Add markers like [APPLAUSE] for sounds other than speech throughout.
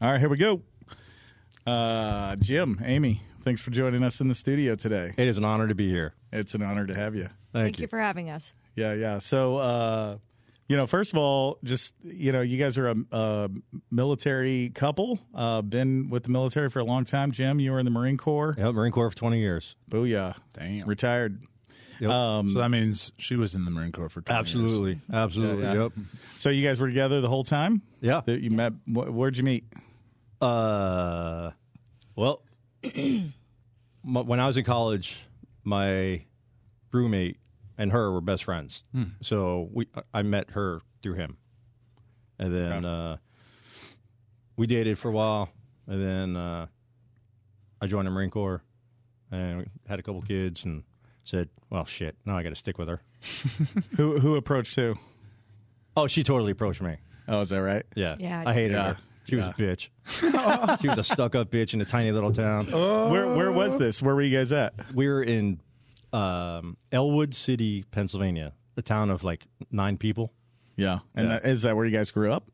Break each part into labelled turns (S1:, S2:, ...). S1: All right, here we go. Uh, Jim, Amy, thanks for joining us in the studio today.
S2: It is an honor to be here.
S1: It's an honor to have you.
S2: Thank,
S3: Thank you for having us.
S1: Yeah, yeah. So, uh, you know, first of all, just you know, you guys are a, a military couple. Uh, been with the military for a long time. Jim, you were in the Marine Corps.
S2: Yep, Marine Corps for 20 years.
S1: Booyah!
S4: Damn.
S1: Retired.
S2: Yep.
S4: so that means she was in the Marine Corps for 20 years.
S2: absolutely. Absolutely.
S1: Yeah, yeah.
S2: Yep.
S1: So you guys were together the whole time.
S2: Yeah.
S1: That you met. wh- Where'd you meet?
S2: Uh, well, [CLEARS THROAT] m- when I was in college, my roommate and her were best friends.
S1: Hmm.
S2: So we, I met her through him, and then uh, we dated for a while, and then uh, I joined the Marine Corps, and we had a couple kids, and said, "Well, shit, now I got to stick with her."
S1: Who who approached who?
S2: Oh, she totally approached me.
S1: Oh, is that right?
S2: Yeah,
S3: Yeah.
S2: I hated
S1: Yeah. Oh,
S2: her. She was a bitch.
S1: [LAUGHS]
S2: she was a stuck-up bitch in a tiny little town.
S1: Where where was this? Where were you guys at?
S2: we were in um, Elwood City, Pennsylvania, a town of like nine people.
S1: Yeah. And
S2: Yeah.
S1: That, is that where you guys grew up?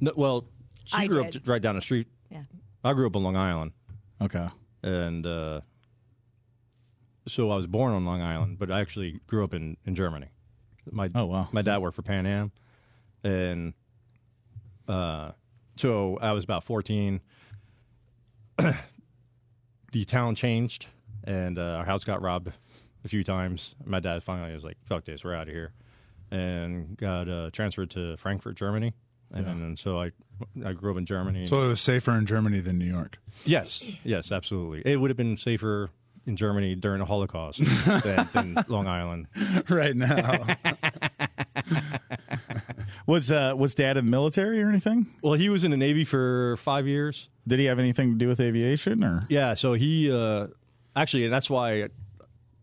S2: No, well, she
S3: I
S2: grew
S3: did.
S2: up right down the street.
S3: Yeah.
S2: I grew up on Long Island,
S1: Okay.
S2: and uh, so I was born on Long Island, but I actually grew up in, in Germany. My
S1: Oh wow.
S2: my dad worked for Pan Am, and uh, so I was about fourteen. [CLEARS THROAT] the town changed, and uh, our house got robbed a few times. My dad finally was like, "Fuck this, we're out of here," and got uh, transferred to Frankfurt, Germany. And, then so I, I grew up in Germany.
S4: So it was safer in Germany than New York.
S2: yes, yes, absolutely. It would have been safer in Germany during the Holocaust than, than Long Island.
S1: [LAUGHS]
S4: right now.
S1: Was uh was dad in the military or anything?
S2: Well, he was in the Navy for five years.
S1: Did he have anything to do with aviation or?
S2: Yeah, so he uh, actually, and that's why,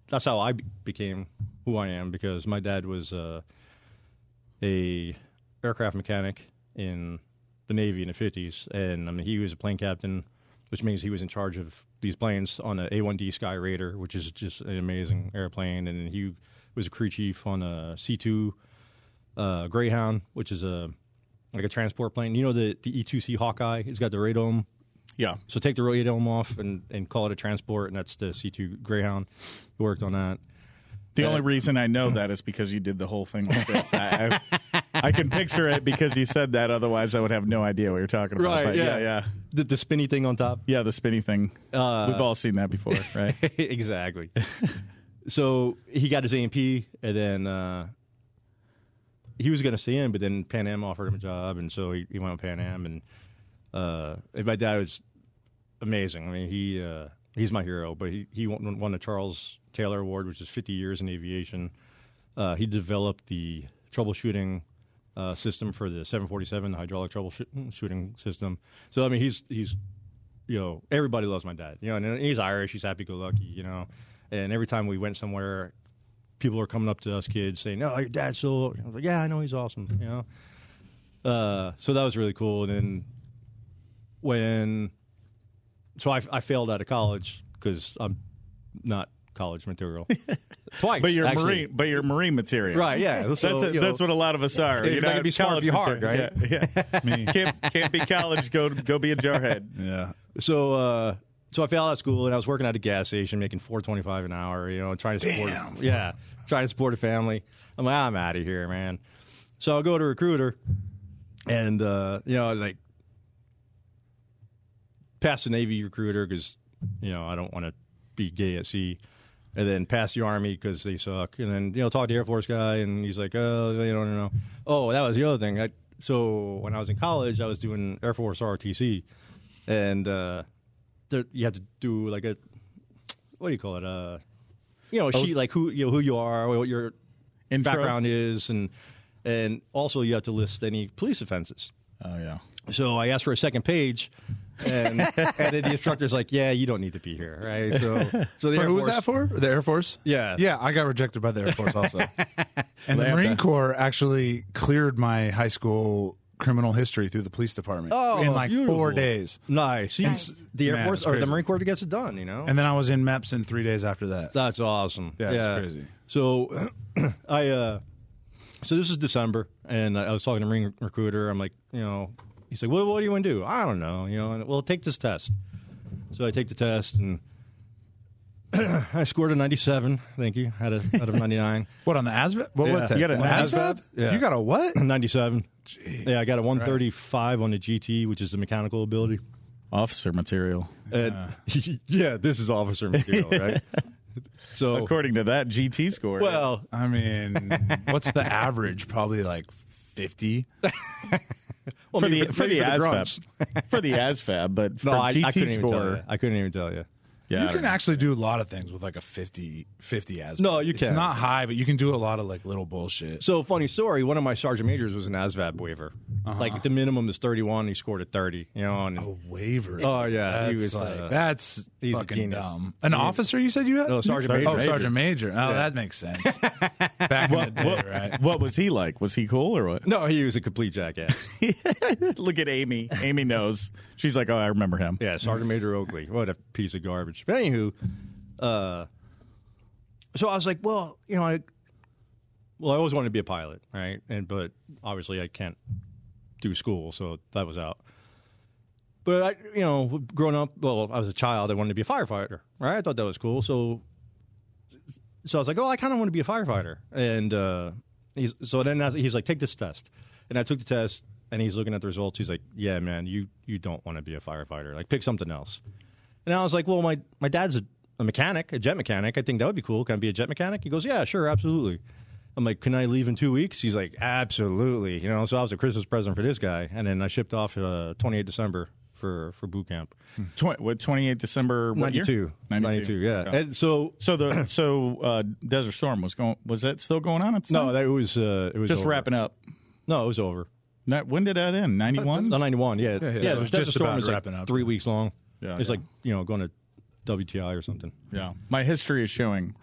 S2: that's how I be- became who I am because my dad was uh, a aircraft mechanic in the Navy in the fifties, and I mean he was a plane captain, which means he was in charge of these planes on a A1D Sky Raider, which is just an amazing airplane, and he was a crew chief on a C2 uh, Greyhound, which is a like a transport plane. You know the the E2C Hawkeye, it's got the radome
S1: Yeah.
S2: so take the radio dome off and, and call it a transport, and that's the C2 Greyhound. We worked on that.
S1: The only reason I know that is because you did the whole thing like this. I, I, I can picture it because you said that. Otherwise, I would have no idea what you're talking about. But yeah, yeah,
S2: The, the spinny thing on top.
S1: yeah. The spinny thing.
S2: Uh,
S1: We've all seen that
S2: [LAUGHS]
S1: before, right?
S2: exactly. [LAUGHS] so he got his A&P, and then uh, he was going to stay in, but then Pan Am offered him a job, and so he, he went with Pan Am. And, uh, and my dad was amazing. I mean, he uh, he's my hero, but he, he won, won the Charles Taylor Award, which is 50 years in aviation. Uh, he developed the troubleshooting uh, system for the 747, the hydraulic troubleshooting system. So I mean, he's he's you know everybody loves my dad. You know, and he's Irish, he's happy-go-lucky. You know, and every time we went somewhere, people were coming up to us kids saying, "Oh, your dad's so." I was like, "Yeah, I know he's awesome." You know. Uh, so that was really cool. And then when so I, I failed out of college because I'm not
S1: [LAUGHS]
S2: college material twice.
S1: But you're
S2: actually.
S1: marine. But you're marine material,
S2: Right, yeah.
S1: [LAUGHS] That's
S2: So,
S1: it
S2: you
S1: that's
S2: know,
S1: what a lot of us are.
S2: If
S1: you
S2: I could be smart,
S1: college
S2: be hard,
S1: material. Yeah, yeah.
S2: [LAUGHS]
S1: can't can't be college. Go go be a jarhead.
S4: yeah.
S2: So, uh, so I failed out of school and I was working at a gas station making four twenty five an hour. You know, trying to support, [LAUGHS] yeah, trying to support a family. I'm like, "Ah, I'm out of here, man. So I go to a recruiter, and uh, you know, I was like pass the Navy recruiter because you know I don't want to be gay at sea, and then pass the Army because they suck, and then you know talk to the Air Force guy, and he's like, oh, you don't know. Oh, that was the other thing. I, so when I was in college, I was doing Air Force ROTC, and uh, there, you had to do like a what do you call it? Uh, you know, she like who you know, who you are, what your
S1: Intro?
S2: background is, and and also you have to list any police offenses.
S1: Oh yeah.
S2: So I asked for a second page, and, and then the instructor's like, "Yeah, you don't need to be here, right?" So, so the Air
S4: Wait, who was
S2: Force-
S4: that for? The Air Force?
S2: Yeah.
S4: Yeah, I got rejected by the Air Force [LAUGHS] also. and the
S1: Lambda.
S4: Marine Corps actually cleared my high school criminal history through the police department
S2: Oh,
S4: in like
S2: beautiful.
S4: four days.
S2: Nice. Nice.
S3: Nice.
S2: The Air
S4: Man,
S2: Force
S4: it's
S2: or the
S4: crazy.
S2: Marine Corps gets it done, you know.
S4: And then I was in MEPS in three days after that.
S2: That's awesome.
S4: Yeah, it's crazy.
S2: So [CLEARS THROAT] I uh so this is December and I I was talking to Marine recruiter. I'm like, you know, he's like, "Well, what do you want to do?" I don't know, you know. And well, take this test. So I take the test, and [CLEARS THROAT] I scored a 97. Thank you. Out of out of 99,
S4: What on the ASVAB? What, what
S2: Yeah.
S4: test?
S1: You got an
S4: An
S1: ASVAB?
S2: Yeah.
S4: You got
S2: [LAUGHS]
S4: a what? [LAUGHS]
S2: 97. Yeah, I got a 135 on the GT, which is the mechanical ability.
S1: Officer material.
S2: And, [LAUGHS] yeah, this is
S1: [LAUGHS]
S2: officer material, right? so,
S1: According to that GT score.
S2: Oh. well,
S4: I mean, what's the average? Probably like fifty.
S2: well,
S1: for
S2: maybe
S1: the for the
S2: maybe for
S1: ASFAB
S2: grunts.
S1: [LAUGHS] for the ASFAB, but for
S2: No, I, I
S1: GT
S2: couldn't even tell you.
S1: score,
S2: I couldn't even tell you.
S1: yeah, I
S4: you
S1: don't
S4: can
S1: know.
S4: actually do a lot of things with like a 50, 50 ASVAB.
S2: No, you
S4: It's
S2: can.
S4: not high, but you can do a lot of like little bullshit.
S2: So funny story. One of my sergeant majors was an ASVAB waiver.
S1: Uh-huh.
S2: Like the minimum is thirty one. He scored a thirty. You know. And,
S4: A
S2: oh,
S4: waiver.
S2: yeah,
S4: That's
S2: he was
S4: like
S2: uh,
S4: that's
S2: he's a
S4: fucking
S2: genius.
S4: dumb. An officer, you said you had?
S2: No, sergeant
S4: oh,
S2: major.
S4: sergeant major. Oh, that makes sense.
S2: [LAUGHS]
S4: Back in the day, right?
S1: What was he like? Was he cool
S2: [LAUGHS]
S1: or what?
S2: no. He was a complete jackass.
S1: Look at Amy. Amy knows. She's like, oh, I remember him.
S2: yeah, Sergeant Major Oakley. What a piece of garbage. But anywho, uh, so I was like, well, you know, I well, I always wanted to be a pilot, right? And but obviously, I can't do school, so that was out. But I, you know, growing up, well, I was a child. I wanted to be a firefighter, right? I thought that was cool. So, so I was like, oh, I kind of want to be a firefighter. And uh, he's so then I was- he's like, take this test, and I took the test, and he's looking at the results. He's like, yeah, man, you you don't want to be a firefighter. Like, pick something else. And I was like, well, my my dad's a, a mechanic, a jet mechanic. I think that would be cool. Can I be a jet mechanic? He goes, yeah, sure, absolutely. I'm like, can I leave in two weeks? He's like, absolutely. You know, so I was a Christmas present for this guy, and then I shipped off uh, 28 December for for boot camp.
S1: Tw- what, 28 December, what year?
S2: 92,
S1: 92.
S2: 92, yeah. And so
S1: So the so uh, Desert Storm was going. Was that still going on? It's
S2: no, that was uh, it was
S1: just
S2: over.
S1: wrapping up.
S2: No, it was over.
S1: Not, when did that end? 91.
S2: The 91, yeah, yeah.
S4: yeah, so it was
S2: Desert
S4: just
S2: Storm
S4: about
S2: was like
S4: wrapping up.
S2: Three weeks long.
S1: Yeah,
S2: it's
S1: yeah.
S2: like you know going to WTI or something.
S1: Yeah, my history is
S2: [LAUGHS]
S1: showing.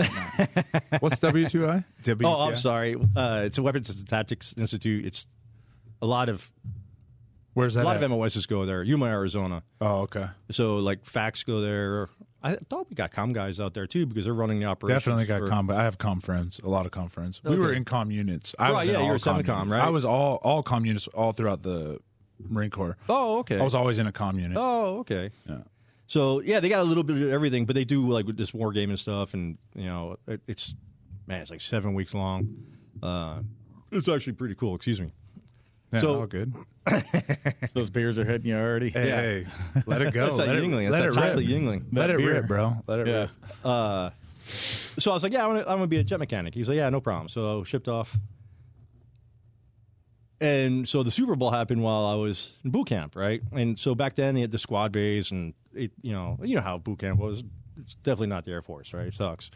S4: What's W2I? W2I?
S2: Oh, I'm sorry. Uh, it's a Weapons and Tactics Institute. It's a lot of
S4: Where's that?
S2: a lot
S4: at?
S2: of MOSs go there. Yuma, Arizona.
S4: oh, okay.
S2: So like facts go there. I thought we got com guys out there too because they're running the operation.
S4: Definitely got com. I have com friends. A lot of com friends. We were in com units. I
S2: Right,
S4: was in
S2: yeah, you
S4: all
S2: were
S4: com
S2: semicom,
S4: units.
S2: right?
S4: I was all all com units all throughout the Marine Corps.
S2: Oh, okay.
S4: I was always in a com unit.
S2: oh, okay. So yeah, they got a little bit of everything, but they do like with this war game and stuff, and you know it, it's man, it's like seven weeks long. Uh, it's actually pretty cool. Excuse me.
S4: Yeah,
S2: so-
S4: all good.
S1: Those beers are hitting you already.
S4: Hey, hey,
S2: [LAUGHS]
S4: let it go.
S2: That's
S4: let
S2: that
S4: it,
S2: Yingling.
S4: let
S2: That's
S4: it
S2: that chocolate
S4: rip.
S2: Yingling.
S4: Let
S1: That
S4: it
S1: beer.
S4: rip, bro. Let it
S1: Yeah.
S4: rip.
S2: Uh, so I was like, yeah, I want to I wanna be a jet mechanic. He's like, yeah, no problem. So shipped off. And so the Super Bowl happened while I was in boot camp, right? And so back then they had the squad base, and it, you know, you know how boot camp was. It's definitely not the Air Force, right? It sucks.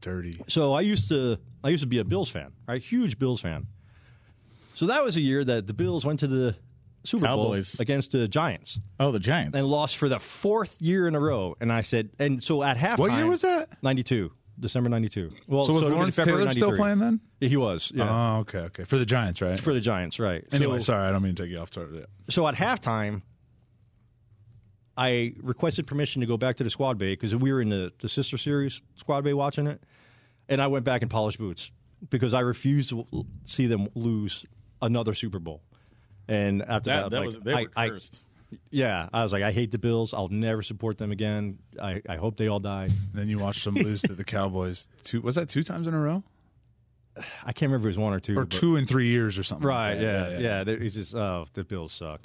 S4: Dirty.
S2: So I used to I used to be a Bills fan, right? Huge Bills fan. So that was a year that the Bills went to the Super
S1: Cowboys.
S2: Bowl against the Giants
S1: Oh, the Giants.
S2: and lost for the fourth year in a row. And I said, and so at halftime,
S4: What year was that?
S2: Ninety-two, December ninety-two. Well,
S4: So was
S2: it'd
S4: Lawrence
S2: been February
S4: Taylor still
S2: 93.
S4: playing then?
S2: Yeah, he was, yeah,
S4: Oh, okay, okay. For the Giants, right?
S2: for the Giants, right?
S4: anyway,
S2: so,
S4: sorry, I don't mean to take you off target.
S2: so at halftime, I requested permission to go back to the squad bay because we were in the, the sister series squad bay watching it, and I went back and polished boots because I refused to l- see them lose another Super Bowl. And after
S1: that,
S2: that,
S1: that
S2: like,
S1: was they
S2: I-
S1: were
S2: I,
S1: cursed.
S2: yeah, I was like, I hate the Bills. I'll never support them again. I, I hope they all die.
S4: Then you watched them lose [LAUGHS] to the Cowboys. Two was that two times in a row,
S2: I can't remember if it was one or two.
S4: or
S2: but-
S4: two in three years, or something? like
S2: Right,
S4: that.
S2: yeah, yeah. there- It's just, oh, the Bills suck.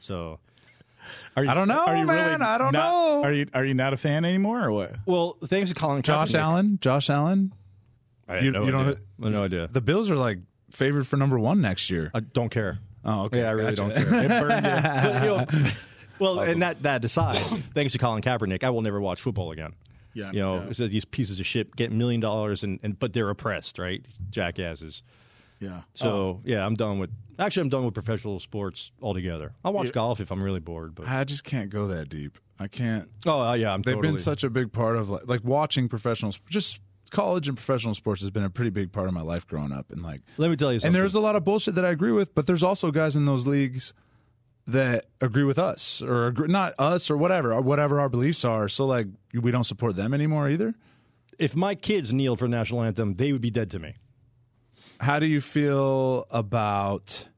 S2: So,
S1: Are you,
S4: I don't know,
S1: are you
S4: man. I don't
S1: not-
S4: know.
S1: Are you are you not a fan anymore or what?
S2: well, thanks to Colin
S4: Josh
S2: Kaepernick.
S4: Allen. Josh Allen.
S2: I had
S4: You-
S2: no
S4: you don't-
S2: idea. I had no idea.
S4: The Bills are like favored for number one next year.
S2: I don't care.
S4: Oh, okay.
S2: Yeah, I really
S4: Gotcha.
S2: don't care. It burned you. But, you know, well, and that that aside, thanks to Colin Kaepernick, I will never watch football again.
S1: Yeah,
S2: you know,
S1: yeah.
S2: so these pieces of shit get million dollars and, and but they're oppressed, right? Jackasses.
S1: Yeah.
S2: So yeah, I'm done with. Actually, I'm done with professional sports altogether. I'll watch golf if I'm really bored. But
S4: I just can't go that deep. I can't.
S2: oh uh, yeah, I'm
S4: They've
S2: totally.
S4: been such a big part of like, like watching professional, sp- just college and professional sports has been a pretty big part of my life growing up. And like,
S2: Let me tell you
S4: and
S2: something.
S4: there's a lot of bullshit that I agree with, but there's also guys in those leagues that agree with us or agree, not us or whatever, or whatever our beliefs are. So like, we don't support them anymore either.
S2: if my kids kneeled for national anthem, they would be dead to me.
S4: How do you feel about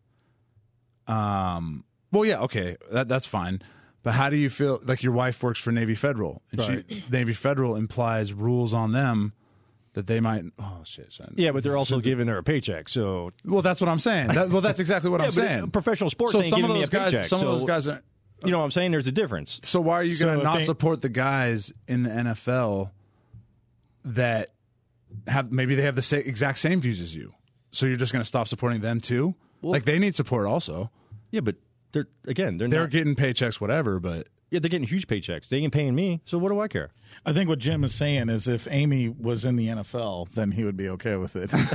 S4: um Well, yeah, okay, that that's fine. But how do you feel? Like your wife works for Navy Federal, and she, Navy Federal implies rules on them that they might. Oh shit! son.
S2: Yeah, but they're also giving her a paycheck. So
S4: Well, that's what I'm saying. That, well, that's
S2: [LAUGHS]
S4: exactly what I'm
S2: but
S4: saying.
S2: professional sports
S4: So
S2: ain't
S4: some of
S2: giving me
S4: those
S2: a
S4: guys,
S2: paycheck,
S4: some of
S2: so-
S4: those guys. Are,
S2: you know what I'm saying? There's a difference.
S4: so why are you
S1: So
S4: going to
S1: if
S4: not
S1: they-
S4: support the guys in the NFL that have maybe they have the sa- exact same views as you? So you're just going to stop supporting them too? like they need support also.
S2: Yeah, but they're again they're,
S4: They're
S2: not,
S4: getting paychecks, whatever, but
S2: yeah, they're getting huge paychecks. They ain't paying me, so what do I care?
S1: I think what Jim is saying is if Amy was in the NFL, then he would be okay with
S4: [LAUGHS]
S1: it.
S3: and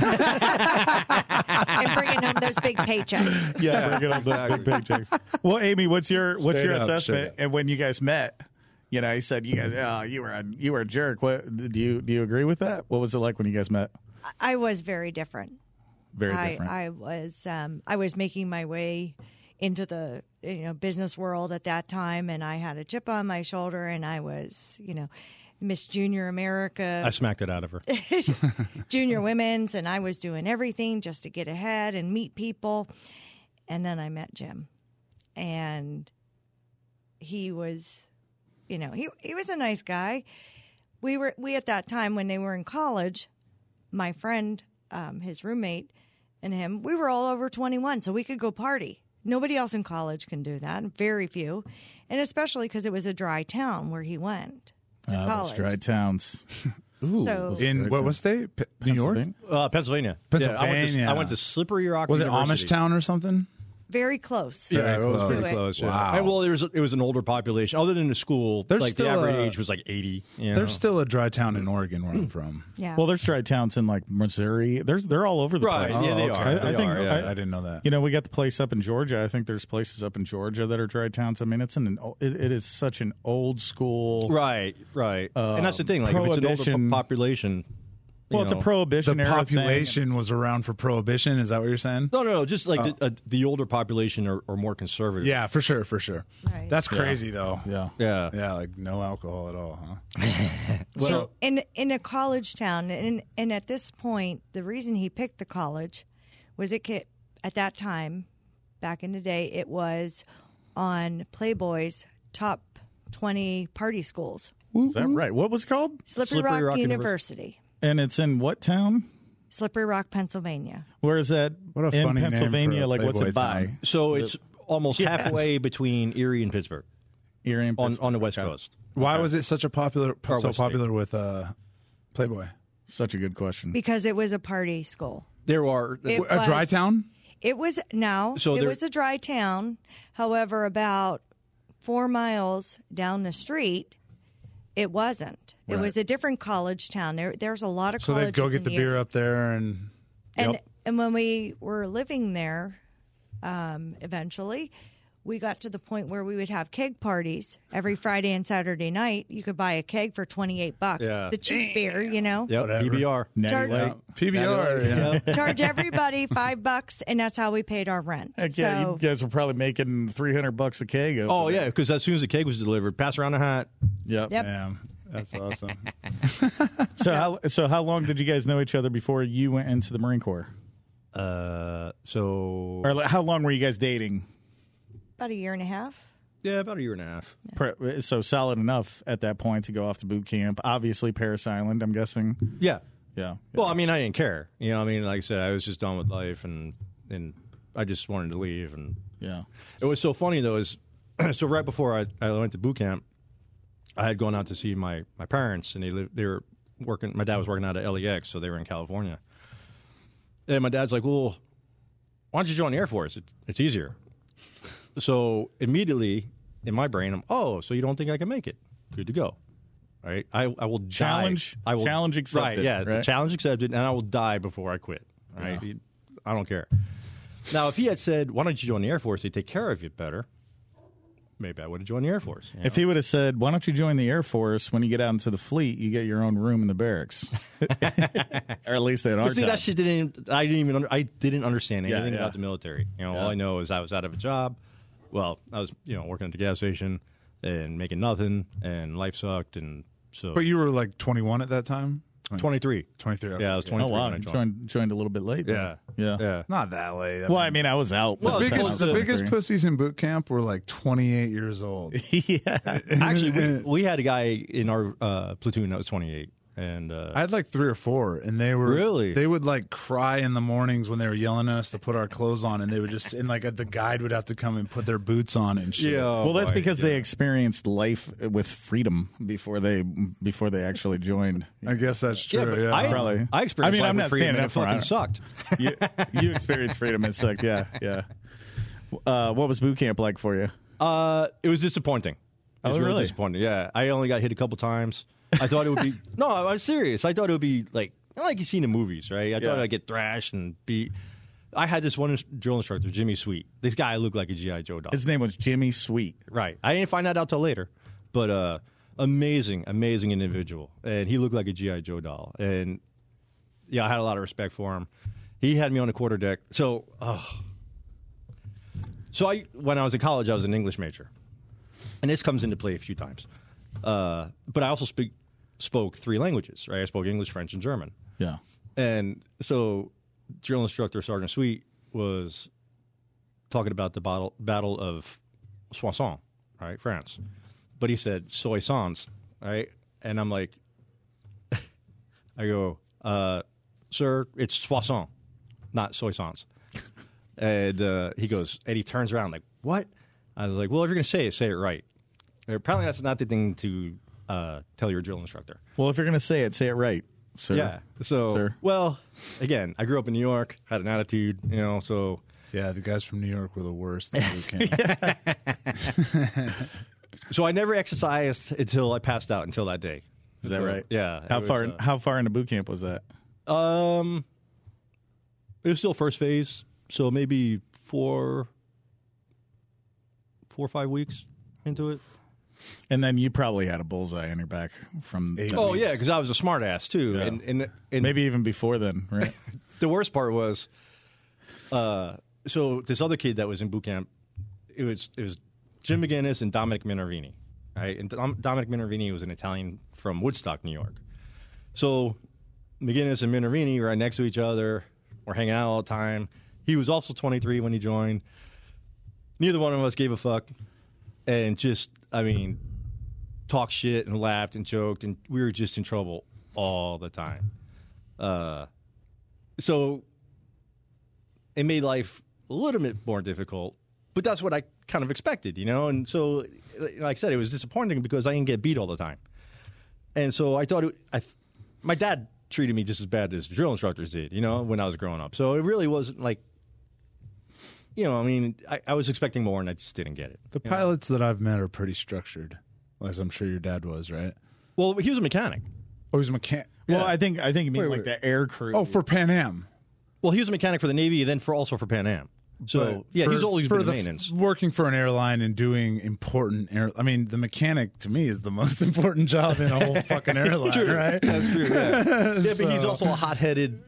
S3: bringing home those big
S2: [LAUGHS]
S3: paychecks.
S1: yeah, bring it up those big paychecks. Well, Amy, what's your what's
S4: Straight
S1: your
S4: up, straight
S1: assessment?
S4: up.
S1: And when you guys met, you know, he said you guys, oh, you were a you were a jerk. What do you do you agree with that? What was it like when you guys met?
S3: I was very different.
S1: Very
S3: I,
S1: different.
S3: I was um, I was making my way into the you know business world at that time, and I had a chip on my shoulder, and I was you know Miss Junior
S2: I
S3: America,
S2: smacked it out of her.
S3: Junior Women's, and I was doing everything just to get ahead and meet people. And then I met Jim, and he was you know he he was a nice guy. We were we at that time when they were in college my friend, um, his roommate, and him, we were all over 21, so we could go party. Nobody else in college can do that, very few, and especially because it was a dry town where he went to
S1: Uh, those
S3: college.
S1: dry towns.
S4: ooh,
S3: So-
S4: in what was they? P- New York?
S1: Pennsylvania?
S2: Uh, Pennsylvania. Yeah, I, went to,
S4: Pennsylvania.
S2: I went to Slippery Rock.
S4: Was it
S2: University.
S4: Amish town or something?
S3: Very close.
S2: Yeah,
S4: Very
S2: it was
S4: close.
S2: pretty
S3: To it.
S2: close. yeah.
S4: Wow.
S2: And well, there was it was an older population. Other than the school,
S4: There's
S2: like
S4: still
S2: the average
S4: a-
S2: age was like eighty. You know?
S4: There's still a dry town in Oregon where I'm from.
S3: Yeah.
S1: Well, there's dry towns in like Missouri. There's they're all over the
S2: Right,
S1: place.
S2: yeah, they
S1: Oh,
S2: are.
S1: I, I
S2: They
S1: think
S2: are, yeah.
S1: I-
S4: I didn't know that.
S1: You know, we got the place up in Georgia. I think there's places up in Georgia that are dry towns. I mean, it's an it, it is such an old school.
S2: right, right. and that's the thing. Like if it's an older po-
S1: prohibition-
S2: population. you
S1: Well, it's a
S2: know-
S1: prohibition
S4: The
S1: era Thing.
S4: population was around for prohibition. Is that what you're saying?
S2: No, no, no. Just like the, uh, the older population are, are more conservative.
S4: Yeah, for sure, for sure.
S3: Right.
S4: That's crazy though.
S1: Yeah.
S2: yeah.
S4: Yeah, like no alcohol at all, huh?
S1: So
S3: in in a college town, and and at this point, the reason he picked the college was it ca- at that time, back in the day, it was on Playboy's top twenty party schools,
S1: is that
S4: Mm-hmm.
S1: right? What was it called?
S3: Slippery,
S2: Slippery
S3: Rock,
S2: Rock
S3: University,
S1: And it's in what town?
S3: Slippery Rock, Pennsylvania.
S1: Where is that?
S4: What a
S1: in
S4: funny name for
S1: Pennsylvania.
S4: a
S1: like, what's
S4: Playboy
S1: it by?
S4: town.
S2: So it's almost halfway between Erie and Pittsburgh
S1: You're in
S2: on,
S1: Pittsburgh.
S2: on the west coast.
S4: Why was it such a popular so
S2: West State.
S4: popular with uh, Playboy?
S1: Such a good question.
S3: because it was a party school.
S2: There are
S3: It
S4: A dry
S3: was-
S4: town?
S3: It was no,
S2: So
S3: it
S2: there-
S3: was a dry town. However, about four miles down the street, it wasn't. It was a different college town. There, there's a lot of
S4: So
S3: colleges.
S4: they'd go
S3: in
S4: get the
S3: here.
S4: beer up there and
S3: And and when we were living there, um, eventually, we got to the point where we would have keg parties every Friday and Saturday night. You could buy a keg for twenty eight bucks,
S2: Yeah.
S3: the cheap beer, you know.
S4: [LAUGHS]
S2: yep,
S4: Whatever.
S2: PBR.
S1: Natty
S3: Charge-
S1: Light.
S3: Yeah.
S4: PBR. Yeah.
S3: Charge everybody five bucks, and that's how we paid our rent.
S1: Heck
S3: so,
S1: Uh, yeah, you guys were probably making 300 bucks a keg. over
S2: [LAUGHS] Oh
S1: there.
S2: yeah, because as soon as the keg was delivered, pass around the hat.
S1: Yep.
S3: Yep.
S4: Damn, [LAUGHS] that's awesome.
S1: So how so how long did you guys know each other before you went into the Marine Corps?
S2: Uh, so
S1: Or like, how long were you guys dating?
S3: about a year and a half.
S2: yeah, about a year and a half.
S1: Pre- So solid enough at that point to go off to boot camp. Obviously Paris Island, I'm guessing.
S2: Yeah.
S1: Yeah.
S2: Well, I mean, I didn't care. You know, I mean, like I said, I was just done with life, and and I just wanted to leave. And
S1: yeah.
S2: it was so funny though is [CLEARS THROAT] so right before I, I went to boot camp, I had gone out to see my my parents, and they lived they were working. My dad was working out at LEX, so they were in California. And my dad's like, "Well, why don't you join the Air Force? It, it's easier." So immediately in my brain, I'm, "Oh, so you don't think I can make it? Good to go." All right, I, I will die.
S1: Challenge-
S2: I will
S1: challenge accepted,
S2: Right, yeah,
S1: right?
S2: challenge accepted, and I will die before I quit. all Right, I don't care. Now, if he had said, "Why don't you join the Air Force? They take care of you better," maybe I would have joined the Air Force. you know?
S1: If he would have said, "Why don't you join the Air Force? When you get out into the fleet, you get your own room in the barracks," [LAUGHS] or at least they had our
S2: But see,
S1: time.
S2: that shit didn't. I didn't even. Under, I didn't understand
S1: Yeah,
S2: anything
S1: yeah.
S2: about the military. You know, all
S1: Yeah.
S2: I know is I was out of a job. Well, I was you know working at the gas station and making nothing, and life sucked, and so [LAUGHS]
S4: But you were like 21 at that time.
S2: Twenty three.
S4: 23. okay.
S2: Yeah, I was twenty
S1: Oh
S2: three.
S1: wow, you joined joined a little bit late. then.
S2: Yeah.
S1: yeah,
S2: Yeah.
S4: Not that late. I
S1: Well,
S4: mean,
S1: I mean, I was out.
S2: Well,
S1: by
S2: it's
S1: the time I
S4: biggest,
S1: was
S4: the
S1: out
S4: biggest
S1: there.
S4: pussies in boot camp were like 28 years old.
S1: [LAUGHS] yeah,
S2: [LAUGHS] Actually, we, we had a guy in our uh, platoon that was 28, and uh,
S4: I had like three or four, and they were
S2: Really?
S4: They would like cry in the mornings when they were yelling at us to put our clothes on, and they would just and like uh, the guide would have to come and put their boots on and shit.
S2: oh
S1: well, that's because they experienced life with freedom before they before they actually joined.
S4: I guess that's true.
S2: yeah,
S4: Yeah,
S2: but I,
S1: Probably.
S2: I
S1: I
S2: experienced.
S1: mean,
S2: life
S1: I'm
S2: with
S1: not
S2: freedom,
S1: standing
S2: and
S1: up
S2: it
S1: for
S2: fucking
S1: it.
S2: sucked.
S1: you, you experienced freedom. It sucked. Yeah, yeah. Uh, what was boot camp like for you?
S2: Uh, it was disappointing. It was
S1: Oh, really?
S2: disappointing. Yeah, I only got hit a couple times. I thought
S1: [LAUGHS]
S2: it would be no. I was serious. I thought it would be like like you see in the movies, right? I thought
S1: Yeah.
S2: I'd get thrashed and beat. I had this one drill instructor, Jimmy Sweet. This guy looked like a GI Joe dog.
S1: His name was Jimmy Sweet.
S2: Right. I didn't find that out till later, but uh, amazing, amazing individual, and he looked like a GI Joe doll, and yeah, I had a lot of respect for him. He had me on the quarter deck, so oh. so I when I was in college, I was an English major, and this comes into play a few times. Uh, but I also speak spoke three languages, right? I spoke English, French, and German.
S1: Yeah.
S2: And so, drill instructor Sergeant Sweet was talking about the battle battle of Soissons, right, France. But he said Soissons, right? And I'm like, [LAUGHS] I go, uh, sir, it's Soissons, not Soissons. and uh, he goes, and he turns around like, what? I was like, well, if you're gonna say it, say it right. Apparently, that's not the thing to uh, tell your drill instructor.
S1: Well, if you're gonna say it, say it right, sir.
S2: Yeah. So,
S1: Sir.
S2: well, again, I grew up in New York, had an attitude, you know, so
S4: yeah, the guys from New York were the worst. in
S1: [LAUGHS]
S4: boot camp.
S2: so I never exercised until I passed out until that day.
S1: Is that right?
S2: Yeah. it
S1: How
S2: was,
S1: far?
S2: uh,
S1: how far into boot camp was that?
S2: um it was still first phase, so maybe 4 4 or 5 weeks into it.
S1: And then you probably had a bullseye in your back from
S4: Eight.
S1: that-
S2: Oh yeah, cuz I was a smartass too.
S1: Yeah.
S2: And and and
S1: maybe even before then, right?
S2: the worst part was uh so this other kid that was in boot camp it was it was jim mcginnis and dominic minervini right and Dom- dominic minervini was an italian from woodstock new york so mcginnis and minervini were right next to each other were hanging out all the time he was also 23 when he joined neither one of us gave a fuck and just i mean talked shit and laughed and joked and we were just in trouble all the time uh so it made life a little bit more difficult but that's what i kind of expected you know and so like i said it was disappointing because i didn't get beat all the time and so i thought it, I, th- my dad treated me just as bad as the drill instructors did you know when i was growing up so it really wasn't like you know i mean i, I was expecting more and i just didn't get it
S4: the pilots that I've met are pretty structured, as I'm sure your dad was, right?
S2: well he was a mechanic
S4: Oh, he's a mechanic.
S1: Well, I think I think you mean
S4: Wait,
S1: like
S4: wait.
S1: the air crew.
S4: Oh, for Pan Am.
S2: well he was a mechanic for the navy and then for also for pan am so yeah
S4: for-
S2: he's always
S4: for
S2: been in
S4: the-
S2: maintenance
S4: working for an airline and doing important air. I mean, the mechanic to me is the most [LAUGHS] important job in a whole
S2: [LAUGHS]
S4: fucking airline, [LAUGHS] right?
S2: That's true. Yeah, yeah but he's also a hot-headed.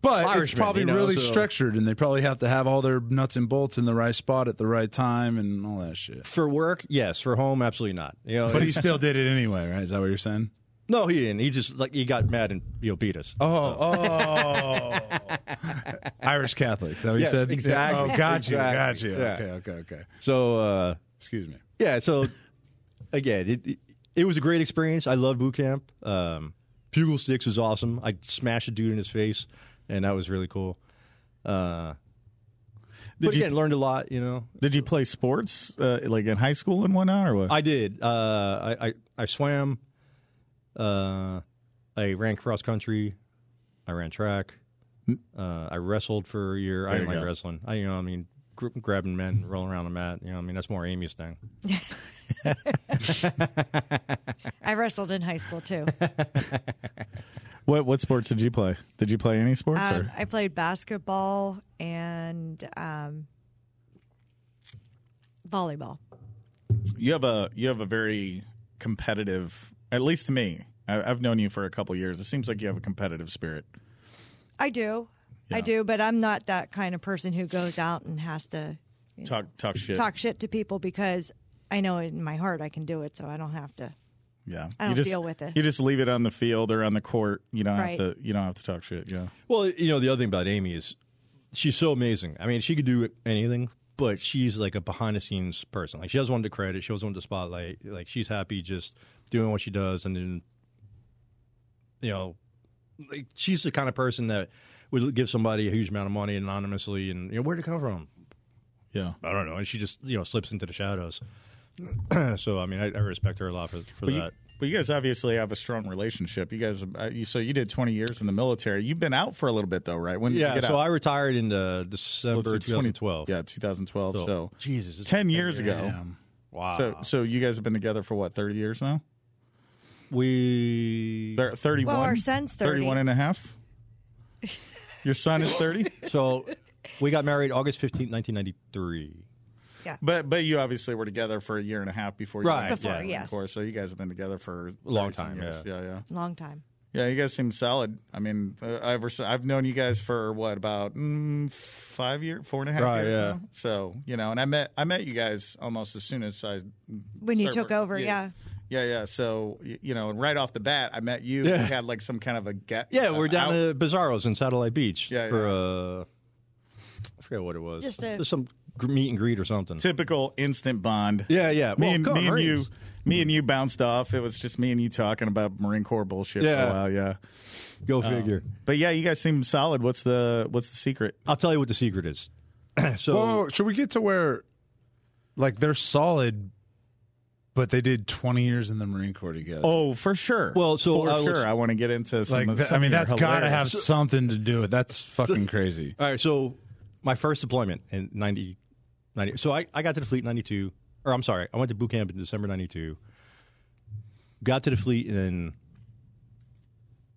S4: But it's
S2: Irishman,
S4: probably
S2: you know,
S4: really
S2: so-
S4: structured, and they probably have to have all their nuts and bolts in the right spot at the right time and all that shit.
S2: For work, yes. For home, absolutely not. You know,
S4: But he still did it anyway, right? Is that what you're saying?
S2: no, he didn't. He just like he got mad and you know, beat us.
S4: Oh, oh, [LAUGHS] Irish Catholic. Is that what
S2: Yes,
S4: you said?
S2: exactly.
S4: Yeah. Oh, got you, got
S2: Exactly.
S4: you.
S2: Yeah.
S4: Okay, okay, okay.
S2: So uh,
S4: Excuse me.
S2: yeah, so again, it, it it was a great experience. I loved boot camp. Um, Bugle Six was awesome. I smashed a dude in his face, and that was really cool. Uh, but
S1: you-
S2: again, learned a lot. You know,
S1: Did you play sports uh, like in high school and whatnot, or what?
S2: I did. Uh, I, I I swam. Uh, I ran cross country. I ran track. Uh, I wrestled for a year.
S1: Hmm. There
S2: I didn't
S1: you
S2: like
S1: go.
S2: wrestling. I you know I mean gr- grabbing men, rolling around the mat. You know I mean that's more Amy's thing.
S3: I wrestled in high
S1: [LAUGHS]
S3: school too.
S1: what what sports did you play? Did you play any sports?
S3: Um,
S1: or?
S3: I played basketball and um, volleyball.
S1: You have a you have a very competitive, at least to me. I, I've known you for a couple years. It seems like you have a competitive spirit.
S3: I do, I
S1: Yeah.
S3: do, but I'm not that kind of person who goes out and has to you know,
S1: Talk talk shit.
S3: talk shit to people because I know in my heart I can do it, so I don't have to
S1: Yeah,
S3: I
S1: you
S3: don't
S1: just,
S3: deal with it.
S1: You just leave it on the field or on the court. You don't
S3: Right.
S1: have to. You don't have to talk shit. Yeah,
S2: Well, you know, the other thing about Amy is she's so amazing. I mean, she could do anything, but she's like a behind the scenes person. Like she doesn't want the credit, she doesn't want the spotlight. Like she's happy just doing what she does and then you know, like she's the kind of person that would give somebody a huge amount of money anonymously and you know, where'd it come from?
S1: yeah.
S2: I don't know. And she just, you know, slips into the shadows. [CLEARS THROAT] so I mean I, I respect her a lot for, for
S1: But you,
S2: that.
S1: but you guys obviously have a strong relationship. You guys, uh, you, so you did 20 years in the military. You've been out for a little bit though, right? When did
S2: yeah,
S1: you get
S2: so
S1: out?
S2: I retired in uh,
S1: Let's
S2: December
S1: see, 20
S2: 2012.
S1: yeah, 2012. So,
S2: Jesus, it's
S1: 10
S2: been
S1: years ago.
S4: Damn.
S2: Wow.
S1: So, so you guys have been together for what 30 years now?
S2: We
S1: Thir- 31.
S3: Well, our son's 30.
S1: 31 and a half. Your son is 30,
S3: [LAUGHS]
S2: so we got married August fifteenth, nineteen ninety three.
S1: but but you obviously were together for a year and a half before. You
S2: Right,
S1: went to
S2: Before,
S1: the Marine
S3: yes.
S1: Corps, so you guys have been together for a
S2: long time, yeah.
S1: yeah, yeah.
S3: Long time.
S1: Yeah, you guys seem solid. I mean, uh, ever si- I've known you guys for what about mm, five year, four and a half
S2: Right,
S1: years
S2: yeah.
S1: now. So you know, and I met I met you guys almost as soon as I
S3: When you
S1: started
S3: took
S1: working-
S3: over, yeah.
S1: [LAUGHS] yeah, yeah. So y- you know, and right off the bat, I met you.
S2: Yeah.
S1: We had like some kind of a get.
S2: Yeah, we're
S1: an
S2: down
S1: out-
S2: at Bizarro's in Satellite Beach
S1: Yeah,
S2: for
S1: yeah.
S2: uh I forget what it was.
S3: Just a-
S2: some gr- meet and greet or something.
S1: typical instant bond.
S2: yeah, yeah.
S1: Me
S2: Well,
S1: and,
S2: come on,
S1: me and you,
S2: Marines.
S1: me and you bounced off. It was just me and you talking about Marine Corps bullshit for
S2: Yeah.
S1: a while. Yeah,
S2: Go figure.
S1: but yeah, you guys seem solid. What's the what's the secret?
S2: I'll tell you what the secret is. [CLEARS THROAT] so
S4: Whoa, whoa, whoa. should we get to where, like, they're solid, but they did 20 years in the Marine Corps together?
S1: Oh, for sure.
S2: Well, so
S1: for
S2: I was-
S1: sure, I want to get into some.
S4: like,
S1: of,
S4: th-
S1: some
S4: I mean,
S1: of your
S4: that's got to have
S1: hilarious-
S4: something to do with. That's fucking crazy.
S2: all right, so my first deployment in 90, 90 so I, I got to the fleet in ninety two or I'm sorry, I went to boot camp in December ninety two. Got to the fleet in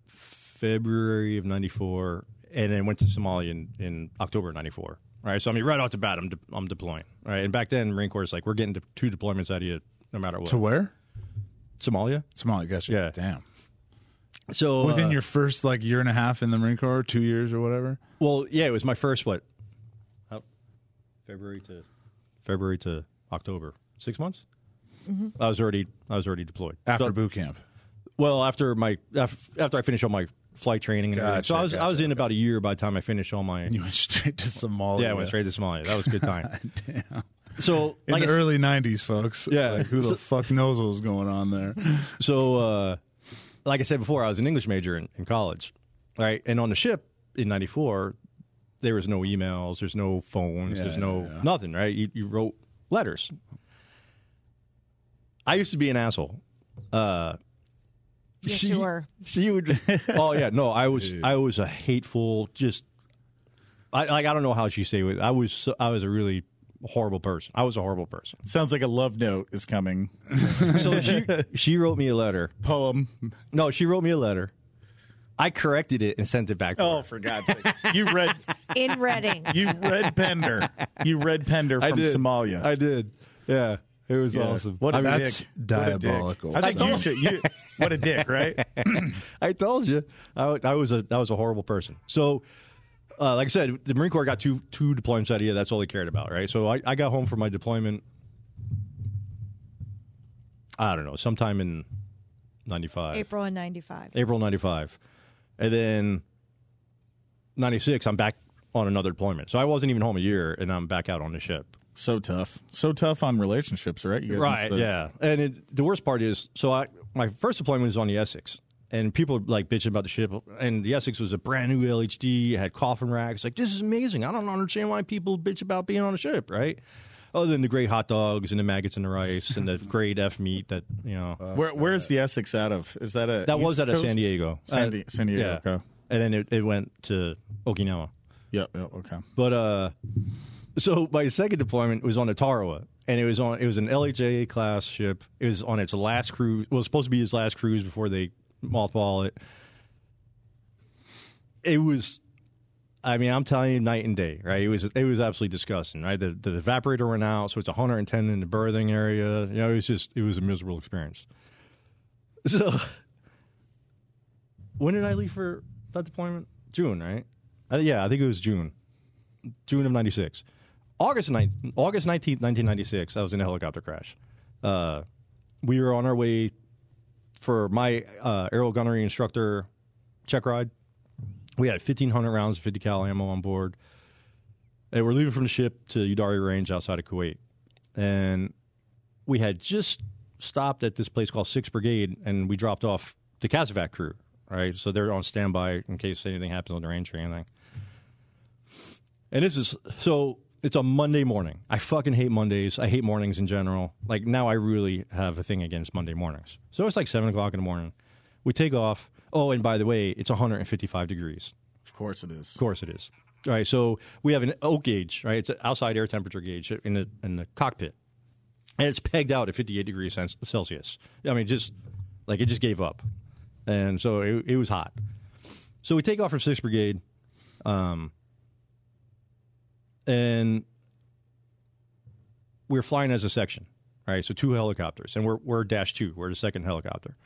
S2: February of '94, and then went to Somalia in, in October of '94. Right, so I mean, right off the bat, I'm de- I'm deploying. Right, and back then, Marine Corps is like, we're getting de- two deployments out of you, no matter what.
S4: To where?
S2: Somalia.
S4: Somalia. Gotcha.
S2: Yeah.
S4: Damn.
S2: So
S4: Within
S2: uh,
S4: your first like year and a half in the Marine Corps, two years or whatever.
S2: well, yeah, it was my first what, how- February to February to October, six months. I was already I was already deployed
S4: After
S2: So-
S4: boot camp.
S2: Well, after my af- after I finished all my flight training and everything,
S4: Gotcha,
S2: so I was I was
S4: gotcha,
S2: in about a year by the time I finished all my
S4: [LAUGHS] You went straight to Somalia.
S2: yeah, I
S4: [LAUGHS]
S2: went straight to Somalia. That was a good time. So
S4: In
S2: like I
S4: the
S2: said-
S4: early '90s, folks.
S2: Yeah.
S4: Like, who the fuck knows what was going on [LAUGHS] there?
S2: so uh, like I said before, I was an English major in, in college, right? And on the ship in '94, there was no emails, there's no phones, there's no nothing, right? You, you wrote letters. I used to be an asshole. Uh,
S3: Yes,
S2: she,
S3: you were.
S2: She would. oh yeah, no, I was. I was a hateful. Just, I like. I don't know how she say it. I was. so- I was a really horrible person. I was a horrible person.
S1: Sounds like a love note is coming.
S2: So she she wrote me a letter.
S1: Poem.
S2: No, she wrote me a letter. I corrected it and sent it back. To
S1: Oh,
S2: her.
S1: for God's sake! [LAUGHS] You read,
S3: In Reading.
S1: [LAUGHS] you read Pender. You read Pender
S2: I
S1: from
S2: did.
S1: Somalia.
S2: I did. Yeah, it was
S1: Yeah.
S2: awesome.
S1: What a
S2: I, mean,
S4: that's
S1: dick.
S4: diabolical.
S1: What a dick. I think you
S4: son.
S1: should. You, what a dick, right?
S2: I told you, I, wa- I was a I was a horrible person. So, uh, like I said, the Marine Corps got two two deployments out of you. That's all they cared about, right? So I, I got home from my deployment. I don't know, sometime in ninety five.
S3: April in 95.
S2: April 95. And then 96, I'm back on another deployment. So I wasn't even home a year and I'm back out on the ship.
S1: [LAUGHS] So tough. So tough on relationships, right? You guys must have-
S2: yeah. And it, the worst part is so I my first deployment was on the Essex. And people are like bitching about the ship. And the Essex was a brand new LHD, it had coffin racks. Like, this is amazing. I don't understand why people bitch about being on a ship, right? Other than the great hot dogs and the maggots and the rice
S1: [LAUGHS]
S2: and the great F meat that, you know.
S1: Where, where's the Essex out of? Is that a
S2: that was
S1: Uh, East
S2: out of San
S1: Coast?
S2: Diego.
S1: San,
S2: Uh,
S1: Di- San Diego.
S2: yeah.
S1: Okay.
S2: And then it, it went to Okinawa.
S1: Yep, yep. Okay.
S2: But uh, so my second deployment was on the Tarawa, and it was on it was an LHA class ship. It was on its last cruise. Well, it was supposed to be its last cruise before they mothball it. It was, I mean, I'm telling you, night and day, right? It was it was absolutely disgusting, right? The the evaporator went out, so it's 110 in the berthing area. You know, it was just it was a miserable experience. So, when did I leave for that deployment? June, right? Uh, yeah, I think it was June. June of '96, August 9th, August nineteenth, nineteen ninety six. I was in a helicopter crash. Uh, we were on our way for my uh, aerial gunnery instructor check ride. We had 1,500 rounds of 50 cal ammo on board. And we're leaving from the ship to Udari Range outside of Kuwait. And we had just stopped at this place called Sixth Brigade, and we dropped off the Kazovac crew, right? So they're on standby in case anything happens on the range or anything. And this is so it's a Monday morning. I fucking hate Mondays. I hate mornings in general. Like now, I really have a thing against Monday mornings. So it's like seven o'clock in the morning. We take off. Oh, and by the way, it's 155 degrees.
S1: Of course it is.
S2: Of course it is. All right, so we have an oak gauge, right? It's an outside air temperature gauge in the in the cockpit, and it's pegged out at 58 degrees cen- Celsius. I mean, just like it just gave up, and so it, it was hot. So we take off from Sixth Brigade, um, and we're flying as a section, right? So two helicopters, and we're we're dash two. We're the second helicopter,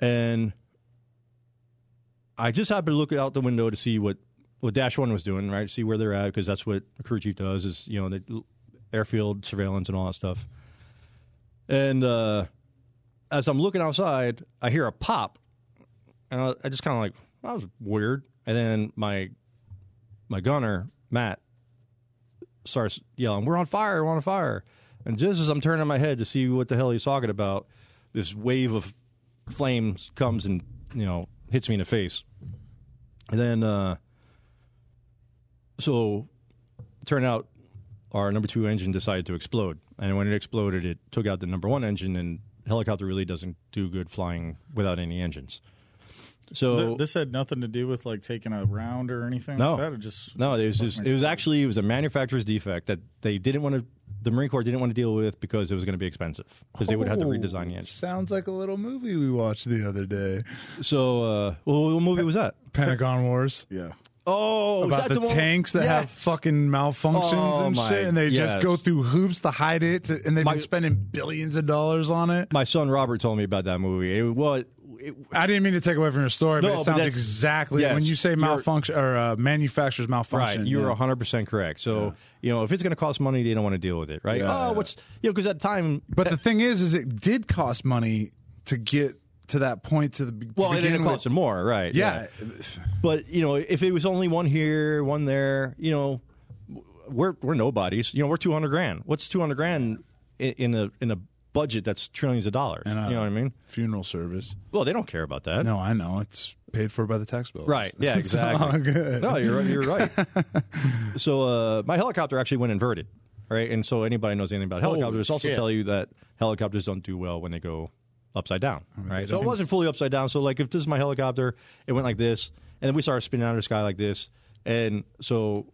S2: and I just happened to look out the window to see what, what Dash One was doing, right? See where they're at because that's what a crew chief does is you know the airfield surveillance and all that stuff. And uh, as I'm looking outside, I hear a pop, and I, I just kind of like that was weird. And then my my gunner Matt starts yelling, "We're on fire! We're on fire!" And just as I'm turning my head to see what the hell he's talking about, this wave of flames comes and you know hits me in the face. And then, uh, so turn out our number two engine decided to explode, and when it exploded, it took out the number one engine. And helicopter really doesn't do good flying without any engines. So
S1: Th- this had nothing to do with like taking a round or anything.
S2: No.
S1: like that. It just
S2: No, it was just it was actually it was a manufacturer's defect that they didn't want to the Marine Corps didn't want to deal with because it was going to be expensive because they would have to redesign the engine.
S4: Oh, Sounds like a little movie we watched the other day.
S2: So, uh, well, what movie was that?
S4: Pentagon Wars.
S1: yeah.
S2: Oh, was
S4: About
S2: that
S4: the,
S2: one-
S4: tanks that have
S2: Yes.
S4: fucking malfunctions
S2: Oh
S4: and
S2: my-
S4: shit, and they
S2: yes.
S4: just go through hoops to hide it, to- and they've
S2: My-
S4: been spending billions of dollars on it.
S2: My son Robert told me about that movie. It was it,
S4: I didn't mean to take away from your story,
S2: No,
S4: but
S2: but
S4: it sounds
S2: that's-
S4: exactly
S2: yes,
S4: when you say
S2: you're-
S4: malfunction or uh, manufacturer's malfunction.
S2: right. You're
S4: yeah.
S2: 100 percent correct. So you know if it's going to cost money, they don't want to deal with it, right?
S4: Yeah,
S2: oh,
S4: yeah.
S2: what's you know because at the time
S4: But the thing is, is it did cost money to get to that point to the be- to
S2: well, it
S4: begin
S2: ended up
S4: with.
S2: costing more, right?
S4: Yeah,
S2: But you know, if it was only one here, one there, you know, w- we're we're nobodies. You know, we're two hundred grand. What's two hundred grand in, in a in a budget that's trillions of dollars? you know what I mean?
S4: funeral service.
S2: Well, they don't care about that.
S4: No, I know it's paid for by the tax bill.
S2: Right? Yeah,
S4: [LAUGHS] It's all
S2: exactly.
S4: good.
S2: No, you're right- you're right. so uh, my helicopter actually went inverted, right? And so anybody knows anything about
S1: Holy
S2: helicopters also
S1: shit.
S2: tell you that helicopters don't do well when they go upside down, right? So it
S4: doesn't-
S2: wasn't fully upside down. So like if this is my helicopter, it went like this, and then we started spinning out of the sky like this, and so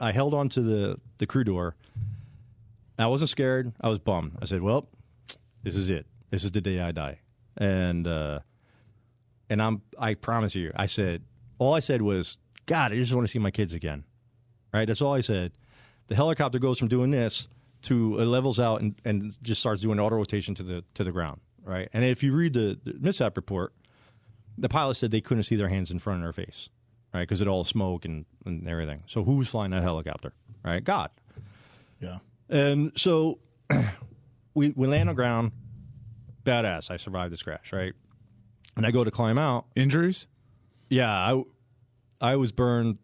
S2: I held on to the the crew door. I wasn't scared. I was bummed. I said, "Well, this is it. This is the day I die." And uh, and I'm I promise you, I said all I said was, "God, I just want to see my kids again." Right? That's all I said. The helicopter goes from doing this to it levels out and, and just starts doing auto rotation to the to the ground. Right? And if you read the, the mishap report, the pilot said they couldn't see their hands in front of their face, right? Because it all smoke and, and everything. So who was flying that helicopter? Right? God.
S1: Yeah.
S2: And so [CLEARS THROAT] we we land on ground. Badass. I survived this crash, right? And I go to climb out.
S4: Injuries?
S2: Yeah, I, I was burned.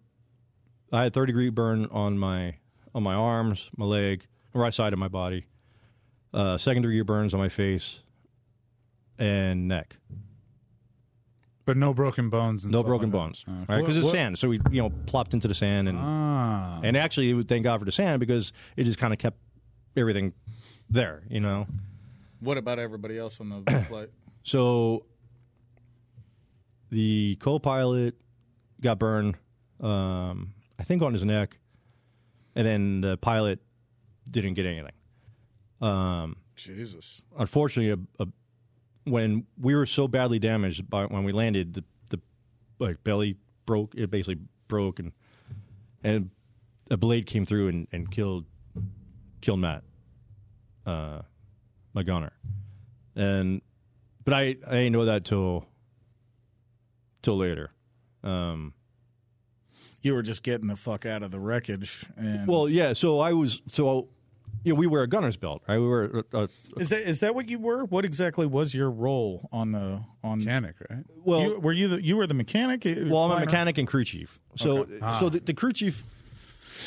S2: I had third degree burn on my on my arms, my leg, right side of my body. Uh, second degree burns on my face and neck.
S4: But no broken bones. And
S2: No
S4: stuff
S2: broken
S4: like that.
S2: bones, right? Because it's
S4: What-
S2: sand. So we you know plopped into the sand and
S4: Ah,
S2: and actually it would thank God for the sand because it just kind of kept everything there, you know.
S1: What about everybody else on the
S2: [COUGHS]
S1: flight?
S2: So the co-pilot got burned, um, I think on his neck, and then the pilot didn't get anything. Um,
S1: Jesus.
S2: unfortunately, a, a, when we were so badly damaged by when we landed, the, the like belly broke. It basically broke, and and a blade came through and, and killed killed Matt, uh, my gunner, and but I I didn't know that till till later. Um,
S1: You were just getting the fuck out of the wreckage. And
S2: well, yeah. So I was so you know, we wear a gunner's belt, right? We wear a, a,
S1: Is that is that what you were? What exactly was your role on the on?
S4: Mechanic, right?
S2: well,
S1: you, were you the, you were the mechanic?
S2: well, I'm a mechanic and crew chief. So, uh,
S4: Ah.
S2: so the, the crew chief,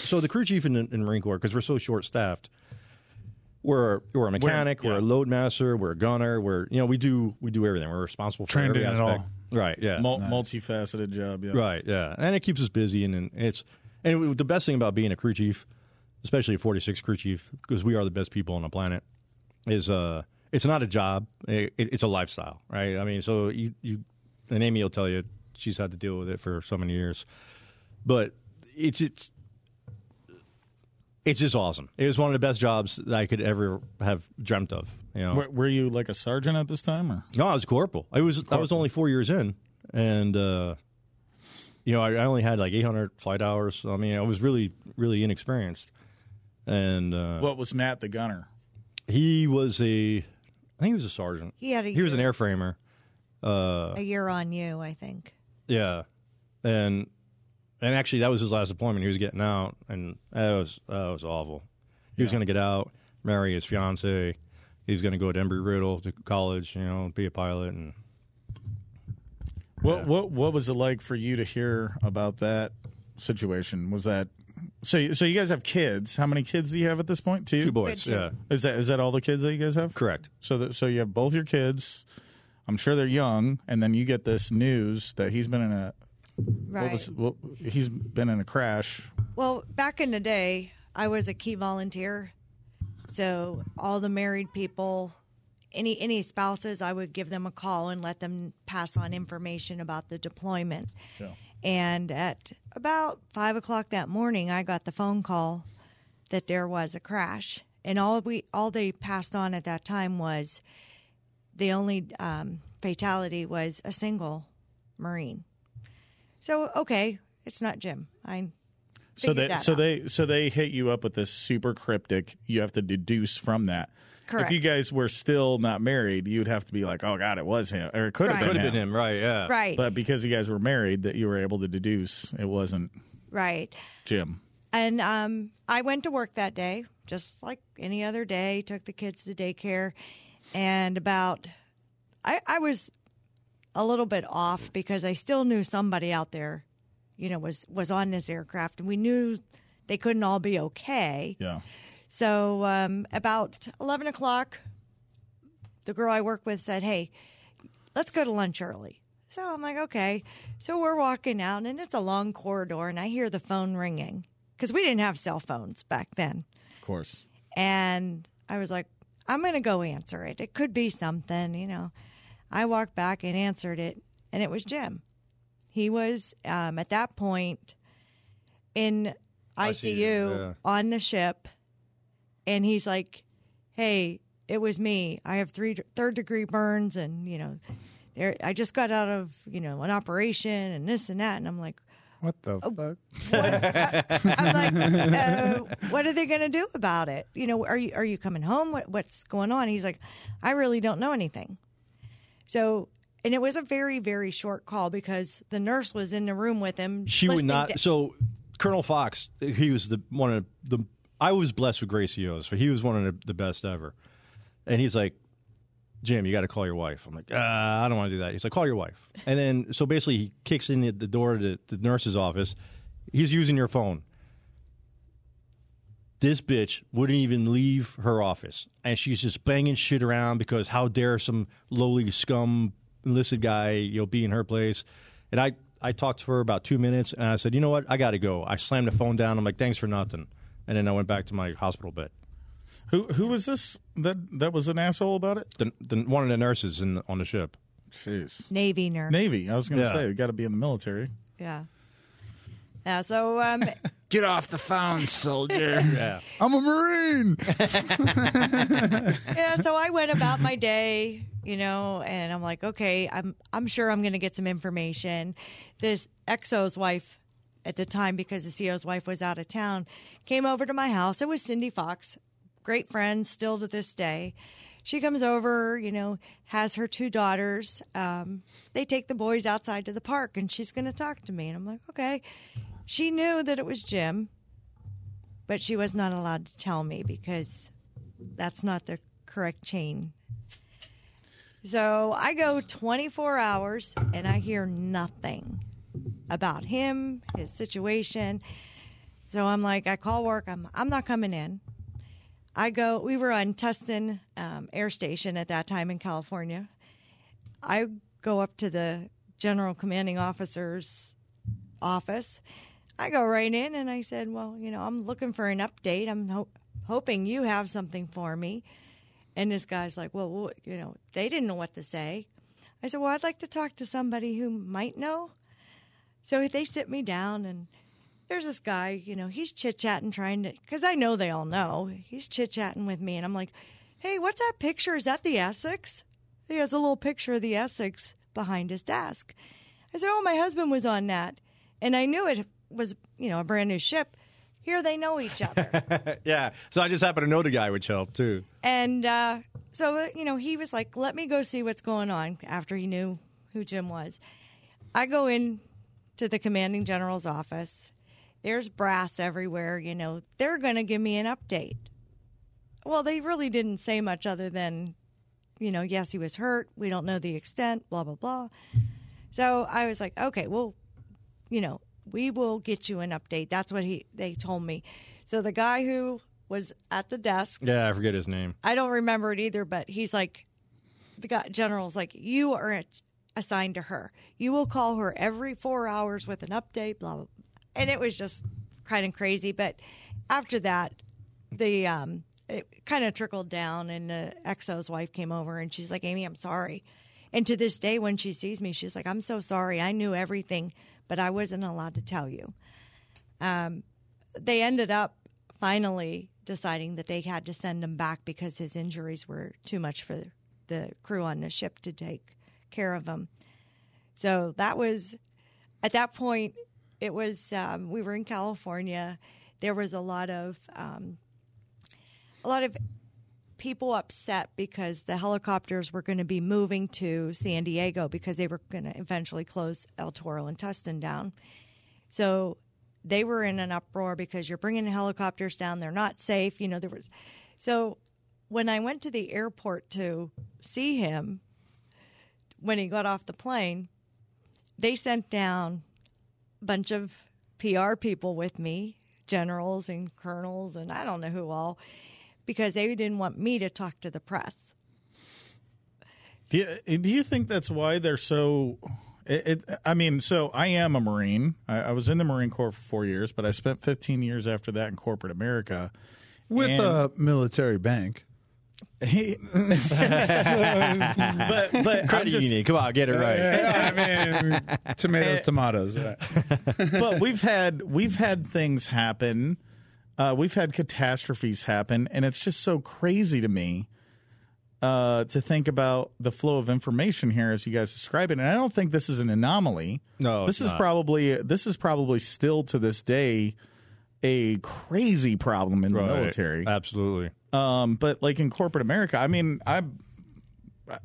S2: so the crew chief in, in Marine Corps, because we're so short staffed, we're we're a mechanic, we're,
S1: yeah.
S2: a load master, we're a gunner, we're you know we do we do everything. We're responsible for
S4: Trained
S2: every
S4: in it
S2: aspect. Right. Yeah.
S1: Mul- multifaceted job. Yeah.
S2: Right. Yeah. And it keeps us busy, and, and it's and it, the best thing about being a crew chief, especially a 46 crew chief, because we are the best people on the planet, is uh, it's not a job, it, it- it's a lifestyle, right? I mean, so you you, and Amy will tell you she's had to deal with it for so many years, but it's it's. It's just awesome. It was one of the best jobs that I could ever have dreamt of. You know,
S1: Were, were you like a sergeant at this time, or
S2: no, I was a corporal. I was I was only four years in, and uh, you know I, I only had like 800 flight hours. I mean, I was really really inexperienced, and uh,
S1: what was Matt the gunner?
S2: he was a I think he was a sergeant.
S3: He had a
S2: He was an
S3: year,
S2: airframer. Uh,
S3: a year on you, I think.
S2: yeah, and and actually that was his last deployment. He was getting out, and that was that was awful. He was going to get out, marry his fiancee. He was going to go to Embry Riddle to college, you know, be a pilot, and
S1: What what what was it like for you to hear about that situation? Was that so? So you guys have kids. How many kids do you have at this point? Two.
S2: two boys.
S3: two.
S2: Yeah,
S1: Is that is that all the kids that you guys have?
S2: correct.
S1: So that so you have both your kids. I'm sure they're young, and then you get this news that he's been in a
S3: Right.
S1: what was what, he's been in a crash.
S3: Well, back in the day, I was a key volunteer. So all the married people, any any spouses, I would give them a call and let them pass on information about the deployment.
S1: Yeah.
S3: And at about five o'clock that morning, I got the phone call that there was a crash, and all we all they passed on at that time was the only um, fatality was a single Marine. So okay, it's not Jim. I
S1: So
S3: figured
S1: they
S3: that
S1: so
S3: out.
S1: they so they hit you up with this super cryptic. You have to deduce from that.
S3: Correct.
S1: If you guys were still not married, you'd have to be like, "Oh God, it was him," or it could have
S3: Right.
S1: been,
S2: Could have been
S1: him.
S2: him, right? Yeah.
S3: right
S1: But because you guys were married, that you were able to deduce it wasn't
S3: right.
S1: Jim.
S3: And um, I went to work that day, just like any other day. Took the kids to daycare, and about I, I was a little bit off because I still knew somebody out there, you know, was was on this aircraft, and we knew they couldn't all be okay.
S1: Yeah.
S3: So um, about eleven o'clock, the girl I work with said, "Hey, let's go to lunch early." So I'm like, "Okay." So we're walking out, and it's a long corridor, and I hear the phone ringing because we didn't have cell phones back then.
S1: Of course.
S3: And I was like, "I'm gonna go answer it. It could be something, you know." I walked back and answered it, and it was Jim. He was um, at that point in ICU,
S2: yeah.
S3: on the ship, and he's like, "Hey, it was me. I have three third degree burns, and you know, there I just got out of you know an operation and this and that." And I'm like,
S4: What the fuck?
S2: [LAUGHS]
S3: "I'm like, uh, what are they going to do about it? You know, are you are you coming home? What, what's going on?" He's like, "I really don't know anything." So. And it was a very, very short call because the nurse was in the room with him.
S2: She would
S3: listening
S2: not.
S3: to
S2: so Colonel Fox, he was the one of the. I was blessed with Gracios, but he was one of the, the best ever. And he's like, Jim, you got to call your wife. I'm like, uh, I don't want to do that. He's like, call your wife. And then so basically he kicks in at the door to the nurse's office. He's using your phone. This bitch wouldn't even leave her office, and she's just banging shit around because how dare some lowly scum enlisted guy you know be in her place? And I I talked to her about two minutes, and I said, you know what, I got to go. I slammed the phone down. I'm like, thanks for nothing, and then I went back to my hospital bed.
S1: Who who was this that that was an asshole about it?
S2: The, the, one of the nurses in, on the ship.
S1: Jeez.
S3: Navy nurse.
S1: Navy. I was going to
S2: Yeah.
S1: say, you got to be in the military.
S3: Yeah. Yeah. So um,
S4: Get off the phone, soldier.
S2: Yeah.
S4: I'm a Marine.
S3: yeah. So I went about my day, you know, and I'm like, okay, I'm I'm sure I'm going to get some information. This EXO's wife at the time, because the CO's wife was out of town, came over to my house. It was Cindy Fox, great friend still to this day. She comes over, you know, has her two daughters. Um, they take the boys outside to the park, and she's going to talk to me. And I'm like, okay. She knew that it was Jim. but she was not allowed to tell me because that's not the correct chain. So I go 24 hours and I hear nothing about him, his situation. So I'm like, I call work. I'm I'm not coming in. I go. We were on Tustin um, Air Station at that time in California. I go up to the general commanding officer's office. I go right in and I said, "Well, you know, I'm looking for an update. I'm ho- hoping you have something for me." And this guy's like, "Well, what, you know, they didn't know what to say." I said, "Well, I'd like to talk to somebody who might know." So they sit me down and there's this guy, you know, he's chit chatting, trying to, because I know they all know. He's chit chatting with me, and I'm like, hey, what's that picture? Is that the Essex? He has a little picture of the Essex behind his desk. I said, oh, my husband was on that. And I knew it was, you know, a brand new ship. Here they know each other.
S2: [LAUGHS] yeah. So I just happen to know the guy, which helped too.
S3: and uh, so, uh, you know, he was like, let me go see what's going on after he knew who Jim was. I go in to the commanding general's office. There's brass everywhere. You know, they're going to give me an update. Well, they really didn't say much other than, you know, yes, he was hurt. We don't know the extent, blah, blah, blah. So I was like, okay, well, you know, we will get you an update. That's what he they told me. So the guy who was at the desk
S2: Yeah, I forget his name.
S3: I don't remember it either, but he's like, the guy, general's like, you are at- assigned to her. You will call her every four hours with an update, blah, blah. blah." And it was just kind of crazy. But after that, the, um, it kind of trickled down, and uh, Exo's wife came over and she's like, Amy, I'm sorry. And to this day, when she sees me, she's like, I'm so sorry. I knew everything, but I wasn't allowed to tell you they ended up finally deciding that they had to send him back because his injuries were too much for the crew on the ship to take care of him. So that was at that point. It was um, we were in California. There was a lot of um, a lot of people upset because the helicopters were going to be moving to San Diego because they were going to eventually close El Toro and Tustin down. So they were in an uproar because you're bringing helicopters down; they're not safe. You know there was. So when I went to the airport to see him when he got off the plane, they sent down a bunch of PR people with me, generals and colonels, and I don't know who all, because they didn't want me to talk to the press.
S1: Do you, do you think that's why they're so? It, it, I mean, so I am a Marine. I, I was in the Marine Corps for four years, but I spent 15 years after that in corporate America.
S4: with
S1: And-
S4: a military bank.
S1: [LAUGHS]
S2: [LAUGHS]
S1: but but I'm
S2: Credit
S1: just,
S2: union. Come on, get it right.
S4: I mean, tomatoes, tomatoes.
S1: but we've had we've had things happen. Uh, we've had catastrophes happen, and it's just so crazy to me uh, to think about the flow of information here as you guys describe it. And I don't think this is an anomaly.
S2: No,
S1: this
S2: it's
S1: is
S2: not.
S1: probably this is probably still to this day a crazy problem in
S2: Right.
S1: the military.
S2: Absolutely.
S1: Um, but like in corporate America, I mean, I,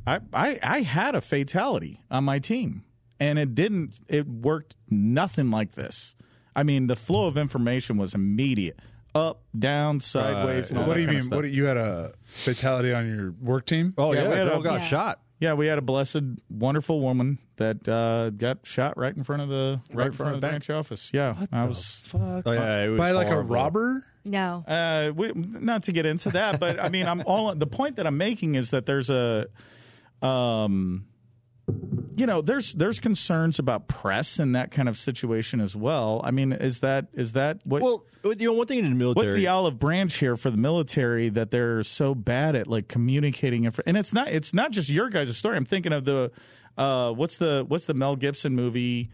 S1: I, I, I had a fatality on my team, and it didn't. It worked nothing like this. I mean, the flow of information was immediate, up, down, sideways. and all
S4: what
S1: that
S4: do you
S1: kind of
S4: mean?
S1: stuff.
S4: What do you had a fatality on your work team?
S2: Oh
S1: Yeah,
S2: yeah,
S1: we had
S2: girl
S1: a-
S2: got
S3: Yeah.
S2: shot.
S1: yeah, we had a blessed, wonderful woman that uh, got shot right in front of the right, in front of the branch office. Yeah, I was.
S4: fuck.
S2: Oh, yeah, it was
S4: By like
S2: horrible.
S4: a robber?
S3: No,
S1: Uh, we, not to get into that, but I mean, I'm all the point that I'm making is that there's a, um, you know, there's there's concerns about press and that kind of situation as well. I mean, is that is that what?
S2: Well, you know, one thing in the military. uh,
S1: What's the olive branch here for the military that they're so bad at like communicating? Inf- and it's not it's not just your guys' story. I'm thinking of the uh, what's the what's the Mel Gibson movie?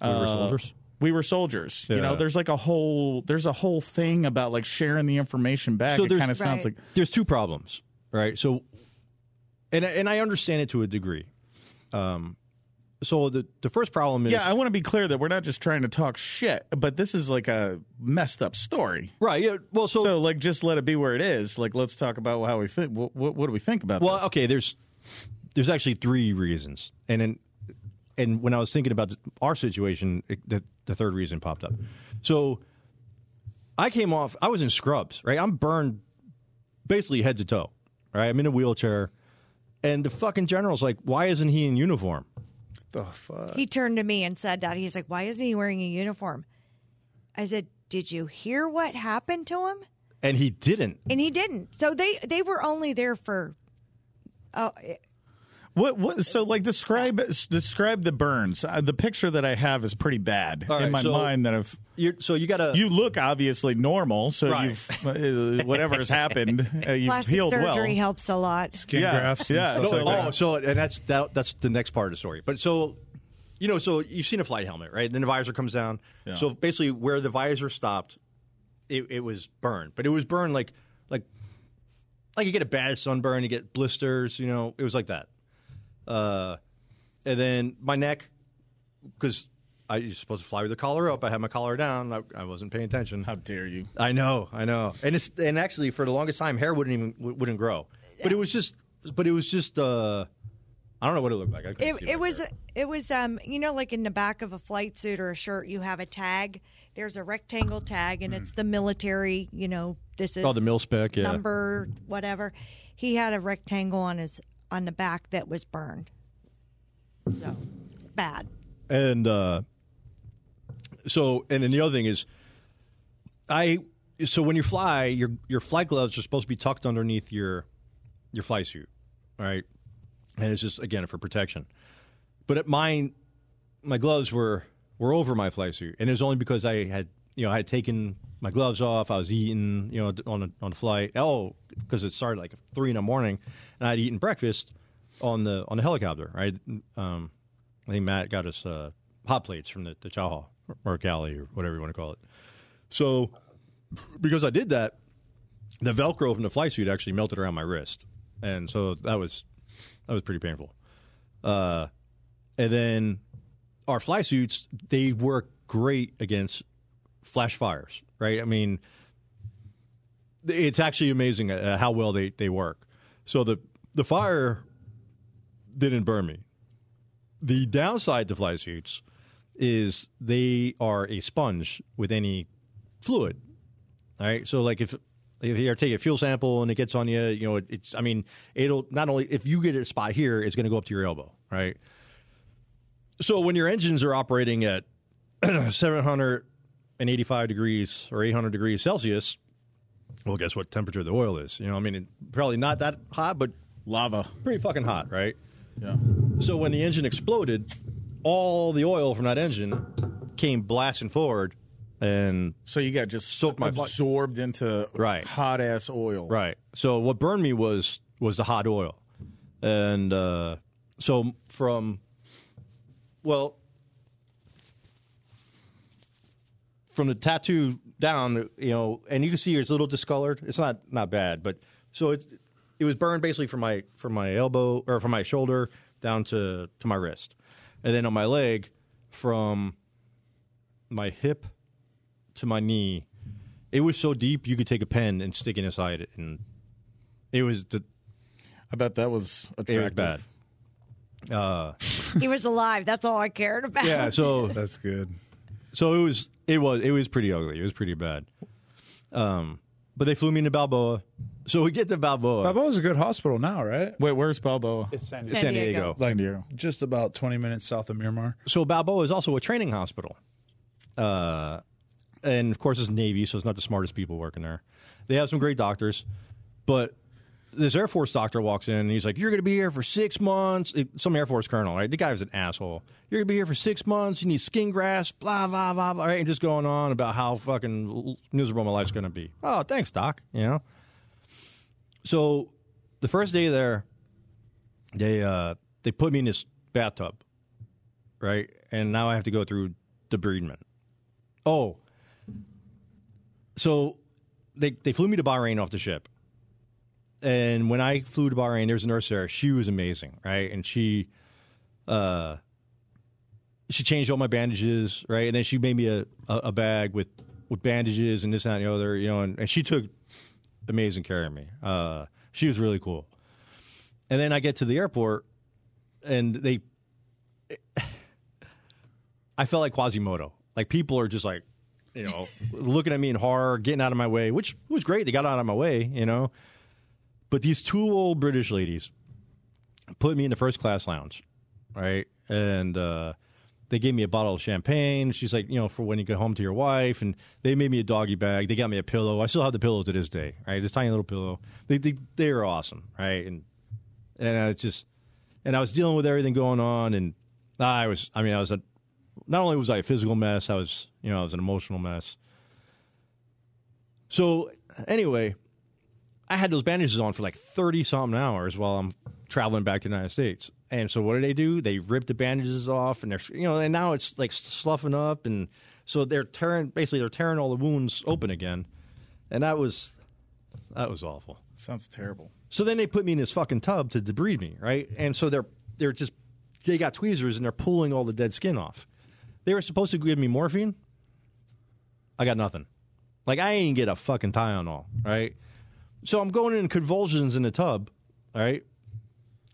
S1: We
S2: Were Soldiers?
S1: We were soldiers. You know,
S2: Yeah.
S1: there's like a whole there's a whole thing about like sharing the information back.
S2: So
S1: it
S2: there's-
S1: kind of sounds
S3: Right.
S1: like
S2: there's two problems, right? So, and I- and I understand it to a degree. Um, so the the first problem is
S1: yeah. I want to be clear that we're not just trying to talk shit, but this is like a messed up story.
S2: right. Yeah. Well, so,
S1: So like, just let it be where it is. Like, let's talk about how we think. What, what, what do we think about?
S2: well,
S1: this?
S2: okay. There's there's actually three reasons, and then and when I was thinking about our situation, it, the the third reason popped up. So I came off. I was in scrubs, right? I'm burned basically head to toe. Right, I'm in a wheelchair, and the fucking general's like, "Why isn't he in uniform?"
S5: The fuck?
S3: He turned to me and said that. He's like, Why isn't he wearing a uniform? I said, Did you hear what happened to him?
S2: And he didn't.
S3: And he didn't. So they, they were only there for. Oh, it-
S1: What? What? So, like, describe s- describe the burns. Uh, the picture that I have is pretty bad
S2: All right,
S1: in my
S2: so-
S1: mind. That if
S2: You're, so you gotta.
S1: you look obviously normal, so
S2: Right.
S1: you've uh, whatever's happened, uh, you've
S3: plastic
S1: healed
S3: surgery
S1: well.
S3: helps a lot.
S4: Skin
S1: Yeah,
S4: grafts. and
S1: yeah,
S4: stuff
S1: no,
S4: like
S1: it
S4: that.
S1: all-
S2: oh, so and that's that, that's the next part of the story. But so, you know, so you've seen a flight helmet, right? And then the visor comes down. So basically, where the visor stopped, it, it was burned, but it was burned like like like you get a bad sunburn, you get blisters, you know, it was like that. Uh, and then my neck, because I you're supposed to fly with the collar up, I had my collar down, I, I wasn't paying attention.
S1: How dare you?
S2: I know, I know, and it's and actually for the longest time hair wouldn't even w- wouldn't grow, but it was just, but it was just, uh, I don't know what it looked like. I couldn't
S3: It,
S2: see
S3: it
S2: back
S3: was
S2: there.
S3: it was um you know like in the back of a flight suit or a shirt you have a tag there's a rectangle tag and it's the military you know this is
S2: Hmm. oh the mil spec, yeah,
S3: number whatever he had a rectangle on his on the back that was burned so bad
S2: and uh, so and then the other thing is, I so when you fly, your your flight gloves are supposed to be tucked underneath your your fly suit, all right, and it's just again for protection. But at mine, my gloves were were over my fly suit, and it was only because I had you know I had taken my gloves off. I was eating you know on a, on a flight. Oh, because it started like three in the morning, and I'd eaten breakfast on the on the helicopter. Right, um, I think Matt got us uh, hot plates from the, the chow hall or galley or whatever you want to call it. So because I did that, the Velcro from the fly suit actually melted around my wrist, and so that was that was pretty painful. Uh, and then our fly suits they work great against flash fires, right? I mean, it's actually amazing uh, how well they they work. So the the fire didn't burn me. The downside to fly suits is they are a sponge with any fluid. All right. So like if if you take a fuel sample and it gets on you, you know, it, it's I mean, it'll not only if you get a spot here, it's going to go up to your elbow, right? So when your engines are operating at [CLEARS THROAT] 785 degrees or 800 degrees Celsius, well, guess what temperature the oil is? You know, I mean, it, probably not that hot, but
S1: Lava.
S2: pretty fucking hot, right?
S1: Yeah.
S2: So when the engine exploded, all the oil from that engine came blasting forward, and
S1: So you got just
S2: Soak my body.
S1: absorbed into
S2: Right.
S1: hot ass oil.
S2: right. So what burned me was was the hot oil, and uh, so from well from the tattoo down, you know, and you can see it's a little discolored. It's not not bad, but so it it was burned basically from my from my elbow or from my shoulder down to to my wrist, and then on my leg from my hip to my knee. It was so deep you could take a pen and stick it inside it, and it was the
S1: I bet that was
S2: it
S1: attractive.
S2: was bad.
S3: he was alive that's all i cared about
S2: Yeah, [LAUGHS] so
S4: That's good.
S2: So it was it was it was pretty ugly. It was pretty bad. Um, but they flew me into Balboa. So we get to Balboa,
S4: Balboa's a good hospital now, right?
S1: Wait, where's Balboa?
S2: San,
S3: San
S2: Diego.
S3: Diego.
S1: San Diego.
S4: Just about 20 minutes south of Miramar.
S2: So Balboa is also a training hospital. Uh, and of course it's Navy, so it's not the smartest people working there. They have some great doctors, but this Air Force doctor walks in and he's like, "You're going to be here for six months." It- some Air Force colonel, right? The guy was an asshole. You're going to be here for six months. You need skin grafts, blah blah blah, blah right? And just going on about how fucking l- miserable my life's going to be. Oh, thanks, doc. You know. So, the first day there, they uh they put me in this bathtub, right? And now I have to go through debridement. Oh, so they they flew me to Bahrain off the ship, and when I flew to Bahrain, there's a nurse there. She was amazing, right? And she, uh, she changed all my bandages, right? And then she made me a a, a bag with with bandages and this that, and the other, you know. And, and she took amazing care of me. Uh, she was really cool. And then I get to the airport, and they I felt like Quasimodo. Like people are just like, you know, [LAUGHS] looking at me in horror, getting out of my way, which was great. They got out of my way, you know. But these two old British ladies put me in the first class lounge, right? And uh, they gave me a bottle of champagne. She's like, you know, for when you go home to your wife. And they made me a doggy bag. They got me a pillow. I still have the pillow to this day, right? This tiny little pillow. They they they are awesome, right? And and I just and I was dealing with everything going on, and I was I mean I was a not only was I a physical mess, I was you know I was an emotional mess. So anyway, I had those bandages on for like thirty something hours while I'm traveling back to the United States. And so what do they do? They rip the bandages off, and they're you know, and now it's like sloughing up, and so they're tearing basically they're tearing all the wounds open again, and that was that was awful.
S1: Sounds terrible.
S2: So then they put me in this fucking tub to debride me, right? And so they're they're just they got tweezers and they're pulling all the dead skin off. They were supposed to give me morphine. I got nothing. Like I ain't get a fucking tie on all, right? So I'm going in convulsions in the tub, all right?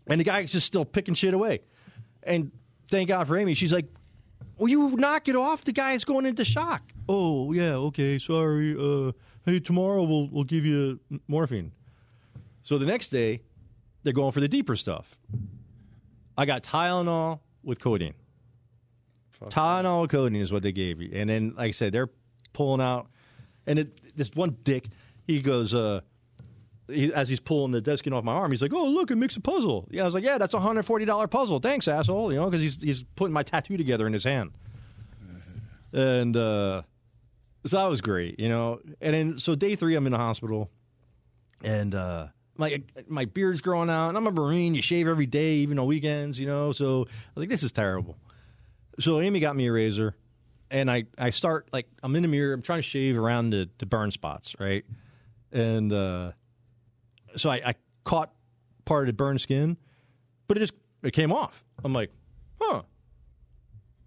S2: And the guy's just still picking shit away. And thank God for Amy. She's like, Will you knock it off? The guy's going into shock. Oh yeah, okay, sorry. Uh hey, tomorrow we'll we'll give you morphine. So the next day, they're going for the deeper stuff. I got Tylenol with codeine. Tylenol with codeine is what they gave you. And then, like I said, they're pulling out, and it, this one dick, he goes, uh, he, as he's pulling the dead skin off my arm, he's like, "Oh, look, it makes a puzzle." Yeah, I was like, "Yeah, that's a hundred forty dollar puzzle. Thanks, asshole." You know, because he's he's putting my tattoo together in his hand, and uh, so that was great. You know, and then so day three, I'm in the hospital and uh my my beard's growing out and i'm a marine you shave every day even on weekends you know so i was like this is terrible so amy got me a razor and i i start like i'm in the mirror i'm trying to shave around the, the burn spots right and uh so I, I caught part of the burn skin but it just it came off i'm like huh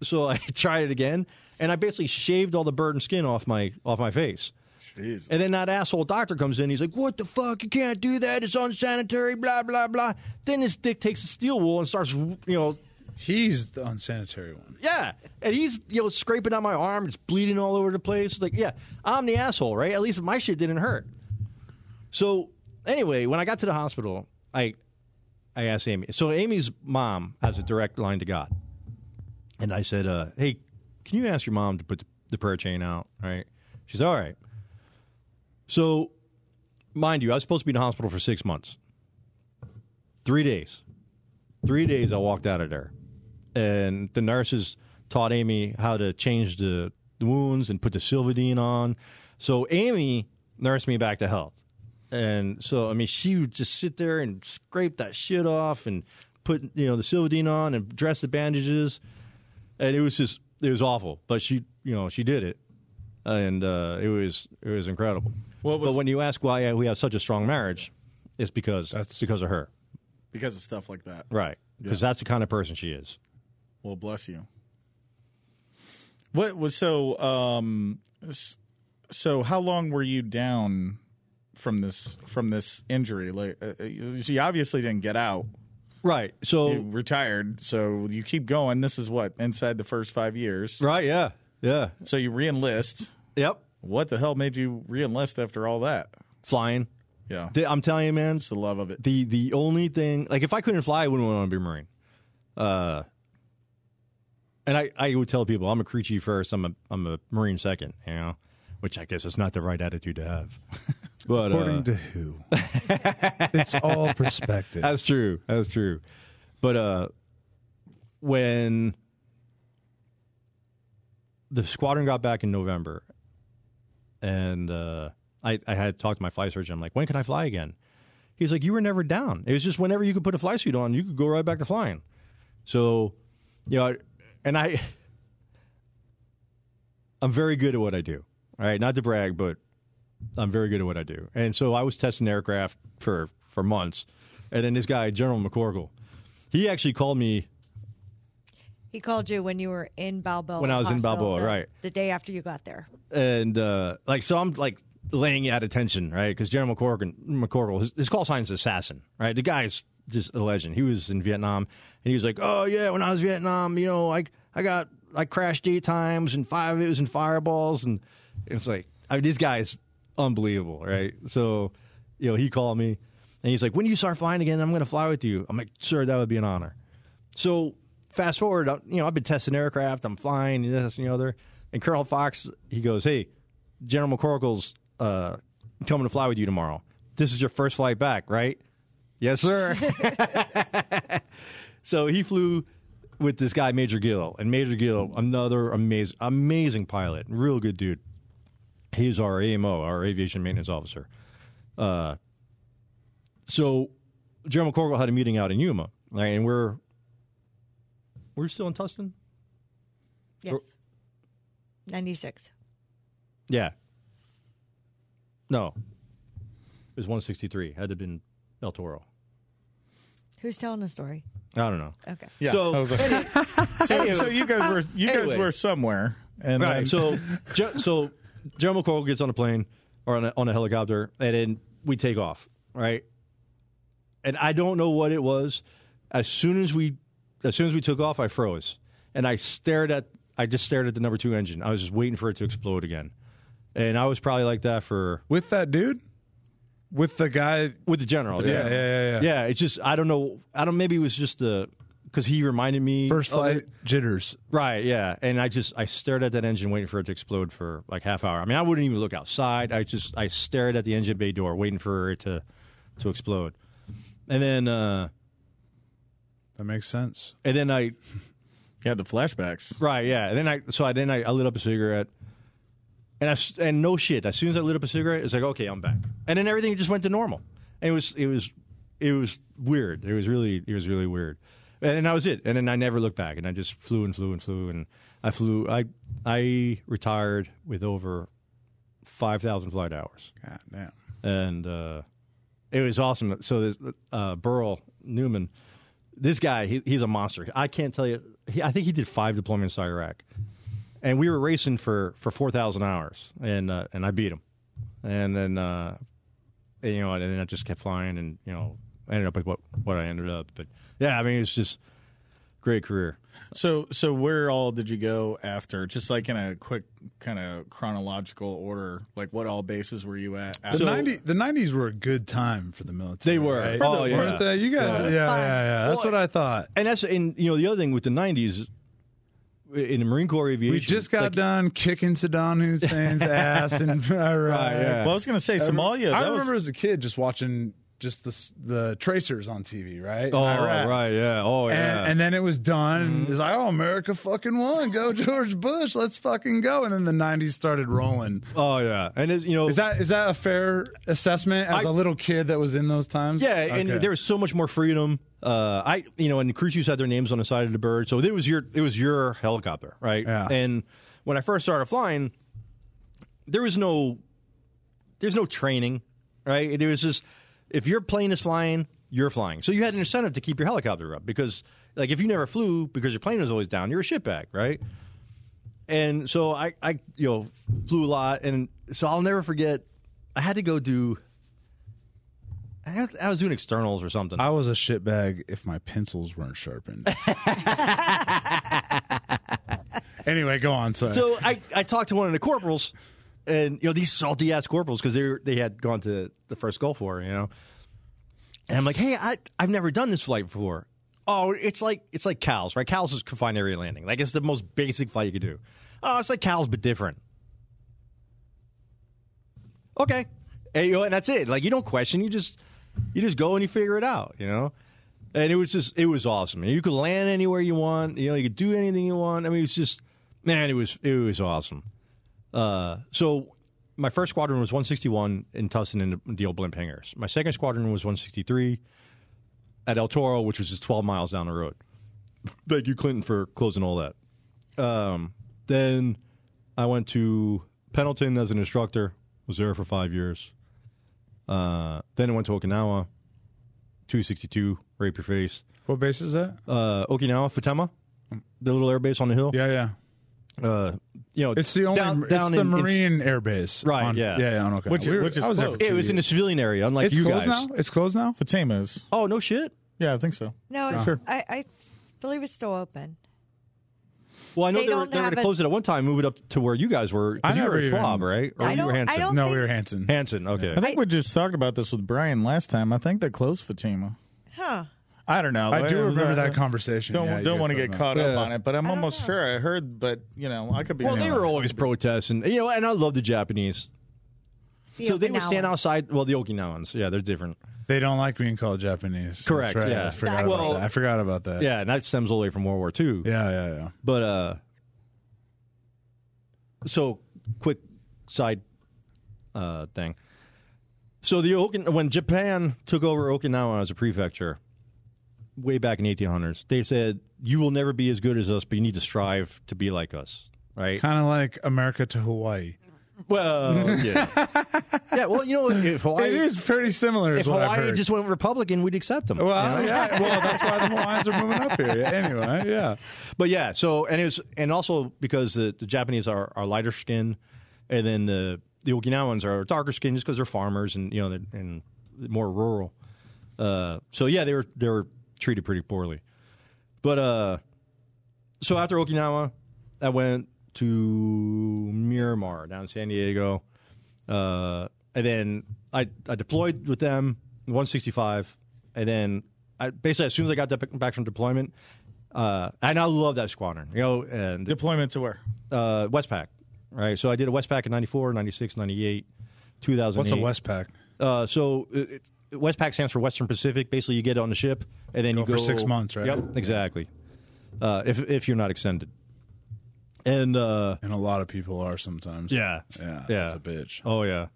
S2: so [LAUGHS] i tried it again and i basically shaved all the burn skin off my off my face
S1: Jeez.
S2: and then that asshole doctor comes in. He's like, "What the fuck? You can't do that. It's unsanitary." Blah blah blah. Then this dick takes a steel wool and starts, you know,
S4: He's the unsanitary one.
S2: yeah. And he's you know scraping on my arm. It's bleeding all over the place. It's like, yeah, I'm the asshole, right? At least my shit didn't hurt. So anyway, when I got to the hospital, I I asked Amy. So Amy's mom has a direct line to God, and I said, uh, "Hey, can you ask your mom to put the, the prayer chain out?" Right? She's all right. So, mind you, I was supposed to be in the hospital for six months. Three days. Three days I walked out of there. And the nurses taught Amy how to change the, the wounds and put the Silvadine on. So, Amy nursed me back to health. And so, I mean, she would just sit there and scrape that shit off and put, you know, the Silvadine on and dress the bandages. And it was just, it was awful. But she, you know, she did it. And uh, it was, it was incredible.
S1: What was
S2: But when you ask why we have such a strong marriage, it's because
S4: That's-
S2: because of her,
S1: because of stuff like that?
S2: right? Because that's the kind of person she is.
S1: Well, bless you. What was so? Um, s- so how long were you down from this from this injury? Like, uh, uh, she obviously didn't get out.
S2: Right. So
S1: You retired, so you keep going. This is what inside the first five years.
S2: right. Yeah. Yeah.
S1: So you reenlist.
S2: Yep.
S1: What the hell made you reenlist after all that?
S2: Flying.
S1: Yeah,
S2: Th- I'm telling you, man.
S1: it's the love of it.
S2: The the only thing like if I couldn't fly, I wouldn't want to be a marine. Uh. And I, I would tell people I'm a Creechy first, I'm a I'm a Marine second, you know, which I guess is not the right attitude to have. [LAUGHS] But uh,
S4: According
S2: [LAUGHS]
S4: to who? it's all perspective.
S2: That's true. That's true. But uh when the squadron got back in November and uh I, I had talked to my flight surgeon, I'm like, when can I fly again? He's like, You were never down. It was just whenever you could put a fly suit on, you could go right back to flying. So, you know, and I I'm very good at what I do. All right, not to brag, but I'm very good at what I do. And so I was testing aircraft for for months. And then this guy, General McCorkle, he actually called me.
S3: He called you when you were in Balboa.
S2: When I was in
S3: Hospital,
S2: Balboa,
S3: the-
S2: right.
S3: The day after you got there.
S2: And uh, like, so I'm like laying out attention, right? Because General McCorkle, McCorkle his, his call sign is Assassin, right? The guy's just a legend. He was in Vietnam and he was like, oh, yeah, when I was in Vietnam, you know, I, I got, I crashed eight times and five of it was in fireballs. And It's like I mean, this guy's unbelievable, right? So, you know, he called me and he's like, "When do you start flying again? I'm going to fly with you." I'm like, "Sir, that would be an honor." So, fast forward, I- you know, I've been testing aircraft, I'm flying, and this and the other. And Colonel Fox, he goes, "Hey, General McCorkle's uh, coming to fly with you tomorrow. This is your first flight back, right?" Yes, sir. [LAUGHS] So he flew with this guy Major Gill, and Major Gill, another amazing, amazing pilot, real good dude. He's our AMO, our aviation maintenance officer. Uh, so General Corporal had a meeting out in Yuma, right? And we're we're still in Tustin.
S3: Yes. 96.
S2: Yeah. No, it was 163. Had to have been El Toro.
S3: Who's telling the story?
S2: I don't know.
S3: Okay.
S1: Yeah.
S2: So-
S1: I was
S2: [LAUGHS]
S1: like- so, so you guys were you guys
S2: Anyway.
S1: were somewhere, and
S2: Right.
S1: then-
S2: so, Ge- so General McCorkle gets on a plane or on a, on a helicopter, and then we take off. Right. And I don't know what it was. As soon as we, as soon as we took off, I froze, and I stared at. I just stared at the number two engine. I was just waiting for it to explode again, and I was probably like that for
S4: with that dude, with the guy.
S2: with the general.
S4: Yeah, yeah, yeah, yeah.
S2: Yeah, it's just I don't know. I don't. Maybe it was just the because he reminded me
S4: First
S2: of it.
S4: flight jitters.
S2: Right, yeah. And I just I stared at that engine waiting for it to explode for like half hour. I mean, I wouldn't even look outside. I just I stared at the engine bay door waiting for it to to explode. And then uh
S4: That makes sense.
S2: and then I
S1: you had the flashbacks.
S2: right, yeah. And then I so I then I, I lit up a cigarette. And I s- and no shit, as soon as I lit up a cigarette, it's like, "Okay, I'm back." And then everything just went to normal. And it was it was it was weird. It was really it was really weird. And then that was it. And then I never looked back. And I just flew and flew and flew and I flew I I retired with over 5,000 flight hours.
S4: God damn.
S2: And uh, it was awesome. So this uh, Burl Newman, this guy, he, he's a monster. I can't tell you. He, I think he did five deployments to Iraq, and we were racing for for 4,000 hours, and uh, and I beat him. And then uh, and, you know, and then I just kept flying, and you know, I ended up with what what I ended up. But yeah, I mean, it's just great career.
S1: So so where all did you go after? Just like in a quick kind of chronological order, like what all bases were you at? uh,
S4: The
S1: After?
S2: So-
S4: 90, the 90s were a good time for the military.
S2: They were.
S4: Right?
S2: Oh,
S4: For the-
S2: yeah.
S4: for the- you guys,
S3: Yeah.
S4: yeah, yeah, yeah, That's what I thought.
S2: And that's and you know the other thing with the 90s in the Marine Corps aviation,
S4: We just got
S2: like,
S4: done kicking Saddam
S2: [LAUGHS]
S4: Hussein's ass in Iraq.
S2: yeah.
S1: well, I was gonna say
S4: I rem-
S1: Somalia.
S4: I
S1: that was-
S4: remember as a kid just watching just the s- the tracers on TV, right?
S2: Oh
S4: Iraq.
S2: right, yeah. Oh yeah.
S4: And, and then it was done. and It's like, oh, America fucking won. Go [LAUGHS] George Bush. Let's fucking go. And then the '90s started rolling.
S2: Oh yeah, and it's, you know,
S4: Is that is that a fair assessment as
S2: I-
S4: a little kid that was in those times?
S2: yeah, and
S4: Okay.
S2: there was so much more freedom. Uh, I you know, and the crew chiefs had their names on the side of the bird, so it was your it was your helicopter, right?
S4: Yeah.
S2: And when I first started flying, there was no there's no training, right? It was just if your plane is flying, you're flying. So you had an incentive to keep your helicopter up because like if you never flew because your plane was always down, you're a shitbag, right? And so I, I you know flew a lot, and so I'll never forget. I had to go do. I, had, I was doing externals or something.
S4: I was a shitbag if my pencils weren't [LAUGHS] sharpened. anyway, go on. Sorry.
S2: so I, I talked to one of the corporals, and you know these salty ass corporals because they were, they had gone to the first Gulf War, you know. And I'm like, hey, I I've never done this flight before. Oh, it's like it's like cows, right? Cows is confined area landing. Like it's the most basic flight you could do. Oh, it's like cows but different. Okay, and, you know, and that's it. Like you don't question, you just you just go and you figure it out, you know. And it was just it was awesome. You could land anywhere you want. You know, you could do anything you want. I mean, it's just man, it was it was awesome. Uh, so my first squadron was 161 in Tustin and the- the old blimp hangars. My second squadron was 163 at El Toro, which was just 12 miles down the road. Thank you, Clinton, for closing all that. Um, then I went to Pendleton as an instructor. Was there for five years. Uh, then I went to Okinawa, 262, rape your face.
S4: what base is that? Oh,
S2: Uh, Okinawa, Futema, the little airbase on the hill.
S4: yeah, yeah.
S2: Uh, you know,
S4: It's the only.
S2: down,
S4: it's
S2: down
S4: the
S2: in- in-
S4: Marine Air Base.
S2: Right,
S4: on-
S2: yeah.
S4: Yeah. On Okinawa.
S1: Which-
S4: We were-
S1: which is
S4: I was there for
S1: close.
S2: It
S4: two
S2: was in the
S4: years.
S2: civilian area, unlike
S4: It's
S2: you
S4: closed
S2: guys.
S4: now. It's closed now.
S1: Fatima is.
S2: Oh no shit!
S1: Yeah, I think so.
S3: No, it's
S1: Sure.
S3: I, I believe it's still open.
S2: Well, I know
S3: They
S2: they, were,
S3: don't
S2: they were going
S3: have
S2: to
S3: a-
S2: close it at one time, move it up to where you guys were. 'cause
S4: I
S2: you were
S4: never
S2: at Schwab,
S4: even-
S2: right? Or
S3: I
S2: were you
S3: don't-
S2: were
S3: I
S2: Hanson?
S3: don't-
S4: No,
S3: think-
S4: we were Hanson.
S2: Hanson, okay.
S1: I think we just talked about this with Brian last time. I think they closed Fatima.
S3: Huh.
S1: I don't know.
S4: I do
S1: It was-
S4: remember that
S1: uh,
S4: conversation.
S1: Don't
S4: Yeah, you
S1: don't
S4: guys
S1: want to
S4: talked
S1: get
S4: about
S1: caught
S4: it.
S1: up on it, but I'm
S3: don't
S1: almost
S3: know.
S1: sure I heard. But you know, I could be.
S2: Well, they
S1: wrong.
S2: were always protesting, you know, and I love the Japanese.
S3: The
S2: so they would stand
S3: Okinawan.
S2: outside. Well, the Okinawans, yeah, they're different.
S4: They don't like being called Japanese. That's
S2: Correct,
S4: right.
S2: yeah.
S4: I forgot
S2: Well-
S4: about that. I forgot about that.
S2: Yeah, and that stems all the way from World War II.
S4: Yeah. Yeah. Yeah.
S2: But uh, so quick side uh thing. So the Okin- when Japan took over Okinawa as a prefecture, way back in eighteen hundreds, they said you will never be as good as us, but you need to strive to be like us, right?
S4: Kind of like America to Hawaii.
S2: Well, yeah, yeah. Well, you know, if Hawaii,
S4: It is pretty similar, is
S2: if
S4: what I've
S2: Hawaii
S4: heard.
S2: just went Republican, we'd accept them. you know?
S4: well, yeah. Well, that's why the Hawaiians are moving up here. Yeah, Anyway, yeah.
S2: But yeah, so and it was, and also because the, the Japanese are, are lighter skinned, and then the the Okinawans are darker skinned just because they're farmers and you know they're- and more rural. Uh, so yeah, they were they were treated pretty poorly. But uh, so after Okinawa, I went to Miramar down in San Diego, uh, and then I I deployed with them 165, and then I basically as soon as I got de- back from deployment, uh, and I love that squadron, you know, and
S1: deployment to where?
S2: uh, Westpac, right? So I did a Westpac in 94, 96, 98, 2008.
S4: What's a Westpac?
S2: Uh, so it, it- Westpac stands for Western Pacific. Basically, you get on the ship and then
S4: Go
S2: you
S4: for
S2: go
S4: six months, right?
S2: Yep, exactly. Uh, if if you're not extended, and uh,
S4: And a lot of people are sometimes.
S2: yeah,
S4: Yeah.
S2: yeah,
S4: It's a bitch.
S2: Oh yeah,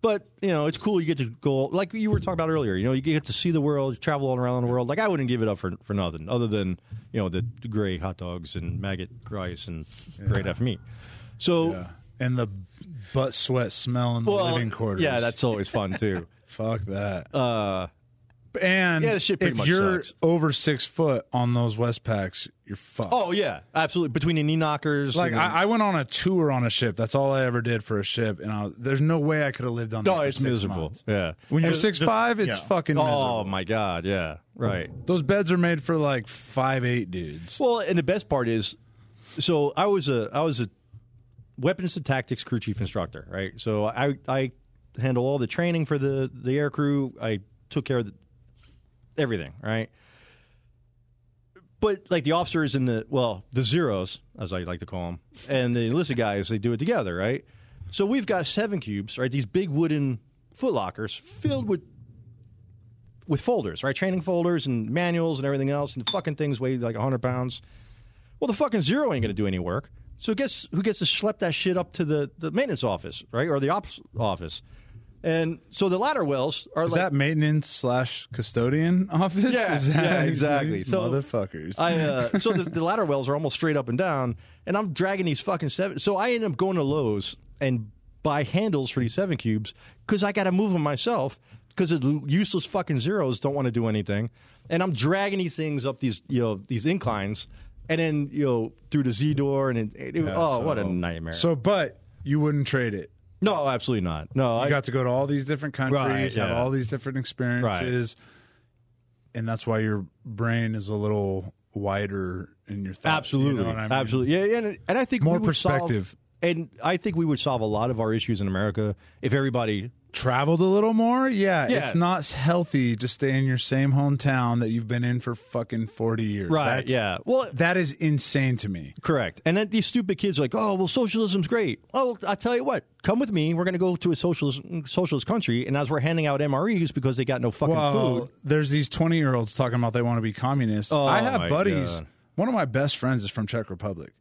S2: but you know it's cool. You get to go like you were talking about earlier. You know you get to see the world, you travel all around the world. Like I wouldn't give it up for for nothing other than you know the gray hot dogs and maggot rice and great F meat. So
S4: Yeah. And the butt sweat smell in the
S2: well,
S4: living quarters.
S2: yeah, that's always fun
S4: [LAUGHS]
S2: too.
S4: Fuck that.
S2: Uh,
S4: and
S2: yeah, this shit pretty
S4: if
S2: much
S4: you're
S2: sucks.
S4: over six foot on those Westpacs, you're fucked.
S2: oh yeah, absolutely. Between the knee knockers,
S4: Like
S2: and-
S4: I, I went on a tour on a ship. That's all I ever did for a ship, and I was, there's no way I could have lived on. that
S2: no,
S4: for
S2: it's
S4: six
S2: miserable.
S4: months.
S2: Yeah.
S4: When you're
S1: It's
S4: six
S1: just-
S4: five, it's
S1: yeah.
S4: fucking miserable.
S2: Oh my god, yeah, right.
S4: Those beds are made for like five eight dudes.
S2: Well, and the best part is, so I was a I was a weapons and tactics crew chief instructor, right? So I I handle all the training for the the air crew. I took care of the, everything, right? But like the officers and the well, the zeros as I like to call them, and the enlisted guys, they do it together, right? So we've got seven cubes, right? These big wooden footlockers filled with with folders, right? Training folders and manuals and everything else, and the fucking things weighed like 100 pounds. Well, the fucking zero ain't going to do any work. So guess who gets to schlep that shit up to the, the maintenance office, right? Or the ops office. And so the ladder wells are
S4: Is
S2: like.
S4: that maintenance slash custodian office?
S2: Yeah,
S4: Is that
S2: yeah, exactly.
S4: [LAUGHS] These
S2: So-
S4: motherfuckers.
S2: I
S4: [LAUGHS]
S2: uh, so the, the ladder wells are almost straight up and down, and I'm dragging these fucking seven. So I end up going to Lowe's and buy handles for these seven cubes because I got to move them myself because the useless fucking zeros don't want to do anything, and I'm dragging these things up these you know these inclines. And then you know through the Z door and it, it- oh
S4: so-
S2: what a nightmare!
S4: so, but you wouldn't trade it.
S2: no, absolutely not. No,
S4: You
S2: I
S4: got to go to all these different countries,
S2: Right,
S4: have
S2: yeah.
S4: all these different experiences, and that's why your brain is a little wider in your thoughts.
S2: absolutely,
S4: you know what I mean?
S2: absolutely. Yeah, yeah, and, and I think
S4: More
S2: we would solve-
S4: perspective.
S2: and I think we would solve a lot of our issues in America if everybody
S4: Traveled a little more, yeah.
S2: Yeah.
S4: It's not healthy to stay in your same hometown that you've been in for fucking forty years.
S2: right.
S4: That's-
S2: yeah, well,
S4: that is insane to me.
S2: Correct. And then these stupid kids are like, oh, well, socialism's great. Oh, well, I tell you what, come with me. We're going to go to a socialist, socialist country. And as we're handing out MREs because they got no fucking
S4: Well,
S2: food. Oh
S4: there's these 20 year olds talking about they want to be communists. I
S2: my
S4: have buddies.
S2: God.
S4: One of my best friends is from Czech Republic,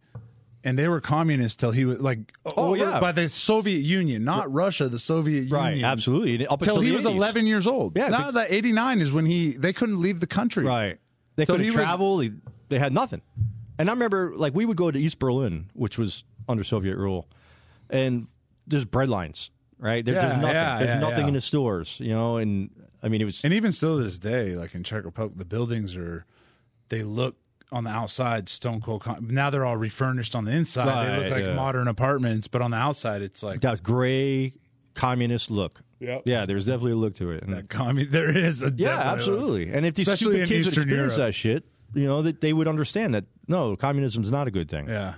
S4: and they were communists till he was like,
S2: Oh,
S4: over
S2: yeah.
S4: by the Soviet Union, not Russia, the Soviet
S2: Right.
S4: Union,
S2: Absolutely. Up until
S4: Till mm-hmm. he
S2: the
S4: was
S2: 80s.
S4: 11 years old.
S2: Yeah,
S4: now
S2: but-
S4: that 89 is when he they couldn't leave the country.
S2: Right. They
S4: So
S2: couldn't
S4: he was-
S2: travel. They- they had nothing. And I remember, like, we would go to East Berlin, which was under Soviet rule, and there's bread lines, right? There,
S4: Yeah,
S2: there's nothing.
S4: yeah,
S2: there's
S4: yeah,
S2: nothing
S4: yeah.
S2: in the stores, you know? And I mean, it was.
S4: And even still to this day, like in Czech Republic, the buildings are they look on the outside stone cold. Con- now they're all refurnished on the inside. they
S2: Right,
S4: look like
S2: yeah.
S4: modern apartments, but on the outside, it's like
S2: that gray communist look.
S4: Yep.
S2: Yeah, there's definitely a look to it. And-
S4: that communist. There is a
S2: Yeah,
S4: definitely-
S2: absolutely. And if these
S4: Especially
S2: stupid
S4: in
S2: kids would
S4: Eastern
S2: experience
S4: Europe.
S2: that shit, you know, that they would understand that no, communism's not a good thing.
S4: Yeah.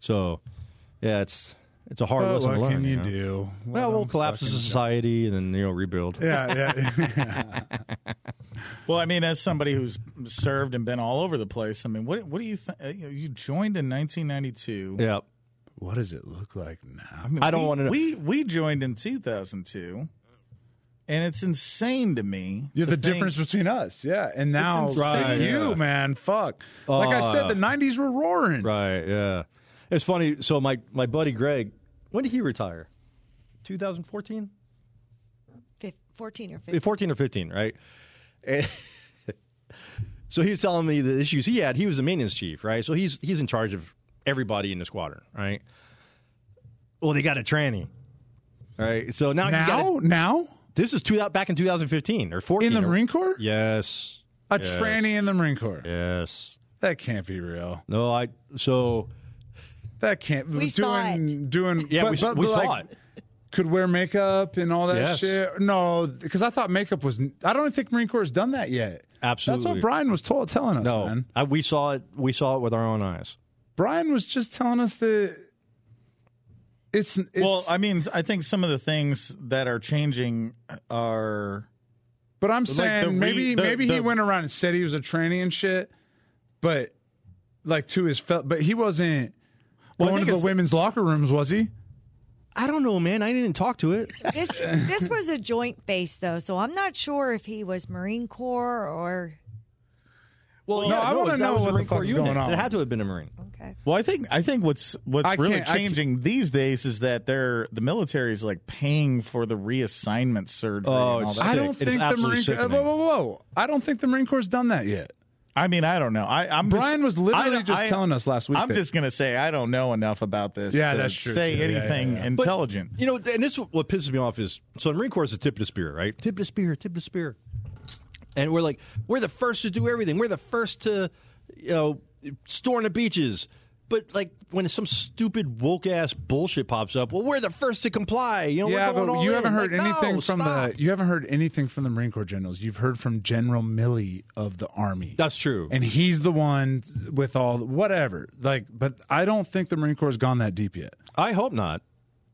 S2: So, yeah, it's it's a hard
S4: But
S2: lesson
S4: what
S2: to learn.
S4: can you
S2: know?
S4: do?
S2: Well,
S4: Let
S2: we'll
S4: them
S2: collapse as a
S4: fucking-
S2: society and then you know rebuild. [LAUGHS]
S4: Yeah, yeah.
S1: Well, I mean, as somebody who's served and been all over the place, I mean, what what do you think? You joined in 1992.
S2: Yeah.
S4: what does it look like now?
S1: mean,
S2: I don't
S1: we-
S2: wanna-
S1: We we joined in 2002, and it's insane to me.
S4: Yeah,
S1: to
S4: the
S1: think-
S4: difference between us, yeah, and now
S1: insane. Right,
S4: you,
S2: yeah.
S4: man, fuck. like I said,
S2: Uh,
S4: the '90s were roaring.
S2: Right. Yeah. It's funny. So my my buddy Greg, when did he retire? 2014.
S3: Fif- 14 or 15.
S2: Eh, 14 or 15, right? And- [LAUGHS] so he was telling me the issues he had. He was the maintenance chief, right? So he's he's in charge of everybody in the squadron, right? Well, they got a tranny, right? So now, he's got
S4: Now,
S2: a-
S4: now
S2: this is two, back in 2015 or 14
S4: in the
S2: or-
S4: Marine Corps,
S2: Yes,
S4: a
S2: yes,
S4: tranny in the Marine Corps.
S2: Yes.
S4: That can't be real.
S2: No, I so
S4: That can't.
S3: We
S4: doing,
S3: saw
S4: doing.
S2: yeah,
S4: but-
S2: we,
S4: but,
S2: we
S4: but,
S2: saw
S4: like,
S2: it.
S4: Could wear makeup and all that
S2: Yes.
S4: shit. No, because I thought makeup was. I don't think Marine Corps has done that yet. That's
S2: Absolutely.
S4: what Brian was told, telling us.
S2: No,
S4: man.
S2: I, we saw it. We saw it with our own eyes.
S4: Brian was just telling us that it's. it's
S1: Well, I mean, I think some of the things that are changing are
S4: But I'm
S1: the
S4: saying
S1: re-
S4: maybe
S1: the-
S4: maybe he
S1: the-
S4: went around and said he was a tranny and shit, but like to his fel- but he wasn't
S1: I
S4: going
S1: think
S4: to the
S1: it's-
S4: women's locker rooms, was he?
S2: I don't know, man. I didn't talk to it. [LAUGHS]
S3: This, this was a joint base, though, so I'm not sure if he was Marine Corps or.
S2: Well,
S4: No, I wanna
S2: that
S4: know
S2: was a
S4: what the
S2: Marine Corps
S4: fuck's
S2: unit.
S4: going on.
S2: It had to have been a Marine.
S3: Okay.
S1: Well, I think I think what's what's
S4: I
S1: really
S4: can't- I can't-
S1: changing these days is that they're the military is like paying for the reassignment surgery.
S2: Oh,
S1: and all
S2: it's-
S1: that.
S4: I don't
S2: Sick. It is
S4: think the
S2: absolutely
S4: Marine Corps. Whoa,
S2: sickening.
S4: whoa, whoa! I don't think the Marine Corps has done that yet.
S1: I mean, I don't know. I, I'm
S4: Brian
S1: just,
S4: was literally
S1: I-
S4: just
S1: I-
S4: telling us last week.
S1: I'm
S4: that-
S1: just gonna say I don't know enough about this.
S4: Yeah,
S1: to
S4: that's true,
S1: Say
S4: too. Yeah, yeah,
S1: anything
S4: yeah.
S2: But,
S1: intelligent.
S2: You know, and this is what pisses me off is so the Marine Corps is the tip of the spear, right? Tip of the spear, tip of the spear. And we're like, we're the first to do everything. We're the first to, you know, storm the beaches. But like when some stupid woke ass bullshit pops up, well, we're the first to comply. You know,
S4: yeah,
S2: we're going
S4: but
S2: all
S4: you
S2: in.
S4: haven't heard
S2: Like, no,
S4: anything from
S2: stop.
S4: the you haven't heard anything from the Marine Corps generals. You've heard from General Milley of the Army.
S2: That's true.
S4: and he's the one with all whatever. Like, but I don't think the Marine Corps has gone that deep yet.
S2: I hope not.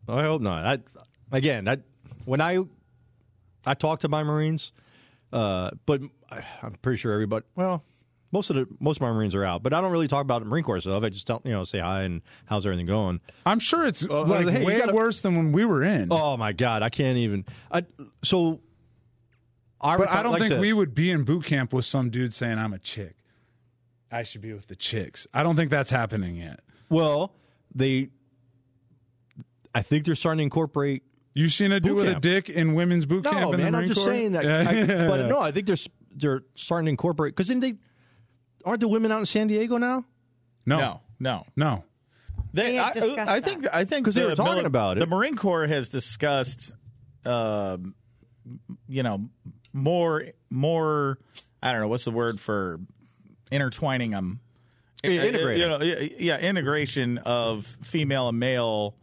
S2: I hope not. I again, I when I I talk to my Marines, uh, but I, I'm pretty sure everybody. Well, most of the most of my Marines are out, but I don't really talk about the Marine Corps stuff. I just tell you know say hi and how's everything going.
S4: I'm sure it's like
S2: hey, you
S4: way
S2: gotta-
S4: worse than when we were in.
S2: Oh my God, I can't even. I, so, I
S4: but I
S2: reti-
S4: don't
S2: like
S4: think
S2: said,
S4: we would be in boot camp with some dude saying I'm a chick. I should be with the chicks. I don't think that's happening yet.
S2: Well, they. I think they're starting to incorporate.
S4: You seen a dude
S2: Boot
S4: with a
S2: camp.
S4: dick in women's boot
S2: No,
S4: camp in
S2: man,
S4: the Marine
S2: I'm just
S4: Corps?
S2: saying that.
S4: Yeah.
S2: I-
S4: [LAUGHS]
S2: but no, I think they're s- they're starting to incorporate because then they aren't the women out in San Diego now.
S4: no,
S1: No,
S4: no,
S1: no.
S4: no.
S1: They,
S3: We
S1: I, uh,
S3: had discussed
S1: I think I think
S2: 'Cause they
S1: the
S2: were talking
S1: mili-
S2: about it.
S1: The Marine Corps has discussed, um, you know, more more. I don't know what's the word for intertwining them.
S2: Yeah, integrating.
S1: You know, yeah, yeah, integration of female and male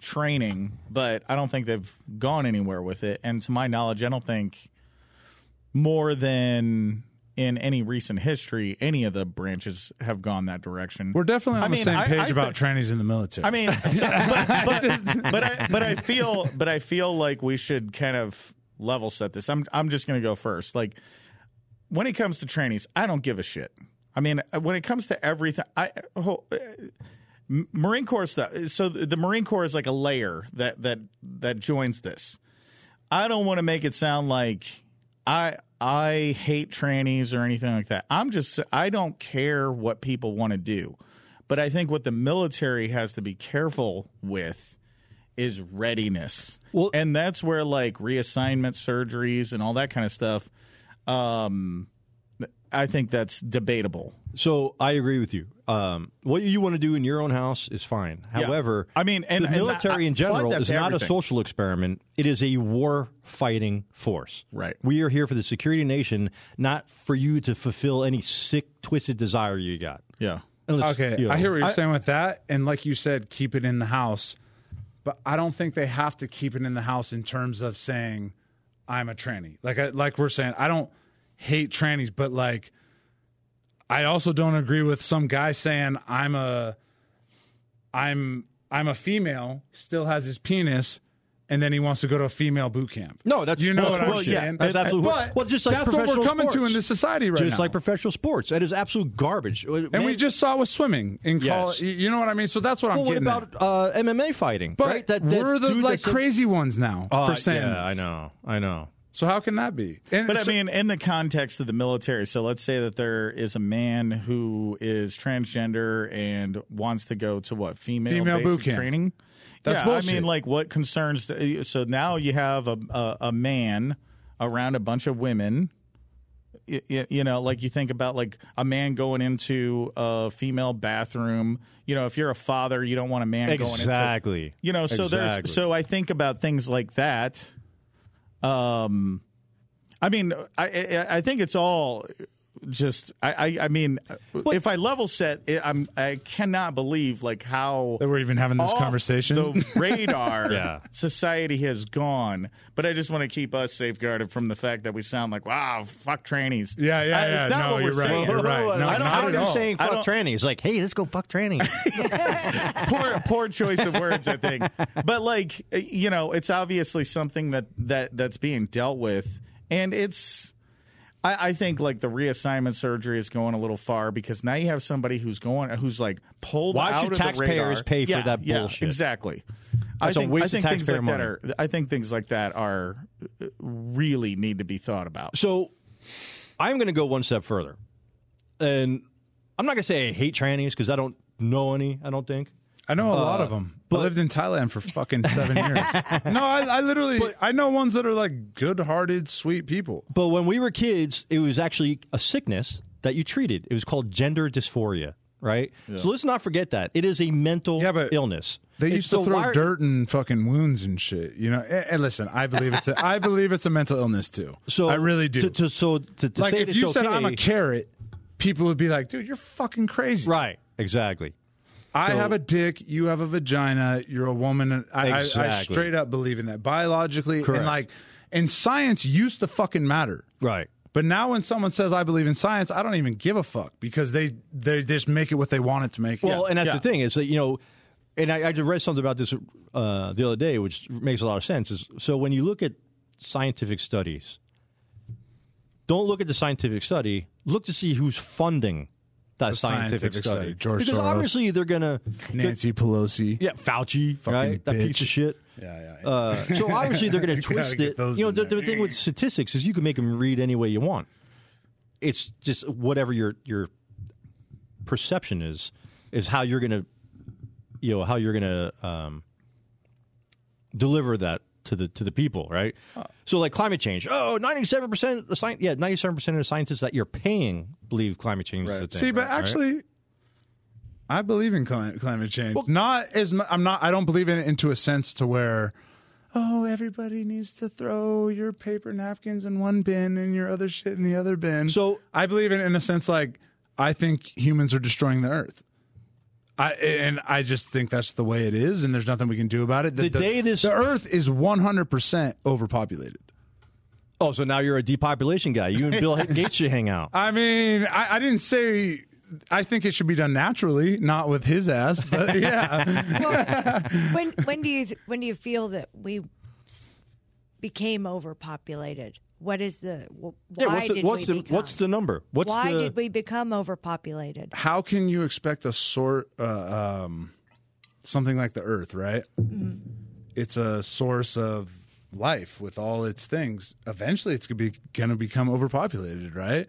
S1: training, but I don't think they've gone anywhere with it. And to my knowledge, I don't think more than in any recent history, any of the branches have gone that direction.
S4: We're definitely on
S1: I
S4: the
S1: mean,
S4: same
S1: I-
S4: page
S1: I
S4: about
S1: think-
S4: trannies in the military.
S1: I mean, so- but, but, but I, but I feel but I feel like we should kind of level set this. I'm I'm just gonna go first. Like when it comes to trainees, I don't give a shit. I mean, uh, when it comes to everything, I oh, uh, M- Marine Corps stuff. So the the Marine Corps is like a layer that that that joins this. I don't want to make it sound like I I hate trannies or anything like that. I'm just I don't care what people want to do. But I think what the military has to be careful with is readiness.
S2: Well-
S1: and that's where like reassignment surgeries and all that kind of stuff um I think that's debatable.
S2: So I agree with you. Um, what you want to do in your own house is fine.
S1: Yeah.
S2: However,
S1: I mean, and
S2: the military in general is not a
S1: social.
S2: social experiment. It is a war fighting force.
S1: Right.
S2: We are here for the security of the nation, not for you to fulfill any sick, twisted desire you got.
S1: Yeah.
S2: Unless,
S4: Okay,
S2: you know-
S4: I hear what you're saying with that, and like you said, keep it in the house. But I don't think they have to keep it in the house in terms of saying I'm a tranny. Like I, like we're saying, I don't hate trannies, but like I also don't agree with some guy saying I'm a I'm I'm a female, still has his penis, and then he wants to go to a female boot camp.
S2: No, that's-
S4: you know
S2: that's
S4: what I'm
S2: bullshit.
S4: saying.
S2: That's absolute-
S4: But
S2: well, just like
S4: that's what we're
S2: professional
S4: coming to
S2: sports.
S4: in this society right
S2: just
S4: now.
S2: like professional sports. That is absolute garbage. And
S4: and we just saw with swimming in
S2: Yes.
S4: college. You know what I mean? So that's what
S2: well,
S4: I'm
S2: what
S4: getting. at.
S2: about uh, MMA fighting?
S4: But
S2: right? that, that
S4: we're the
S2: dude
S4: like
S2: that's a-
S4: crazy ones now
S2: Uh,
S4: for saying.
S2: yeah,
S4: this.
S2: I know, I know.
S4: So how can that be? And
S1: But I
S4: so-
S1: mean, in the context of the military, so let's say that there is a man who is transgender and wants to go to what female,
S4: Female
S1: basic
S4: boot camp.
S1: training.
S4: That's
S1: yeah, I
S4: bullshit.
S1: mean, like, what concerns? So now you have a a, a man around a bunch of women. Y- y- You know, like you think about like a man going into a female bathroom. You know, if you're a father, you don't want a man going into
S2: Exactly. [LAUGHS]
S1: you know so
S2: Exactly.
S1: there's so i think about things like that um i mean i i, I think it's all just i i, I mean if i level set it, i'm i cannot believe like how
S4: that we're even having this
S1: off
S4: conversation.
S1: the radar
S2: Yeah.
S1: society has gone but i just want to keep us safeguarded from the fact that we sound like wow fuck trannies
S4: Yeah, yeah,
S1: I-
S4: yeah.
S1: it's not what
S4: No,
S1: we're
S4: you're right,
S1: saying
S4: you're right. No,
S2: I don't.
S4: not
S2: I don't
S4: at all.
S2: think saying
S1: I
S2: fuck
S1: don't-
S2: trannies. Like, hey, let's go fuck
S4: [LAUGHS]
S2: trannies. [LAUGHS]
S1: poor poor choice of words, I think. But like uh, you know, it's obviously something that that that's being dealt with, and it's. I, I think like the reassignment surgery is going a little far because now you have somebody who's going who's like pulled.
S2: Why
S1: out
S2: should
S1: of
S2: taxpayers
S1: the radar.
S2: pay for
S1: Yeah,
S2: that
S1: yeah,
S2: bullshit?
S1: exactly.
S2: That's a
S1: I think,
S2: waste
S1: I
S2: of
S1: think things
S2: taxpayer
S1: like that are. I think things like that are uh, really need to be thought about.
S2: So I'm going to go one step further. And I'm not going to say I hate trannies because I don't know any, I don't think.
S4: [LAUGHS] I know a lot
S2: uh,
S4: of them. I lived in Thailand for fucking
S2: [LAUGHS]
S4: seven years. No, I, I literally I know ones that are like good-hearted, sweet people.
S2: But when we were kids, it was actually a sickness that you treated. It was called gender dysphoria, right? So let's not forget that. It is a mental
S4: Yeah, but
S2: illness.
S4: They
S2: It's-
S4: used
S2: so
S4: to throw
S2: why-
S4: dirt and fucking wounds and shit. You know. And, and listen, I believe it's a, I believe it's a mental illness too.
S2: So
S4: I really do.
S2: To, to- so to, to
S4: like
S2: say
S4: if
S2: that
S4: you
S2: it's
S4: said I'm a
S2: okay-
S4: carrot, people would be like, "Dude, you're fucking crazy."
S2: right? Exactly.
S4: I have a dick. You have a vagina. You're a woman. I, I, I
S2: Exactly.
S4: straight up believe in that biologically
S2: Correct.
S4: and like, and science used to fucking matter.
S2: Right.
S4: But now when someone says I believe in science, I don't even give a fuck because they they just make it what they want it to make.
S2: Well,
S4: it.
S2: and that's
S1: yeah.
S2: the thing is that you know, and I, I just read something about this uh, the other day, which makes a lot of sense. Is so when you look at scientific studies, don't look at the scientific study. Look to see who's funding that scientific,
S4: scientific
S2: study.
S4: study. George
S2: because
S4: Soros.
S2: obviously they're gonna
S4: Nancy Pelosi.
S2: yeah Fauci
S4: Fucking
S2: right that
S4: bitch.
S2: piece of shit.
S4: Yeah, yeah.
S2: Uh, [LAUGHS] so obviously they're going to
S4: You gotta
S2: twist
S4: get
S2: it.
S4: those
S2: You know,
S4: in
S2: the,
S4: there.
S2: the thing with statistics is you can make them read any way you want. It's just whatever your your perception is is how you're going to you know how you're going to um, deliver that to the to the people, right? so like climate change. Oh, 97% of the science yeah, 97% of the scientists that you're paying believe climate change is the thing.
S4: See, but
S2: right? Right?
S4: actually, I believe in climate, climate change. not as mu- I'm not. I don't believe in it into a sense to where, oh, everybody needs to throw your paper napkins in one bin and your other shit in the other bin.
S2: So-
S4: I believe in in a sense like I think humans are destroying the earth. I, and I just think that's the way it is, and there's nothing we can do about it.
S2: The day this-
S4: the Earth is 100 percent overpopulated.
S2: Oh, so now you're a depopulation guy. You and Bill Gates should hang
S3: [LAUGHS]
S2: out.
S4: I mean, I, I didn't say. I think it should be done naturally, not with his ass.
S2: [LAUGHS]
S4: But yeah,
S3: when when do you th- when do you feel that we s- became overpopulated? What is the wh- why
S2: Yeah, what's the,
S3: did
S2: what's
S3: we
S2: the
S3: become?
S2: what's the number? What's
S3: why
S2: the
S3: did we become overpopulated?
S4: how can you expect a sort uh, um, something like the Earth? Right,
S2: Mm-hmm.
S4: it's a source of life with all its things. Eventually, it's gonna be gonna become overpopulated, right?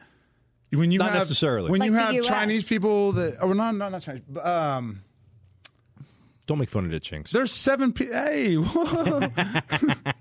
S4: When you
S2: Not
S4: have,
S2: necessarily.
S4: when you
S3: Like the
S4: have
S3: US.
S4: Chinese people that or not not not Chinese, but, um,
S2: Don't make fun of the chinks.
S4: there's seven. Pe- hey, [LAUGHS] whoa.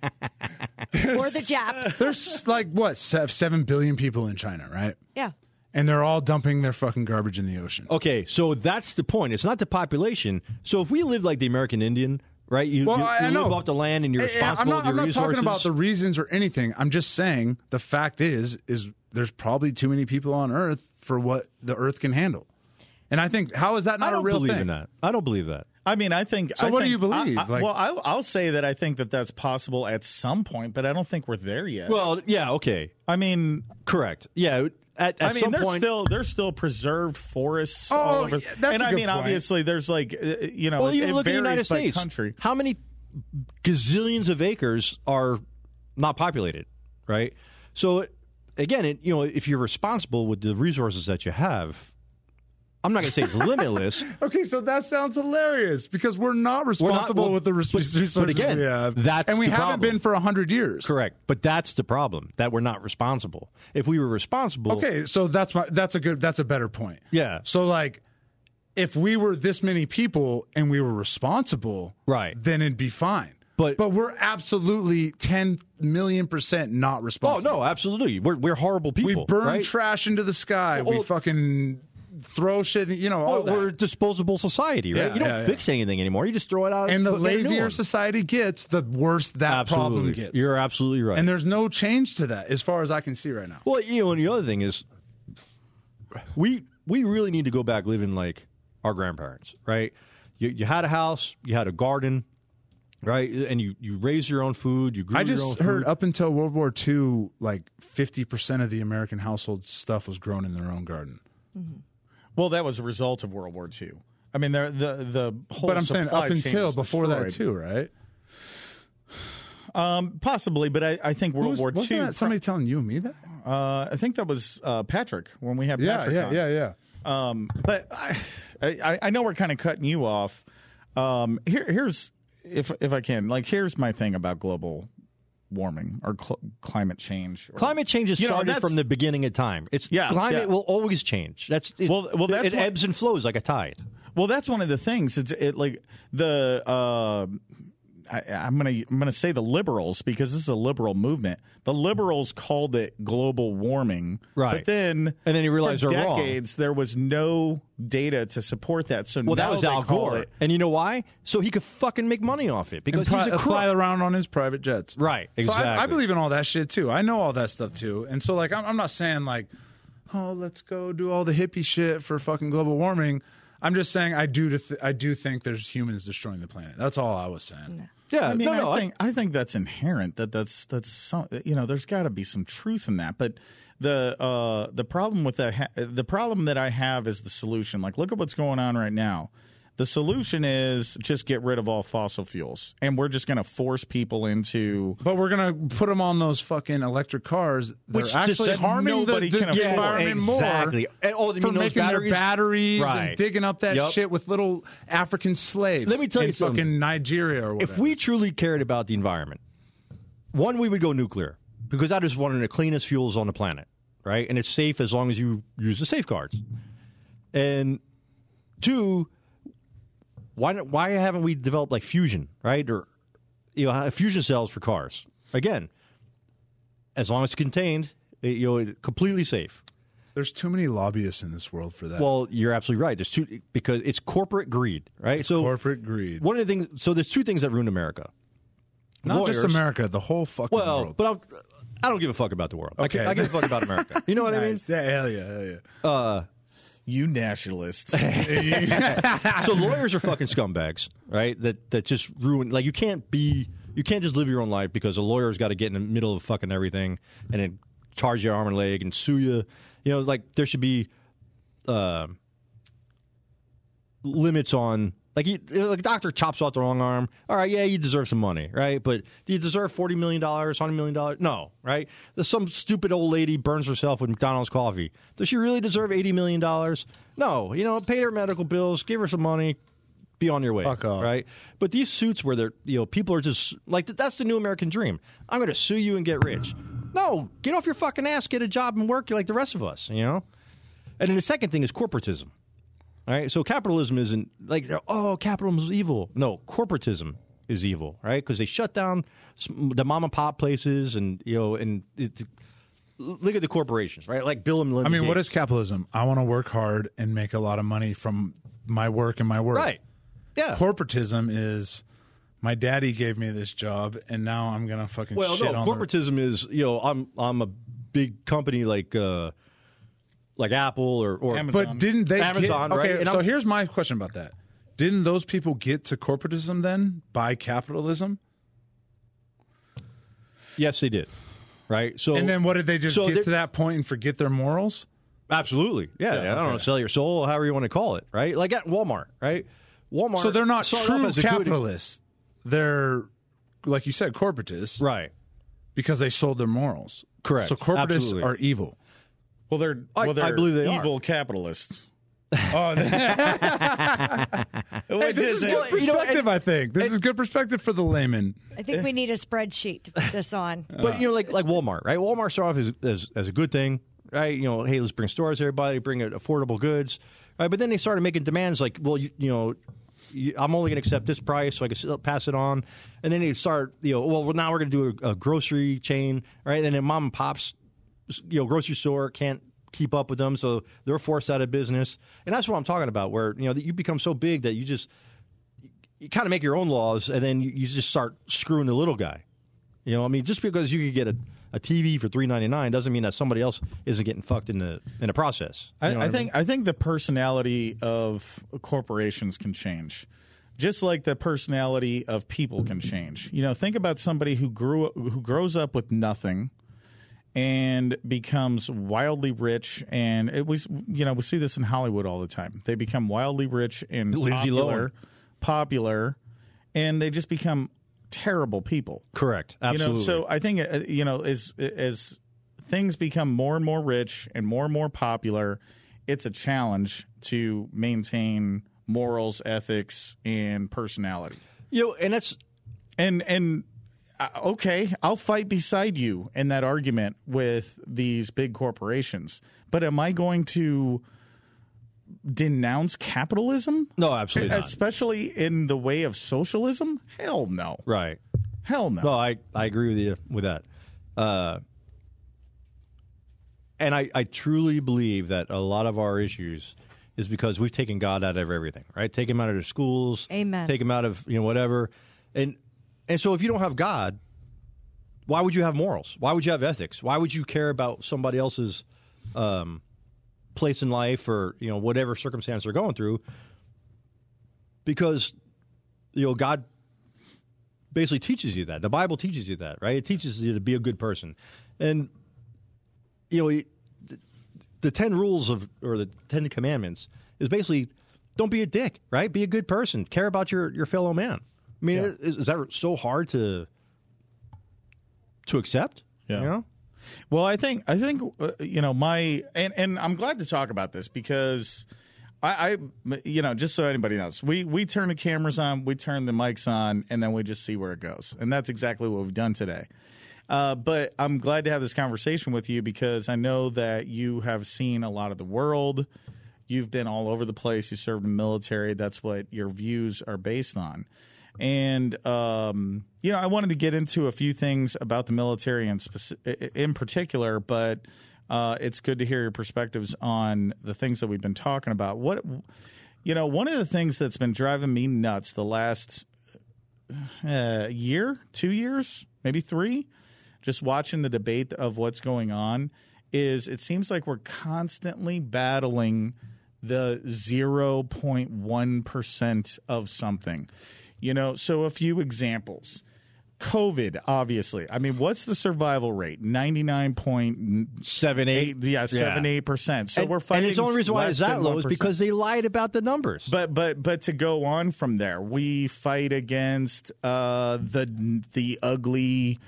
S3: Or the
S2: [LAUGHS]
S3: Japs?
S4: there's like what se- seven billion people in China, right?
S3: Yeah,
S4: and they're all dumping their fucking garbage in the ocean.
S2: Okay, so that's the point. It's not the population. So if we live like the American Indian, right? You,
S4: Well,
S2: you,
S4: I- I
S2: you live
S4: know.
S2: off the land and you're
S4: I- I-
S2: responsible
S4: I'm not,
S2: with your
S4: I'm not
S2: resources.
S4: talking about the reasons or anything. I'm just saying the fact is, is there's probably too many people on Earth for what the Earth can handle. And I think how is that not
S2: I don't
S4: a real
S2: believe
S4: thing?
S2: in that. I don't believe that.
S1: I mean, I think.
S4: So
S1: I
S4: what do
S1: think-
S4: you believe?
S1: I- I-
S4: Like-
S1: well, I, I'll say that I think that that's possible at some point, but I don't think we're there yet.
S2: Well, yeah, okay,
S1: I mean,
S2: correct. Yeah, at, at
S1: I mean,
S2: some
S1: there's
S2: point,
S1: still there's still preserved forests
S4: Oh,
S1: all over.
S4: yeah, that's
S1: and
S4: a
S1: I
S4: good
S1: mean,
S4: point.
S1: obviously, there's like uh, you know,
S2: Well,
S1: it,
S2: even
S1: it
S2: look at the
S1: varies
S2: United
S1: by
S2: States.
S1: country.
S2: How many gazillions of acres are not populated, right? So again, it, you know, if you're responsible with the resources that you have, I'm not going to
S4: [LAUGHS]
S2: say it's limitless.
S4: Okay, so that sounds hilarious because we're not
S2: not-
S4: responsible
S2: well,
S4: with the res-
S2: but- but
S4: resources
S2: again,
S4: we have,
S2: that's
S4: and we
S2: the
S4: haven't
S2: problem.
S4: been for hundred years.
S2: Correct, but that's the problem that we're not responsible. If we were responsible,
S4: Okay, so that's my that's a good that's a better point.
S2: Yeah.
S4: So like, if we were this many people and we were responsible,
S2: Right.
S4: then it'd be fine.
S2: But-
S4: but we're absolutely ten million percent not
S2: Oh
S4: responsible.
S2: no, absolutely. We're we're horrible
S4: we
S2: people.
S4: burn
S2: right?
S4: trash into the sky. we
S2: Well-
S4: fucking throw shit. You know, all
S2: Well,
S4: that.
S2: we're a disposable society, right?
S4: Yeah,
S2: you don't
S4: yeah, yeah.
S2: fix anything anymore. You just throw it out
S4: and the
S2: put in a new
S4: lazier
S2: one.
S4: society gets, the worse that
S2: absolutely.
S4: problem gets.
S2: You're absolutely right.
S4: and there's no change to that as far as I can see right now.
S2: Well, you know, and the other thing is, we we really need to go back living like our grandparents, right? You, you had a house, you had a garden, right? And you you raised your own food. You grew.
S4: I
S2: your
S4: just
S2: own
S4: heard
S2: food.
S4: up until World War II, like 50% of the American household stuff was grown in their own garden.
S1: Well, that was a result of World War II. I mean, there the the whole.
S4: But I'm saying
S1: supply
S4: up
S1: chain
S4: until
S1: was
S4: before that,
S1: destroyed.
S4: too, right?
S1: Um, possibly, but I, I think World
S4: Was,
S1: War
S4: wasn't
S1: II.
S4: that somebody telling you and me that?
S1: uh, I think that was uh, Patrick when we had Patrick on.
S4: yeah.
S1: Um, but I, I, I know we're kind of cutting you off. Um, here, here's if if I can, like, here's my thing about global warming or cl- climate change. Or,
S2: Climate change has
S1: You know,
S2: started
S1: that's-
S2: from the beginning of time. It's
S1: Yeah,
S2: climate
S1: yeah.
S2: will always change. That's it,
S1: Well- well, that's
S2: it
S1: what-
S2: ebbs and flows like a tide.
S1: Well, that's one of the things. It's it like the uh, I, I'm gonna I'm gonna say the liberals because this is a liberal movement. The liberals called it global warming,
S2: Right.
S1: But then
S2: And then you realize
S1: for
S2: they're wrong.
S1: decades there was no data to support that. So
S2: Well,
S1: now
S2: that was
S1: they
S2: Al
S1: call
S2: Gore,
S1: It,
S2: and you know why? So he could fucking make money off it because
S4: Pri-
S2: he's a
S4: fly
S2: crook.
S4: around on his private jets.
S2: Right,
S4: So I, I
S2: exactly.
S4: believe in all that shit, too. I know all that stuff, too. And so, like, I'm, I'm not saying, like, oh, let's go do all the hippie shit for fucking global warming. I'm just saying I do to th- I do think there's humans destroying the planet. That's all I was saying.
S2: Yeah,
S1: I mean,
S2: no, no,
S1: I
S2: I-
S1: think I, think that's inherent. That that's that's some, you know, there's got to be some truth in that. But the uh, the problem with that, ha- the problem that I have is the solution. Like, look at what's going on right now. The solution is just get rid of all fossil fuels, and we're just going to force people into.
S4: But we're gonna put them on those fucking electric cars. They're
S2: Which
S4: actually
S2: just-
S4: harming the,
S1: nobody
S4: the
S1: can afford.
S4: environment
S2: Exactly.
S4: more.
S2: And- oh, you
S4: for
S2: mean those
S4: making
S2: batteries?
S4: their batteries and
S2: Right.
S4: digging up that
S2: Yep.
S4: shit with little African slaves.
S2: Let me tell
S4: in
S2: you
S4: fucking
S2: something.
S4: Nigeria or whatever.
S2: if we truly cared about the environment, one, we would go nuclear because that is one of the cleanest fuels on the planet, right? And it's safe as long as you use the safeguards. And two, why not, why haven't we developed like fusion, right? Or you know, uh, fusion cells for cars. Again, as long as it's contained, it, you know, it- completely safe.
S4: there's too many lobbyists in this world for that.
S2: Well, you're absolutely right. There's two because it's corporate greed, right? so
S4: corporate greed.
S2: one of the things. So there's two things that ruined America.
S4: Not just
S2: Lawyers-
S4: America, the whole fucking
S2: Well,
S4: world.
S2: but I'm, I don't give a fuck about the world.
S4: Okay.
S2: I, gi- I give a fuck about America. You know what
S4: Nice. Yeah, hell yeah, hell yeah.
S1: You [LAUGHS] nationalists.
S2: I mean? So lawyers are fucking scumbags, right? That that just ruin. Like you can't be, you can't just live your own life because a lawyer's got to get in the middle of fucking everything and then charge your arm and leg and sue you. You know, like there should be uh, limits on. Like, you, like a doctor chops off the wrong arm. All right, yeah, you deserve some money, right? But do you deserve forty million dollars, hundred million dollars? No, right? There's some stupid old lady burns herself with McDonald's coffee. Does she really deserve eighty million dollars? No, you know, pay her medical bills, give her some money, be on your way,
S4: Fuck off.
S2: right? But these suits where they're you know people are just like that's the new American dream. I'm going to sue you and get rich. No, get off your fucking ass, get a job and work like the rest of us, you know. And then the second thing is corporatism. All right. So capitalism isn't like, oh, capitalism is evil. No, corporatism is evil, right? Because they shut down s- the mom and pop places and, you know, and it, look at the corporations, right? Like Bill and Melinda
S4: I mean, what
S2: Gates.
S4: is capitalism? I want to work hard and make a lot of money from my work and my work.
S2: Right. Yeah.
S4: corporatism is my daddy gave me this job and now I'm gonna fucking
S2: well,
S4: shit
S2: no,
S4: on the-
S2: corporatism is, you know, I'm I'm a big company like uh like Apple or, or
S1: Amazon.
S4: But didn't they
S2: Amazon,
S4: get,
S2: right?
S4: okay,
S2: And
S4: so
S2: I'm-
S4: here's my question about that. Didn't those people get to corporatism then by capitalism?
S2: yes, they did. right? So
S4: And then what did they just
S2: So
S4: get
S2: there-
S4: to that point and forget their morals?
S2: Absolutely. Yeah. I don't know. Sell your soul, however you want to call it, right? Like at Walmart, right? Walmart.
S4: So they're not
S2: started off
S4: true
S2: as a good-
S4: capitalists. They're like you said, corporatists
S2: Right.
S4: because they sold their morals.
S2: Correct.
S4: So corporatists
S2: Absolutely.
S4: are evil.
S1: Well, they're
S2: I-
S1: well, they're
S2: I believe they are.
S1: evil capitalists.
S2: [LAUGHS]
S4: Oh,
S1: Which
S4: this is
S1: isn't-
S4: good
S2: you know what,
S4: perspective, I think. This is good perspective for the layman.
S3: I think we need a spreadsheet to put this on.
S2: But you know,
S1: Uh.
S2: like like Walmart, right? Walmart started off as, as as a good thing, right? You know, hey, let's bring stores, to everybody, bring it affordable goods, right? But then they started making demands like, well, you, you know, you, I'm only going to accept this price, so I can still pass it on. And then they start, you know, well, now we're going to do a, a grocery chain, right? And then mom and pops, you know, grocery store can't keep up with them, so they're forced out of business. And that's what I'm talking about, where you know that you become so big that you just you kind of make your own laws, and then you, you just start screwing the little guy. You know, I mean, just because you could get a, a TV for three ninety nine doesn't mean that somebody else isn't getting fucked in the in the process. You
S1: I,
S2: know
S1: I
S2: what
S1: think I think the personality of corporations can change, just like the personality of people can change. You know, think about somebody who grew who grows up with nothing, and becomes wildly rich. And it was you know we see this in Hollywood all the time. They become wildly rich and
S2: Lindsay
S1: popular, popular, and they just become terrible people.
S2: correct?
S1: You
S2: Absolutely.
S1: know, so I think uh, you know as as things become more and more rich and more and more popular, it's a challenge to maintain morals, ethics, and personality.
S2: you know, and that's
S1: And and uh, okay, I'll fight beside you in that argument with these big corporations, but am I going to denounce capitalism?
S2: no, absolutely not.
S1: Especially in the way of socialism? Hell no.
S2: right.
S1: Hell no.
S2: No, I, I agree with you with that. Uh, and I, I truly believe that a lot of our issues is because we've taken God out of everything, right? Take him out of the schools.
S3: Amen.
S2: Take him out of, you know, whatever. And and so if you don't have God, why would you have morals? Why would you have ethics? Why would you care about somebody else's um, place in life or, you know, whatever circumstance they're going through? Because, you know, God basically teaches you that. The Bible teaches you that, right? It teaches you to be a good person. And, you know, it- the, the 10 rules of, or the 10 commandments is basically don't be a dick, right? Be a good person. Care about your, your fellow man. I mean, is, is that so hard to to accept?
S1: Yeah.
S2: You know?
S1: Well, I think I think uh, you know my and and I'm glad to talk about this because I, I you know just so anybody knows we we turn the cameras on, we turn the mics on, and then we just see where it goes, and that's exactly what we've done today. Uh, but I'm glad to have this conversation with you because I know that you have seen a lot of the world. You've been all over the place. You served in the military. That's what your views are based on. And um, you know, I wanted to get into a few things about the military and speci- in particular, but uh, it's good to hear your perspectives on the things that we've been talking about. What you know, one of the things that's been driving me nuts the last uh, year, two years, maybe three, just watching the debate of what's going on is it seems like we're constantly battling the 0.1% of something. You know, so a few examples. COVID, obviously. I mean, what's the survival rate? 99.8,
S2: Seven,
S1: yeah, 78%. So
S2: and,
S1: we're fighting.
S2: And it's the only reason why
S1: less
S2: it's that
S1: than
S2: low is
S1: 1%.
S2: because they lied about the numbers.
S1: But but but to go on from there, we fight against uh, the the ugly,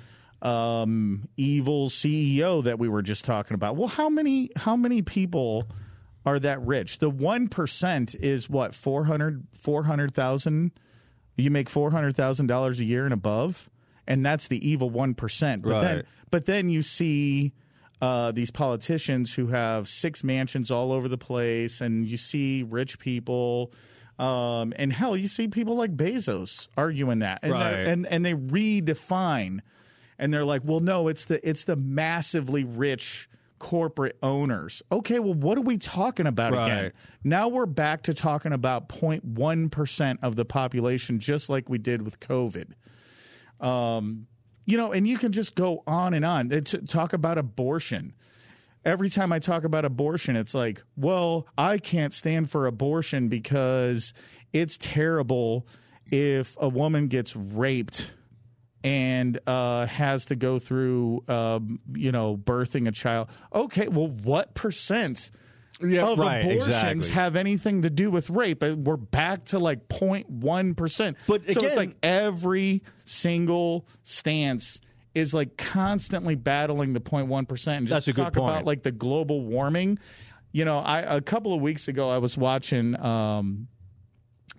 S1: um, evil CEO that we were just talking about. Well, how many how many people are that rich? The one percent is what 400 400,000? You make four hundred thousand dollars a year and above, and that's the evil one percent. But then
S2: Right.
S1: but then you see uh, these politicians who have six mansions all over the place, and you see rich people, um, and hell, you see people like Bezos arguing that, and they're-
S2: Right.
S1: and and they redefine, and they're like, well, no, it's the it's the massively rich corporate owners. Okay, well, what are we talking about again?
S2: Right.
S1: Now we're back to talking about 0.1% of the population, just like we did with COVID Um, you know, and you can just go on and on. It's, talk about abortion. Every time I talk about abortion, it's like, well, I can't stand for abortion because it's terrible if a woman gets raped and uh, has to go through, um, you know, birthing a child. Okay, well, what percent of
S2: right,
S1: abortions
S2: exactly.
S1: have anything to do with rape? Uh, We're back to like 0.1 percent.
S2: But
S1: so
S2: again-
S1: it's like every single stance is like constantly battling the 0.1 percent. And just
S2: That's a good
S1: talk
S2: point.
S1: about like the global warming. You know, I a couple of weeks ago I was watching um,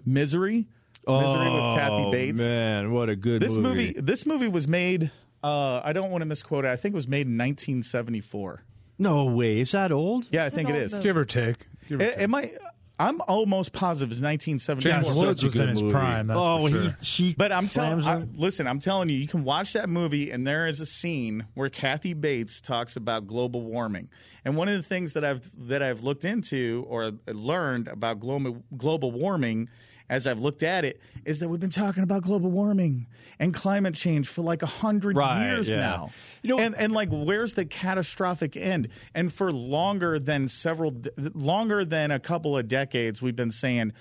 S1: Misery. Misery with Kathy
S2: Oh,
S1: Bates.
S2: Man, what a good
S1: This movie. this movie was made. Uh, I don't want to misquote it. I think it was made in 1974.
S2: No way, is that old?
S1: Yeah, I
S3: It's
S1: think
S3: an
S1: it
S3: old
S1: is.
S3: movie.
S4: Give or take. Give or
S1: It, it might. I'm almost positive it's
S4: James
S1: 1974.
S4: Woods was in his prime. That's
S2: oh,
S4: for
S2: he,
S4: sure.
S2: she.
S1: But I'm
S2: slams
S1: telling.
S2: him.
S1: Listen, I'm telling you, you can watch that movie, and there is a scene where Kathy Bates talks about global warming. And one of the things that I've that I've looked into or learned about global global warming, as I've looked at it, is that we've been talking about global warming and climate change for like a hundred
S2: Right,
S1: years
S2: yeah.
S1: now.
S2: You know-
S1: and and like, where's the catastrophic end? And for longer than several, d- longer than a couple of decades, we've been saying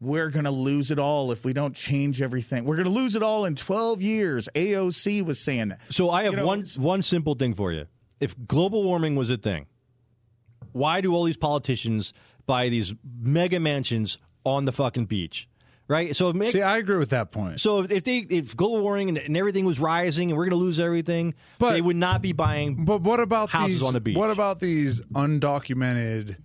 S1: we're going to lose it all if we don't change everything. We're going to lose it all in 12 years. AOC was saying that.
S2: So I have
S1: know,
S2: one
S1: it's-
S2: one simple thing for you. If global warming was a thing, why do all these politicians buy these mega mansions on the fucking beach? Right? So if make,
S4: See, I agree with that point.
S2: so if, if they if global warming and, and everything was rising and we're going to lose everything,
S4: But-
S2: they would not be buying
S4: But what about
S2: Houses
S4: these,
S2: on the beach.
S4: What about these undocumented?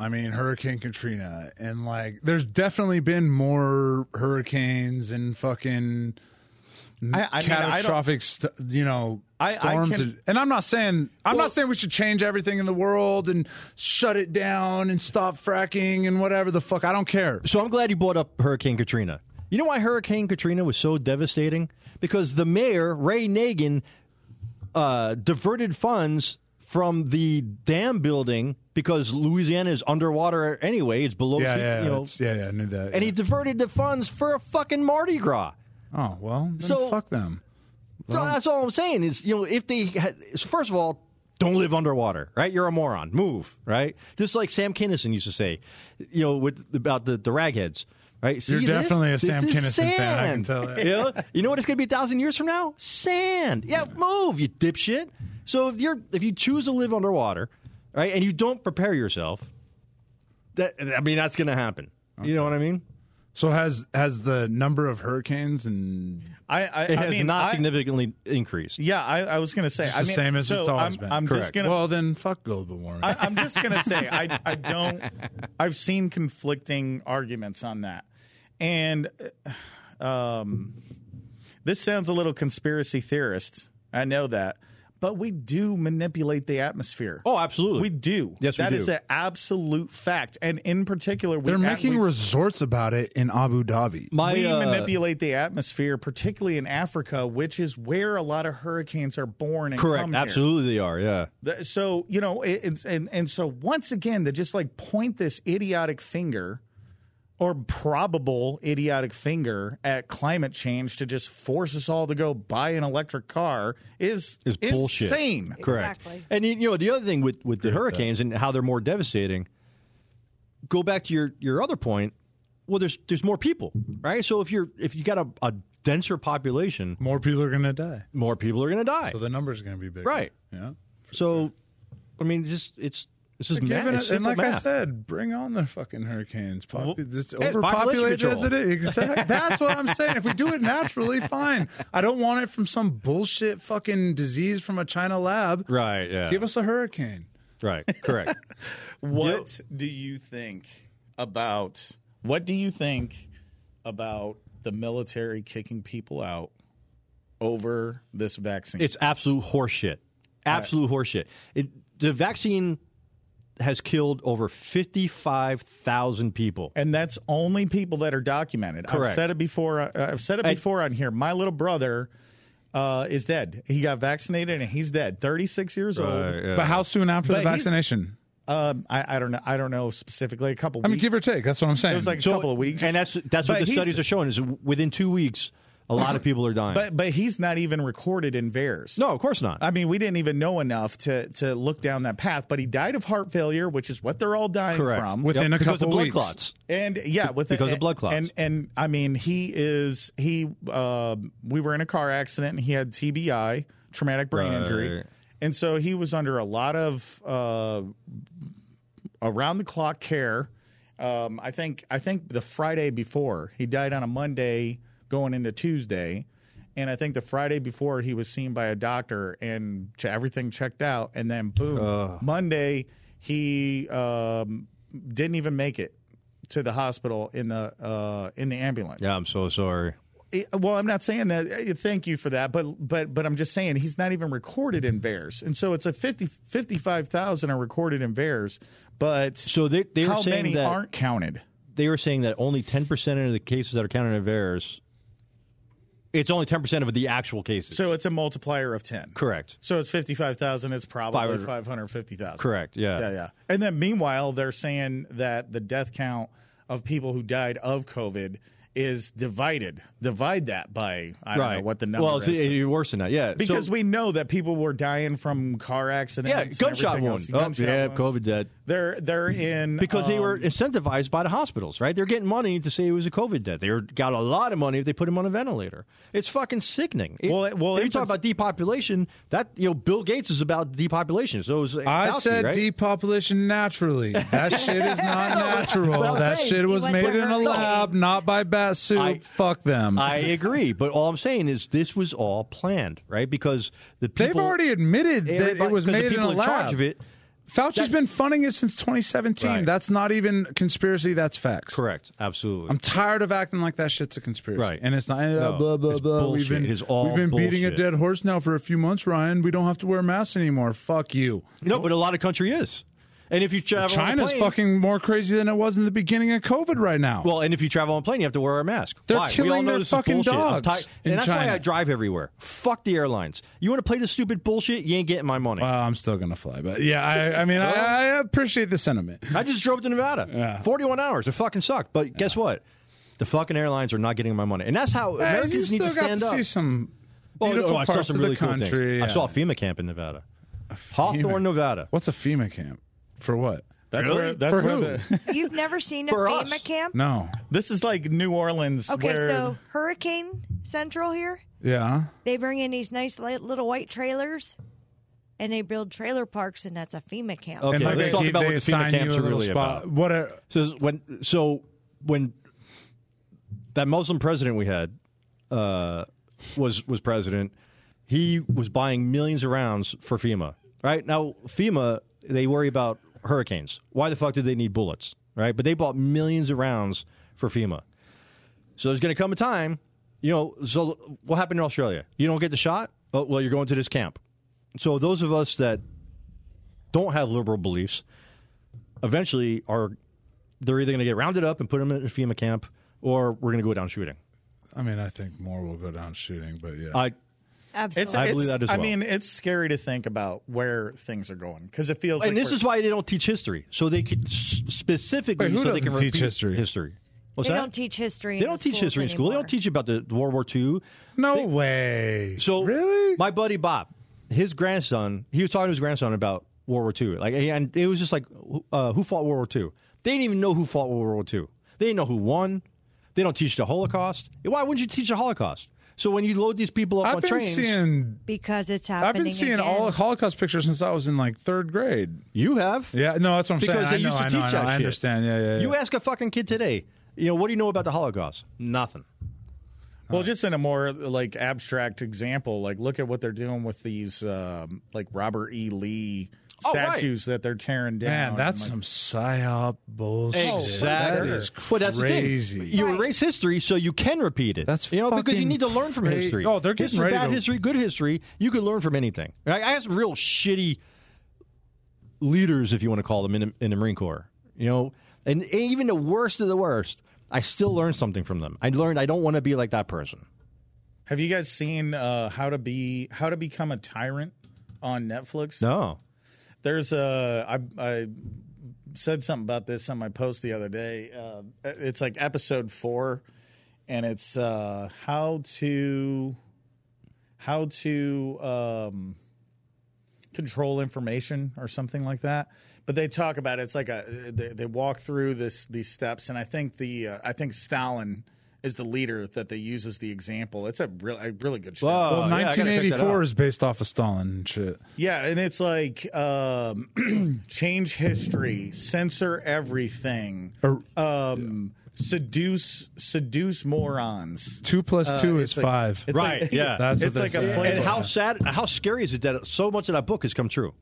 S4: I mean, Hurricane Katrina, and like, there's definitely been more hurricanes and fucking
S1: I, I mean, I don't-
S4: catastrophic, st- you know,
S1: I- I
S4: storms.
S1: can-
S4: and, and I'm not saying I'm
S1: Well-
S4: not saying we should change everything in the world and shut it down and stop fracking and whatever the fuck. I don't care.
S2: So I'm glad you brought up Hurricane Katrina. You know why Hurricane Katrina was so devastating? Because the mayor, Ray Nagin, uh, diverted funds from the dam building because Louisiana is underwater anyway. It's below
S4: Yeah,
S2: sea,
S4: yeah,
S2: you know.
S4: that's- yeah, yeah. I knew that.
S2: And
S4: yeah.
S2: he diverted the funds for a fucking Mardi Gras.
S4: oh well, then
S2: So-
S4: fuck them.
S2: So that's all I'm saying is, you know, if they had, first of all, don't live underwater, right? You're a moron. Move, right? Just like Sam Kinison used to say, you know, with about the, the ragheads, right? See
S4: You're
S2: this?
S4: definitely a
S2: This
S4: Sam
S2: is
S4: Kinison fan, I can
S2: sand.
S4: tell that.
S2: [LAUGHS] You know, you know what? It's going to be a thousand years from now. Sand. Yeah, move, you dipshit. So if you're if you choose to live underwater, right, and you don't prepare yourself, that I mean, that's going to happen. You know what I mean?
S4: So has has the number of hurricanes and
S1: I, I,
S2: It
S1: I
S2: has
S1: mean,
S2: not
S1: I-
S2: significantly increased.
S1: Yeah, I, I was going to say.
S4: It's
S1: I
S4: the
S1: mean,
S4: same as
S1: so
S4: it's always
S1: I'm,
S4: been.
S1: I'm just
S2: Correct.
S1: going to
S4: well, then fuck global warming.
S1: I, I'm just gonna say I I don't I've seen conflicting arguments on that, and uh, um, this sounds a little conspiracy theorist. I know that, but we do manipulate the atmosphere.
S2: Oh, absolutely.
S1: we do.
S2: Yes, we
S1: That
S2: do.
S1: is an absolute fact, and in particular, we
S4: They're making
S1: we,
S4: resorts about it in Abu Dhabi.
S2: My,
S1: we
S2: uh,
S1: manipulate the atmosphere, particularly in Africa, which is where a lot of hurricanes are born and
S2: Correct.
S1: come here.
S2: Absolutely, they are. Yeah.
S1: The- So you know, it, it's, and and so once again, to just like point this idiotic finger or probable idiotic finger at climate change to just force us all to go buy an electric car is
S2: Is bullshit.
S1: Insane.
S2: Correct.
S3: Exactly.
S2: And you, you know the other thing with with the hurricanes and how they're more devastating. Go back to your your other point. Well, there's there's more people, right? So if you're if you got a, a denser population,
S4: More people are going to die.
S2: more people are going to die.
S4: So the number's going to be bigger.
S2: Right.
S4: Yeah.
S2: So, I mean, just it's it's just math.
S4: Given
S2: It's
S4: it, and
S2: simple
S4: like I
S2: math.
S4: said, bring on the fucking hurricanes. Popu- just
S2: population
S4: overpopulated
S2: control.
S4: as it is. Exactly.
S1: [LAUGHS]
S4: That's what I'm saying. If we do it naturally, fine. I don't want it from some bullshit fucking disease from a China lab.
S2: right? Yeah.
S4: Give us a hurricane. [LAUGHS]
S2: right. Correct.
S1: What do you think about what do you think about the military kicking people out over this vaccine?
S2: It's absolute horseshit. Absolute horseshit. It, the vaccine has killed over fifty five thousand people.
S1: And that's only people that are documented.
S2: Correct.
S1: I've said it before. uh, I've said it before on here. My little brother uh, is dead. He got vaccinated and he's dead. Thirty six years old.
S4: But how soon after the
S1: But he's-
S4: vaccination?
S1: Um, I, I don't know. I don't know specifically. A couple.
S4: I mean,
S1: weeks.
S4: give or take. That's what I'm saying.
S1: it was like a couple of weeks.
S2: And that's that's
S1: But
S2: what the
S1: he's-
S2: studies are showing is within two weeks A lot of people are dying.
S1: But but he's not even recorded in VAERS.
S2: no, of course not.
S1: I mean, we didn't even know enough to to look down that path. But he died of heart failure, which is what they're all dying
S2: Correct.
S1: from.
S4: Within a
S2: because
S4: couple
S2: of blood
S4: weeks.
S2: clots.
S1: and yeah, with
S2: Because of blood clots.
S1: And and I mean, he is he. Uh, we were in a car accident, and he had TBI, traumatic brain
S2: Right.
S1: injury, and so he was under a lot of uh, around the clock care. Um, I think I think the Friday before he died on a Monday, going into Tuesday, and I think the Friday before he was seen by a doctor and ch- everything checked out, and then boom, Monday he um, didn't even make it to the hospital in the uh, in the ambulance.
S2: Yeah, I'm so sorry.
S1: It- well, I'm not saying that. eh, Thank you for that, but but but I'm just saying he's not even recorded in VARES, and so it's a 50, 55,000 are recorded in VARES, but
S2: So they they were
S1: how
S2: saying
S1: many
S2: that
S1: aren't counted?
S2: they were saying that only 10% of the cases that are counted in VAERS, it's only 10% of the actual cases.
S1: So it's a multiplier of ten.
S2: Correct.
S1: So it's fifty five thousand. It's probably
S2: Five-
S1: five hundred fifty thousand.
S2: Correct. Yeah.
S1: Yeah, yeah. And then meanwhile, they're saying that the death count of people who died of COVID is divided. Divide that by I don't
S2: Right.
S1: know what the number
S2: well,
S1: is.
S2: so you're worse than that. Yeah.
S1: because
S2: so,
S1: we know that people were dying from car accidents.
S2: yeah,
S1: and
S2: gunshot
S1: everything
S2: wound.
S1: else.
S2: Oh,
S1: Gunshot
S2: yeah,
S1: wounds.
S2: COVID dead.
S1: They're they're in
S2: Because they
S1: um,
S2: were incentivized by the hospitals, right? They're getting money to say it was a COVID death. They were- got a lot of money if they put him on a ventilator. It's fucking sickening. It-
S1: Well, it- well,
S2: if you
S1: infants-
S2: talk about depopulation. That you know, Bill Gates is about depopulation. So is
S4: I
S2: Fauci,
S4: said
S2: right?
S4: depopulation naturally.
S2: [LAUGHS]
S4: That shit is not natural.
S2: but I'm
S4: that
S2: saying
S4: shit
S2: he
S4: was
S3: went
S4: made
S3: to
S4: in a
S3: her
S4: lab, not by bat soup.
S2: I-
S4: Fuck them.
S2: I agree, but all I'm saying is this was all planned, right? Because the people
S4: They've already admitted that
S2: everybody-
S4: it was
S2: 'cause the
S4: made in
S2: people
S4: a
S2: in
S4: lab.
S2: charge of it-
S4: Fauci's
S2: that-
S4: been funding it since 2017.
S2: Right.
S4: That's not even conspiracy. That's facts.
S2: correct, absolutely.
S4: I'm tired of acting like that shit's a conspiracy.
S2: Right.
S4: And it's not uh,
S2: No,
S4: blah blah
S2: it's
S4: blah. We've
S2: bullshit.
S4: been
S2: It is all
S4: we've been beating a
S2: bullshit.
S4: dead horse now for a few months, Ryan. We don't have to wear masks anymore. Fuck you.
S2: no, but a lot of country is, and if you travel, on
S4: China's
S2: a plane,
S4: fucking more crazy than it was in the beginning of COVID right now.
S2: Well, and if you travel on a plane, you have to wear a mask.
S4: They're
S2: Why? we all
S4: killing
S2: know
S4: their
S2: this is
S4: fucking
S2: bullshit. I'm
S4: dogs
S2: tired-
S4: in
S2: and that's
S4: China.
S2: why I drive everywhere. Fuck the airlines. You want to play this stupid bullshit? You ain't getting my money.
S4: Uh, I'm still gonna fly, but yeah, I, I mean, [LAUGHS] I, I appreciate the sentiment.
S2: I just drove to Nevada. 41 hours. It fucking sucked. But guess what? The fucking airlines are not getting my money. And that's how
S4: And you
S2: Americans need
S4: still
S2: to
S4: got
S2: stand
S4: to
S2: up.
S4: see some
S2: Well,
S4: beautiful
S2: no, I saw
S4: parts
S2: some
S4: of
S2: really
S4: the
S2: cool things.
S4: country.
S2: I saw a
S4: Yeah.
S2: FEMA camp in Nevada. Hawthorne, Nevada.
S4: What's a FEMA camp? For what?
S1: That's
S2: Really?
S1: where that's
S4: For
S1: where
S4: who?
S2: [LAUGHS]
S1: the,
S3: You've never seen a
S2: For
S3: FEMA
S2: us.
S3: camp?
S4: [LAUGHS] No.
S1: this is like New Orleans.
S3: Okay,
S1: where,
S3: so Hurricane Central here,
S4: Yeah.
S3: they bring in these nice li- little white trailers, and they build trailer parks, and that's a FEMA camp.
S2: Okay,
S4: like,
S2: let's
S4: they
S2: talk
S4: give-
S2: about
S4: they
S2: what the FEMA
S4: assign you
S2: camps
S4: a
S2: are
S4: little
S2: really
S4: spot.
S2: about.
S4: What? Are,
S2: So when so when that Muslim president we had uh, was was president, he was buying millions of rounds for FEMA. Right now, FEMA they worry about hurricanes. Why the fuck do they need bullets? Right, but they bought millions of rounds for FEMA. So there's going to come a time, you know. So what happened in Australia? You don't get the shot. Oh, well, you're going to this camp. So those of us that don't have liberal beliefs eventually are they're either going to get rounded up and put them in a FEMA camp, or we're going to go down shooting.
S4: I mean, I think more will go down shooting, but yeah.
S2: I
S1: It's,
S3: Absolutely.
S2: I
S1: it's-
S2: believe that as
S1: I
S2: well.
S1: mean, it's scary to think about where things are going because it feels.
S2: and
S1: like
S2: this
S1: we're-
S2: is why they don't teach history, so they could s- specifically
S4: Wait, who
S2: so they
S4: doesn't
S2: can
S4: teach
S2: repeat
S4: history?
S2: History. What's
S3: they
S2: that?
S3: don't teach history.
S2: They don't teach history in school. They don't teach you about the the World War II.
S4: no way.
S2: So
S4: really?
S2: my buddy Bob, his grandson, he was talking to his grandson about World War II. Like, and it was just like, uh, who fought World War II? They didn't even know who fought World War II. They didn't know who won. They don't teach the Holocaust. Why wouldn't you teach the Holocaust? So when you load these people up
S4: I've
S2: on
S4: been
S2: trains,
S4: seeing.
S3: because it's happening.
S4: I've been seeing
S3: again.
S4: all Holocaust pictures since I was in like third grade.
S2: you have.
S4: Yeah, no, that's what I'm
S2: because
S4: saying.
S2: they
S4: I
S2: used
S4: know,
S2: to
S4: I know,
S2: teach
S4: I, know.
S2: that
S4: I
S2: shit.
S4: understand. Yeah, yeah. yeah.
S2: You ask a fucking kid today, you know, what do you know about the Holocaust? Nothing.
S1: Well, just in a more like abstract example, like look at what they're doing with these um, like Robert E. Lee
S2: Oh, right.
S1: statues that they're tearing down.
S4: Man, that's
S1: And,
S4: some psyop bullshit.
S2: Oh,
S1: Exactly.
S4: That is crazy.
S2: But that's the thing. You
S3: Right.
S2: erase history so you can repeat it.
S4: That's
S2: you know because you
S4: fucking
S2: need to learn from
S4: cra-
S2: history.
S4: Oh, they're getting
S2: history,
S4: ready
S2: bad
S4: to-
S2: history, good history. You can learn from anything. And I, I have some real shitty leaders, if you want to call them, in, the- in the Marine Corps. You know, and, and even the worst of the worst, I still learned something from them. I learned I don't want to be like that person.
S1: have you guys seen uh, how to be how to become a tyrant on Netflix?
S2: No,
S1: There's a I, I said something about this on my post the other day. Uh, it's like episode four, and it's uh, how to how to um, control information or something like that. But they talk about it. it's like a they, they walk through this these steps, and I think the uh, I think Stalin is the leader that they use as the example. It's a really a really good show.
S2: Wow. Oh, yeah, I gotta check that
S4: 1984
S2: out.
S4: is based off of Stalin and shit.
S1: Yeah, and it's like um, [CLEARS THROAT] change history, censor everything,
S4: Or-
S1: um, seduce seduce morons.
S4: Two plus
S2: Uh,
S4: two is
S1: it's like-
S4: five.
S1: It's
S2: Right,
S1: like-
S2: yeah.
S4: That's
S1: it's
S4: what
S1: like
S4: they
S1: a
S4: say.
S1: playbook.
S2: and how sad, how scary is it that so much of that book has come true?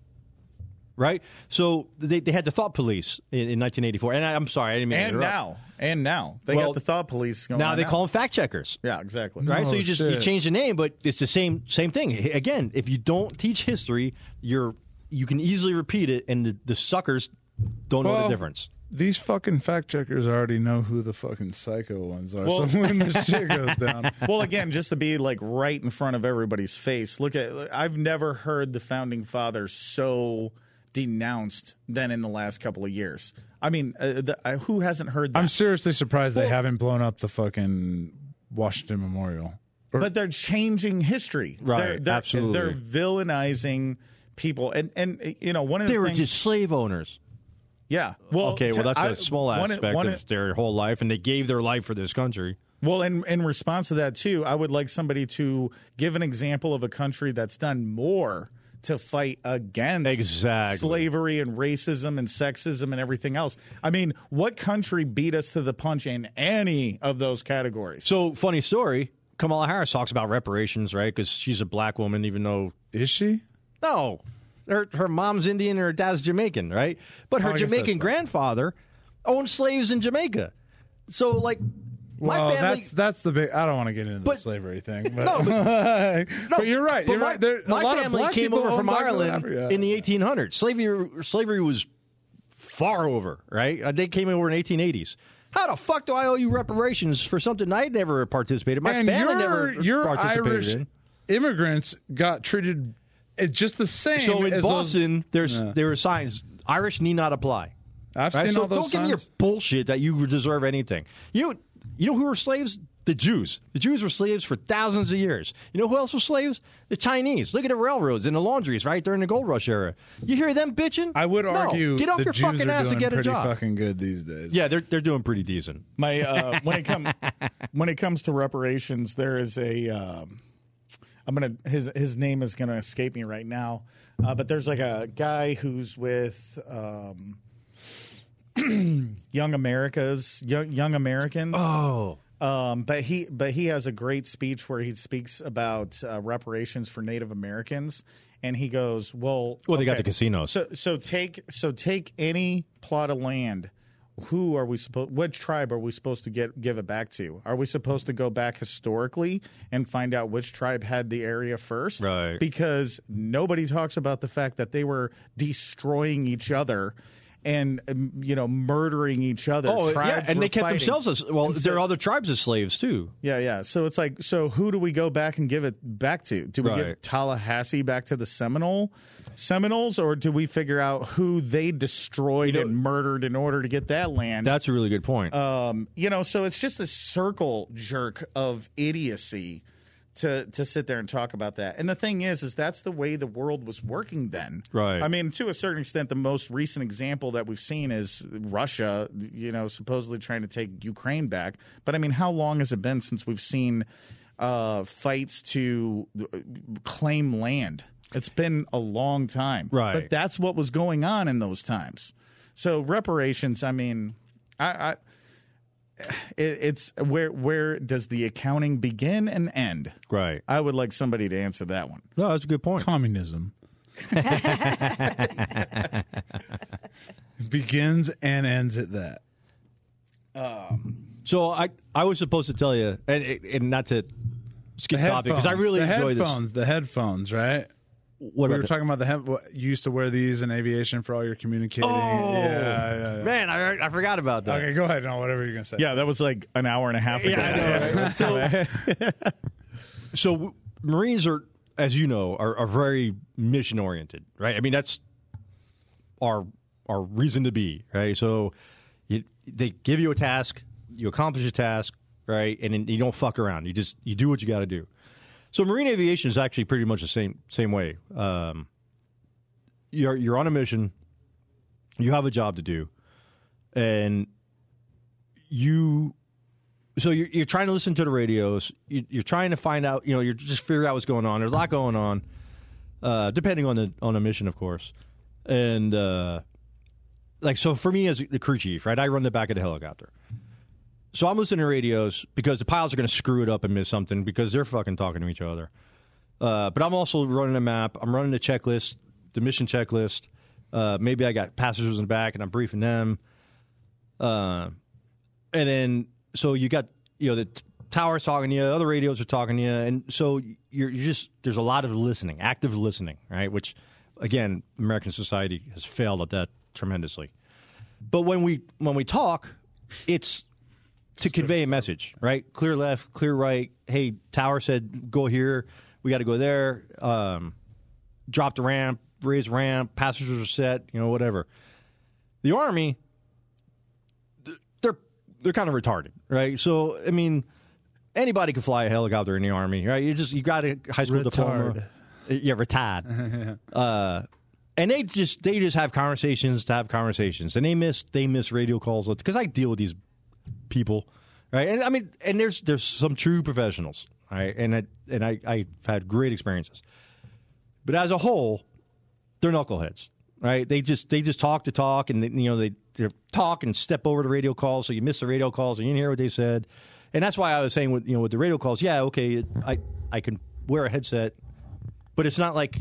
S2: Right, so they, they had the thought police in, in 1984, and I, I'm sorry, I didn't mean to
S1: and
S2: interrupt.
S1: now and now they
S2: Well,
S1: got the thought police going.
S2: now
S1: on
S2: they
S1: now.
S2: call them fact checkers.
S1: yeah exactly
S2: right?
S4: Oh,
S2: so you just you
S4: shit.
S2: change the name, but it's the same same thing. H- Again, if you don't teach history, you're you can easily repeat it, and the, the suckers don't know the
S4: Well,
S2: difference.
S4: These fucking fact checkers already know who the fucking psycho ones are.
S1: Well-
S4: so when this [LAUGHS] shit goes down,
S1: [LAUGHS] well, again, just to be like right in front of everybody's face. Look at I've never heard the founding fathers so denounced than in the last couple of years. I mean, uh, the, uh, who hasn't heard that?
S4: I'm seriously surprised they haven't blown up the fucking Washington Memorial. Or-
S1: but they're changing history.
S2: Right,
S1: They're, they're,
S2: absolutely.
S1: They're villainizing people, and and uh, you know one of the
S2: They were
S1: things,
S2: just slave owners.
S1: yeah. Well,
S2: okay, well
S1: to-
S2: that's a
S1: I-
S2: small
S1: one of-
S2: aspect
S1: one
S2: of,
S1: of-
S2: their whole life, and they gave their life for this country.
S1: Well, in in response to that too, I would like somebody to give an example of a country that's done more to fight against
S2: Exactly.
S1: slavery and racism and sexism and everything else. I mean, what country beat us to the punch in any of those categories?
S2: So funny story. Kamala Harris talks about reparations, right? Because she's a black woman, even though
S4: is she?
S2: No. Her her mom's Indian and her dad's Jamaican, right? But her
S4: Oh, I guess that's
S2: Jamaican
S4: right.
S2: grandfather owned slaves in Jamaica. So like my
S4: well,
S2: family
S4: that's that's the big. I don't want to get into
S2: But-
S4: the slavery thing.
S2: [LAUGHS]
S4: But, [LAUGHS]
S2: No,
S4: but, you're right.
S2: but
S4: You're
S2: my,
S4: right. There,
S2: my
S4: a lot
S2: family
S4: of black
S2: came
S4: people
S2: over
S4: own
S2: from
S4: black
S2: Ireland
S4: land.
S2: in the 1800s. Slavery slavery was far over, right? Uh, They came over in 1880s. How the fuck do I owe you reparations for something I never participated? My
S4: and
S2: family
S4: your,
S2: never
S4: your
S2: participated
S4: Irish
S2: in.
S4: immigrants got treated uh, just the same.
S2: So in
S4: as those-
S2: Boston, there's
S4: Yeah.
S2: there are signs Irish need not apply.
S4: I've
S2: Right,
S4: seen
S2: so
S4: all those
S2: don't give me your
S4: signs.
S2: bullshit that you deserve anything. You know, you know who were slaves? The Jews. The Jews were slaves for thousands of years. You know who else was slaves? The Chinese. Look at the railroads and the laundries, right? During the gold rush era. You hear them bitching?
S4: I would
S2: No,
S4: argue
S2: get off
S4: the
S2: your
S4: Jews
S2: fucking
S4: are
S2: ass
S4: doing
S2: and get a
S4: pretty
S2: job.
S4: fucking good these days.
S2: yeah, they're they're doing pretty decent.
S1: My uh, when it come when it comes to reparations, there is a um, I'm gonna his his name is gonna escape me right now, uh, but there's like a guy who's with. Um, [CLEARS THROAT] Young Americas, young, young Americans.
S2: Oh.
S1: Um, but he but he has a great speech where he speaks about uh, reparations for Native Americans, and he goes, "Well,
S2: Well, they got
S1: okay,
S2: the casinos.
S1: So so take so take any plot of land. Who are we supposed? What tribe are we supposed to get give it back to? Are we supposed to go back historically and find out which tribe had the area first?
S2: Right.
S1: Because nobody talks about the fact that they were destroying each other. And um, you know, murdering each other.
S2: Oh, yeah,
S1: Tribes
S2: and they
S1: were
S2: kept
S1: fighting.
S2: themselves as well,
S1: And so-
S2: there are other tribes as slaves too.
S1: yeah, yeah. So it's like, so who do we go back and give it back to? Do we give
S2: Right.
S1: Tallahassee back to the Seminole Seminoles, or do we figure out who they destroyed
S2: You know-
S1: and murdered in order to get that land?
S2: That's a really good point.
S1: um, you know, so it's just this circle jerk of idiocy to to sit there and talk about that. And the thing is, is that's the way the world was working then.
S2: Right.
S1: I mean, to a certain extent, the most recent example that we've seen is Russia. You know, supposedly trying to take Ukraine back. But I mean, how long has it been since we've seen uh, fights to uh, claim land? It's been a long time.
S2: Right.
S1: But that's what was going on in those times. So reparations. I mean, I. I it, it's where where does the accounting begin and end?
S2: right.
S1: I would like somebody to answer that one.
S2: No, that's a good point.
S4: communism [LAUGHS] begins and ends at that.
S2: So I I was supposed to tell you, and, and not to skip
S4: The
S2: topic because I really
S4: the
S2: enjoy this.
S4: headphones, the headphones, right?
S2: What
S4: we
S2: about
S4: were
S2: the-
S4: talking about the head. what- You used to wear these in aviation for all your communicating.
S2: Oh.
S4: yeah, yeah, yeah.
S2: Man, I, I forgot about that.
S4: Okay, go ahead. No, whatever you're gonna say.
S1: Yeah, that was like an hour and a half ago.
S2: [LAUGHS] So w- Marines are, as you know, are, are very mission oriented, right? I mean, that's our our reason to be, right? So you, they give you a task, you accomplish a task, right? And then you don't fuck around. You just you do what you got to do. So marine aviation is actually pretty much the same same way. Um, you're you're on a mission. You have a job to do, and you. So you're, you're trying to listen to the radios. You, you're trying to find out. You know, you're just figuring out what's going on. There's a lot going on, uh, depending on the on the mission, of course. And uh, like so, for me as the crew chief, right, I run the back of the helicopter. So I'm listening to radios because the pilots are going to screw it up and miss something because they're fucking talking to each other. Uh, but I'm also running a map. I'm running the checklist, the mission checklist. Uh, maybe I got passengers in the back and I'm briefing them. Uh, and then so you got you know the t- towers talking to you, other radios are talking to you, and so you're, you're just there's a lot of listening, active listening, right? Which again, American society has failed at that tremendously. But when we when we talk, it's to convey a message, right? Clear left, clear right. Hey, tower said go here. We got to go there. Um, drop the ramp, raise ramp. Passengers are set. You know, whatever. The army, th- they're they're kind of retarded, right? So I mean, anybody can fly a helicopter in the army, right? You just you got a high school diploma.
S4: Retard.
S2: Yeah, retired. uh, and they just they just have conversations to have conversations, and they miss they miss radio calls because I deal with these people, right? And I mean, and there's there's some true professionals, right? And I, and I I've had great experiences, but as a whole, they're knuckleheads, right? They just they just talk to talk, and you know they they talk and step over the radio calls, so you miss the radio calls and you didn't hear what they said, and that's why I was saying with you know with the radio calls, yeah, okay, I I can wear a headset, but it's not like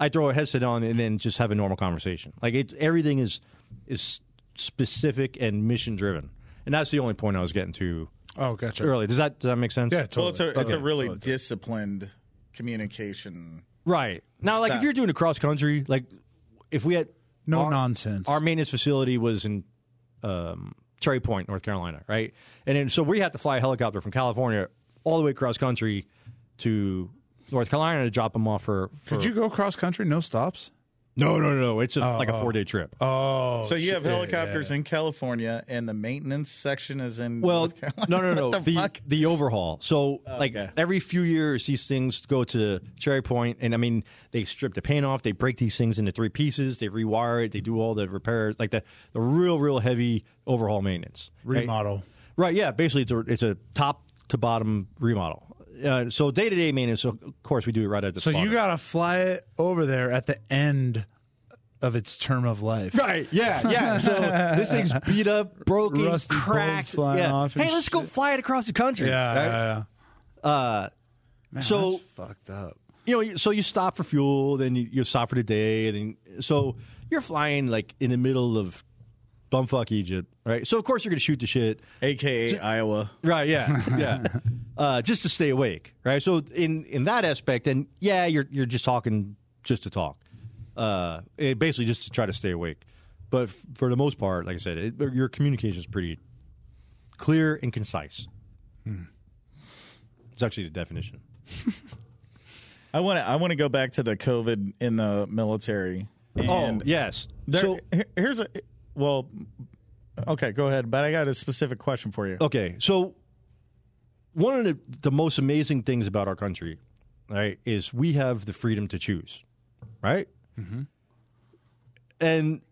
S2: I throw a headset on and then just have a normal conversation. Like it's everything is is specific and mission driven, and that's the only point I was getting to
S4: Oh, gotcha.
S2: early. Does that does that make sense?
S4: Yeah, totally.
S1: Well, it's a it's a
S4: Totally.
S1: really
S4: Totally.
S1: disciplined communication.
S2: Right now, like if
S1: Stop.
S2: you're doing a cross country, like if we had
S4: no
S2: our-
S4: nonsense.
S2: Our maintenance facility was in um, Cherry Point, North Carolina, right? And then, so we had to fly a helicopter from California all the way across country to North Carolina to drop them off for. for
S4: Could you go cross country, no stops?
S2: No, no, no, no. It's a, like a four day trip.
S4: Oh,
S1: So you have
S4: shit,
S1: helicopters in California, and the maintenance section is in
S2: well,
S1: North Carolina.
S2: no, no, no.
S1: [LAUGHS] What the, fuck?
S2: the overhaul. So
S4: Oh,
S2: like
S1: okay.
S2: every few years, these things go to Cherry Point, and I mean they strip the paint off, they break these things into three pieces, they rewire it, they do all the repairs, like the the real, real heavy overhaul maintenance.
S4: yeah.
S2: right?
S4: remodel.
S2: Right. Yeah. Basically, it's a, it's a top to bottom remodel. Uh, so day to day maintenance. So of course, we do it right at the.
S4: So
S2: spot.
S4: you gotta fly it over there at the end of its term of life.
S2: Right. Yeah. Yeah. So this thing's beat up, broken,
S4: Rusty bolts
S2: cracked.
S4: flying
S2: yeah.
S4: off and
S2: hey, let's go
S4: shit.
S2: fly it across the country.
S4: Yeah,
S2: Right?
S4: yeah, yeah.
S2: Uh, so
S4: That's fucked up.
S2: you know, you- so you stop for fuel, then you, you stop for the day, and then so you're flying like in the middle of bumfuck Egypt, right? So of course you're gonna shoot the shit.
S1: AKA Iowa.
S2: Right. Yeah. Yeah. uh, just to stay awake. Right. So in in that aspect, and yeah, you're you're just talking just to talk, uh, it- basically just to try to stay awake. But f- for the most part, like I said, it, your communication is pretty clear and concise.
S4: Hmm.
S2: It's actually the definition.
S1: I want to I want to go back to the COVID in the military. And
S2: oh yes.
S1: there-
S2: so
S1: he- here's a well, okay, go ahead. But I got a specific question for you.
S2: Okay, so one of the, the most amazing things about our country, right, is we have the freedom to choose, right? Mm-hmm. And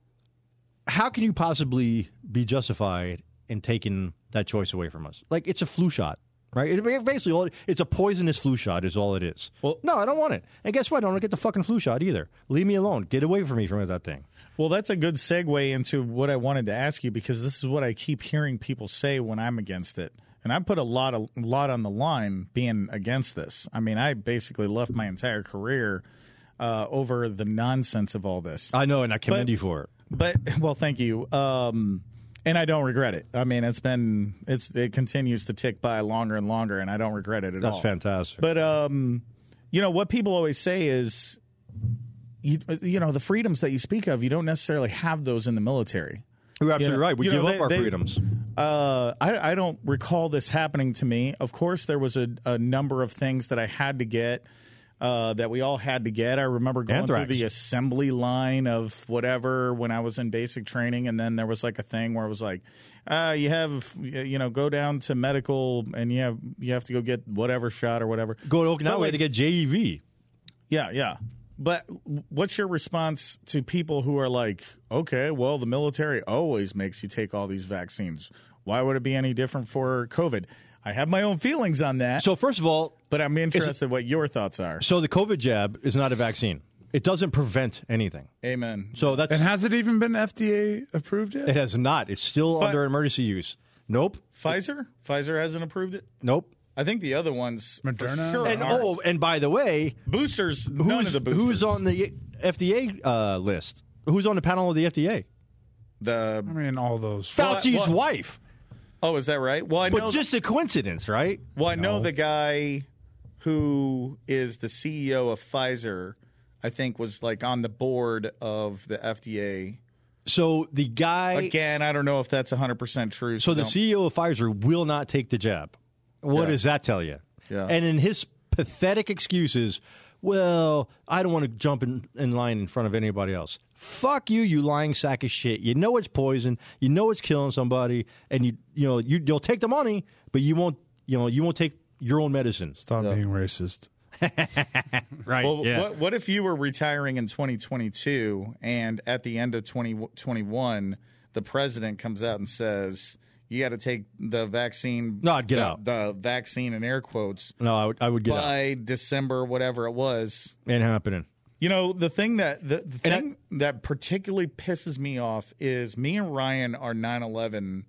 S2: how can you possibly be justified in taking that choice away from us? Like it's a flu shot, right? It, it basically, all it's a poisonous flu shot is all it is. Well, no, I don't want it. And guess what? I don't want to get the fucking flu shot either. Leave me alone. Get away from me from that thing.
S1: Well, that's a good segue into what I wanted to ask you because this is what I keep hearing people say when I'm against it. And I put a lot of lot on the line being against this. I mean, I basically left my entire career uh, over the nonsense of all this.
S2: I know, and I commend
S1: But-
S2: you for it.
S1: But well, thank you. Um, and I don't regret it. I mean, it's been it's it continues to tick by longer and longer, and I don't regret it at
S2: That's
S1: all.
S2: fantastic.
S1: But um, you know what people always say is, you you know the freedoms that you speak of, you don't necessarily have those in the military.
S2: You're absolutely
S1: you know-
S2: right. We
S1: you know,
S2: give up
S1: they-
S2: our
S1: they-
S2: freedoms.
S1: Uh, I, I don't recall this happening to me. Of course, there was a, a number of things that I had to get. uh, that we all had to get. I remember going
S2: Anthrax.
S1: through the assembly line of whatever when I was in basic training, and then there was like a thing where it was like, uh, you have you know go down to medical and you have you have to go get whatever shot or whatever.
S2: Go to Okinawa
S1: But, like-
S2: to get E JEV.
S1: Yeah, yeah. But what's your response to people who are like, okay, well, the military always makes you take all these vaccines. Why would it be any different for COVID? I have my own feelings on that,
S2: So first of all,
S1: but I'm interested what your thoughts are.
S2: so the COVID jab is not a vaccine. It doesn't prevent anything.
S1: Amen.
S2: So that's
S4: And has it even been FDA approved
S2: it
S4: yet?
S2: has not. It's still
S1: Fi-
S2: under emergency use. Nope.
S1: Pfizer? Pfizer hasn't approved it?
S2: Nope.
S1: I think the other ones. for
S4: Moderna?
S1: Sure
S2: And
S1: aren't.
S2: oh, and by the way,
S1: boosters. none of
S2: who's
S1: the boosters.
S2: who's on the FDA uh, list? Who's on the panel of the FDA?
S4: I
S1: the?
S4: mean, all those.
S2: Fauci's
S1: what-
S2: wife.
S1: Oh, is that right? Well, I know.
S2: But just a coincidence, right?
S1: Well, I know the guy who is the CEO of Pfizer, I think, was like on the board of the FDA.
S2: So the guy,
S1: Again, I don't know if that's 100% true.
S2: so the E
S1: don't-
S2: CEO of Pfizer will not take the jab. What
S1: Yeah.
S2: does that tell you?
S1: Yeah.
S2: And in his pathetic excuses, well, I don't want to jump in, in line in front of anybody else. Fuck you, you lying sack of shit. You know it's poison. You know it's killing somebody, and you you know you you'll take the money, but you won't you know you won't take your own medicine.
S4: Stop being racist.
S2: Right.
S1: Well, what, what if you were retiring in 2022 and at the end of 2021, the president comes out and says, you got to take the vaccine.
S2: No, I'd get
S1: the-
S2: out.
S1: The vaccine in air quotes
S2: No, I would, I would get out.
S1: by December, whatever it was.
S2: Ain't happening.
S1: You know, the thing that the, the
S2: And I-
S1: thing that particularly pisses me off is me and Ryan are 9/11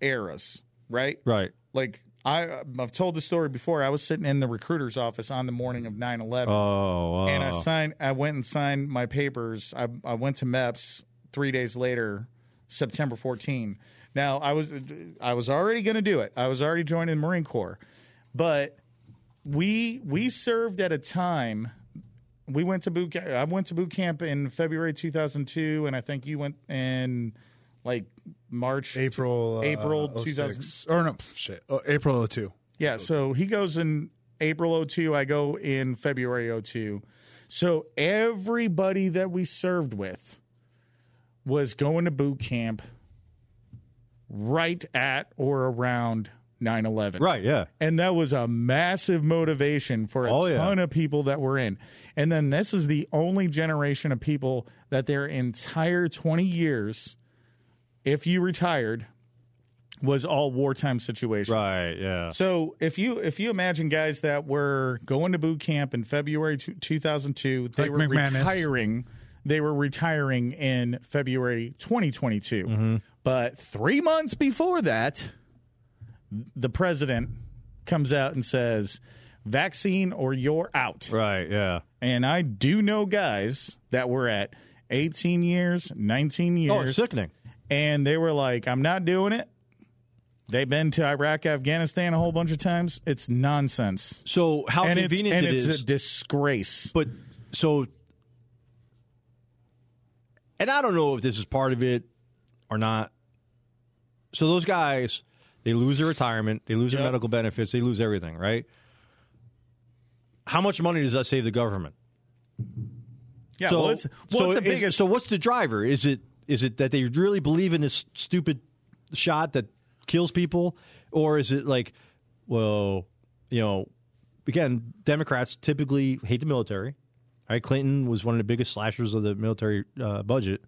S1: eras, right?
S2: Right.
S1: Like I I've told the story before. I was sitting in the recruiter's office on the morning of 9/11
S2: Oh.
S1: and I
S2: oh.
S1: signed I went and signed my papers. I I went to MEPS 3 days later, September 14. Now, I was I was already going to do it. I was already joining the Marine Corps. But we we served at a time we went to boot camp. I went to boot camp in February 2002 and I think you went in like March
S4: April. Uh,
S1: April
S4: 06.
S1: 2000.
S4: Or no, shit. Oh, April 02.
S1: Yeah, so he goes in April 02, I go in February 02. So everybody that we served with was going to boot camp right at or around 9/11.
S2: Right. Yeah.
S1: And that was a massive motivation for a
S2: Oh, yeah.
S1: ton of people that were in. And then this is the only generation of people that their entire 20 years if you retired was all wartime situations.
S2: Right. Yeah.
S1: So if you if you imagine guys that were going to boot camp in February two- 2002, they
S4: Like
S1: were
S4: McManus.
S1: retiring. They were retiring in February 2022. But 3 months before that, the president comes out and says, "Vaccine or you're out."
S2: Right. Yeah.
S1: And I do know guys that were at 18 years, 19
S2: Oh, it's
S1: years
S2: sickening.
S1: and they were like, "I'm not doing it." They've been to Iraq, Afghanistan a whole bunch of times. It's nonsense,
S2: So how
S1: and it's
S2: convenient
S1: and
S2: it
S1: it's
S2: is.
S1: a disgrace.
S2: but so, and I don't know if this is part of it or not. So those guys, they lose their retirement, they lose their
S1: Yep.
S2: medical benefits, they lose everything, right? How much money does that save the government?
S1: Yeah,
S2: so,
S1: well, it's, well,
S2: so
S1: it's the
S2: is-
S1: biggest.
S2: so what's the driver? Is it is it that they really believe in this stupid shot that kills people, or is it like, well, you know, again, Democrats typically hate the military. Right? Clinton was one of the biggest slashers of the military uh, budget.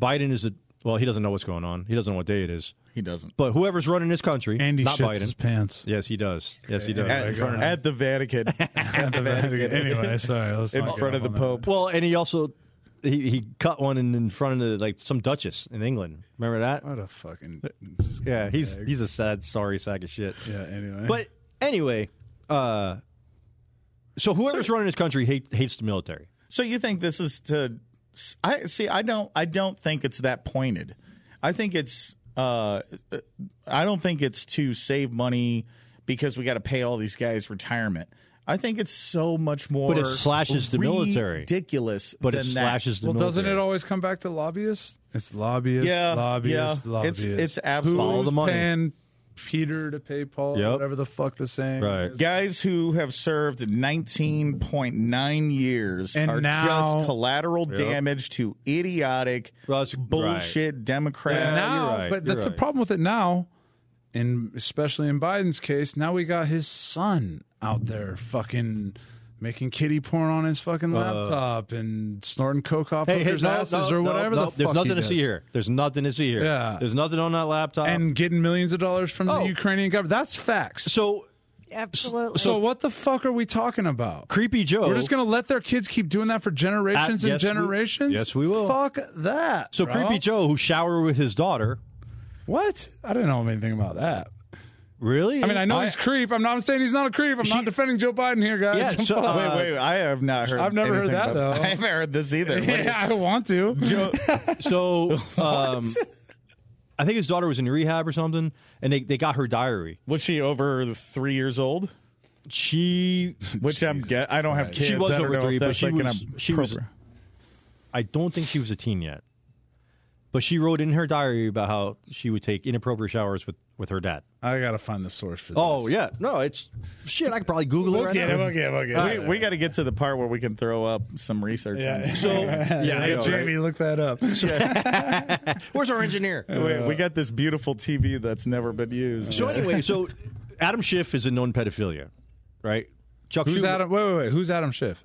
S2: Biden is a well, he doesn't know what's going on. He doesn't know what day it is.
S1: he doesn't.
S2: But whoever's running this country,
S4: Andy
S2: not
S4: shits
S2: Biden.
S4: his pants.
S2: [LAUGHS] Yes, he does. Yes, he
S4: Oh
S2: does.
S1: At, at the
S4: [LAUGHS]
S1: Vatican, at
S2: [LAUGHS]
S1: the Vatican,
S4: anyway, sorry. Let's
S1: in
S4: not
S1: front of
S4: get
S1: the
S4: off on that.
S1: Pope.
S2: Well, and he also he, he cut one in, in front of like some duchess in England. Remember that?
S4: What a fucking.
S2: Yeah, he's he's a sad, sorry sack of shit.
S4: Yeah, anyway.
S2: But anyway, uh, so whoever's running this country hate, hates the military.
S1: So you think this is to? I see. I don't. I don't think it's that pointed. I think it's. Uh, I don't think it's to save money because we got to pay all these guys retirement. I think it's so much more.
S2: But it slashes the military.
S1: Ridiculous.
S2: But it
S1: than that.
S2: slashes the
S4: well,
S2: military.
S4: doesn't it always come back to lobbyists? It's lobbyists,
S1: Yeah,
S4: lobbyists,
S1: yeah.
S4: lobbyists.
S1: It's it's
S2: Follow
S1: absolutely.
S2: the money.
S4: Paying Peter to pay Paul,
S2: Yep.
S4: whatever the fuck the saying.
S2: Right.
S4: is.
S1: Guys who have served 19.9 years
S4: And
S1: are
S4: now-
S1: just collateral damage to idiotic
S2: Well, that's-
S1: bullshit
S4: But
S1: Democrat.
S2: Yeah, you're
S4: now,
S2: right,
S4: but
S2: you're
S4: that's the
S2: right.
S4: problem with it now, and especially in Biden's case, now we got his son out there fucking making kitty porn on his fucking laptop and snorting coke off
S2: Uh, Hey, hey,
S4: hookers'
S2: no,
S4: asses
S2: no,
S4: or
S2: no,
S4: whatever
S2: no,
S4: the fuck
S2: There's
S4: he
S2: nothing to
S4: does.
S2: see here. There's nothing to see here.
S4: Yeah.
S2: There's nothing on that laptop.
S4: And getting millions of dollars from
S2: Oh.
S4: the Ukrainian government. That's facts.
S2: so
S3: Absolutely.
S4: So what the fuck are we talking about?
S2: creepy Joe.
S4: We're just gonna let their kids keep doing that for generations
S2: Uh, yes,
S4: and
S2: we-
S4: generations.
S2: yes, we will.
S4: Fuck that.
S2: so
S4: bro.
S2: creepy Joe who showered with his daughter.
S4: What? I didn't know anything about that.
S2: Really?
S4: I mean, I know [LAUGHS] he's creep. I'm not saying he's not a creep. I'm not defending Joe Biden here, guys.
S2: Yeah,
S4: [LAUGHS] I'm
S2: so,
S4: fucking-
S2: uh,
S1: wait, wait, I have not heard.
S4: I've never heard
S1: anything
S4: that,
S1: about- [LAUGHS]
S4: though.
S1: I haven't heard this either. What is-
S4: [LAUGHS] yeah, I want to.
S2: Joe. So um, I think his daughter was in rehab or something, and they, they got her diary.
S1: Was she over three years old?
S2: She
S1: Which I'm get. I don't have kids.
S2: She was
S1: I don't
S2: over
S1: know if
S2: three, but
S1: that's
S2: she
S1: like an
S2: was- she was-
S1: appropriate-
S2: I don't think she was a teen yet. But she wrote in her diary about how she would take inappropriate showers with, with her dad.
S4: [LAUGHS] I gotta find the source for this.
S2: Oh yeah, no, it's shit. I could probably Google it.
S4: We'll
S2: right
S4: get it.
S2: now.
S4: We'll get it. We'll get
S1: We,
S4: it.
S1: we got to get to the part where we can throw up some research. on
S4: Yeah.
S1: this.
S2: [LAUGHS]
S4: [LAUGHS]
S2: So yeah, I know, right?
S4: Jamie, look that up. [LAUGHS]
S2: where's our engineer?
S1: we, we got this beautiful TV that's never been used.
S2: So anyway, so Adam Schiff is a known pedophilia, right? Chuck
S4: Who's
S2: Schumer-
S4: Adam? Wait, wait, wait. Who's Adam Schiff?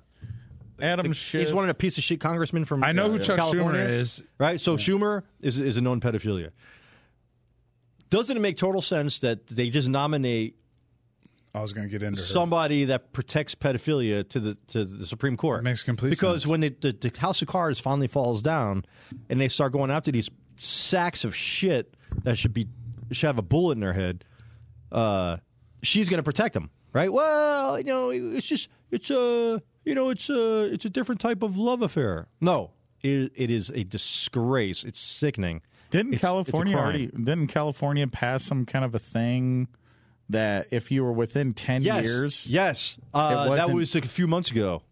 S1: Adam Schiff.
S2: He's one of the piece of shit congressmen from.
S4: I know
S2: uh,
S4: who Chuck
S2: California,
S4: Schumer is.
S2: right? So Schumer is is a known pedophilia. Doesn't it make total sense that they just nominate
S4: I was gonna get into her.
S2: somebody that protects pedophilia to the to the Supreme Court.
S4: Makes complete
S2: because
S4: sense.
S2: when they, the, the House of Cards finally falls down, and they start going after these sacks of shit that should be should have a bullet in their head, uh, she's going to protect them, right? Well, you know, it's just it's a you know it's a it's a different type of love affair. No, it, it is a disgrace. It's sickening.
S1: Didn't
S2: It's- it's a
S1: California
S2: crime.
S1: already? Didn't California pass some kind of a thing that if you were within ten
S2: Yes,
S1: years,
S2: yes, uh, that
S1: wasn't-
S2: was like a few months ago.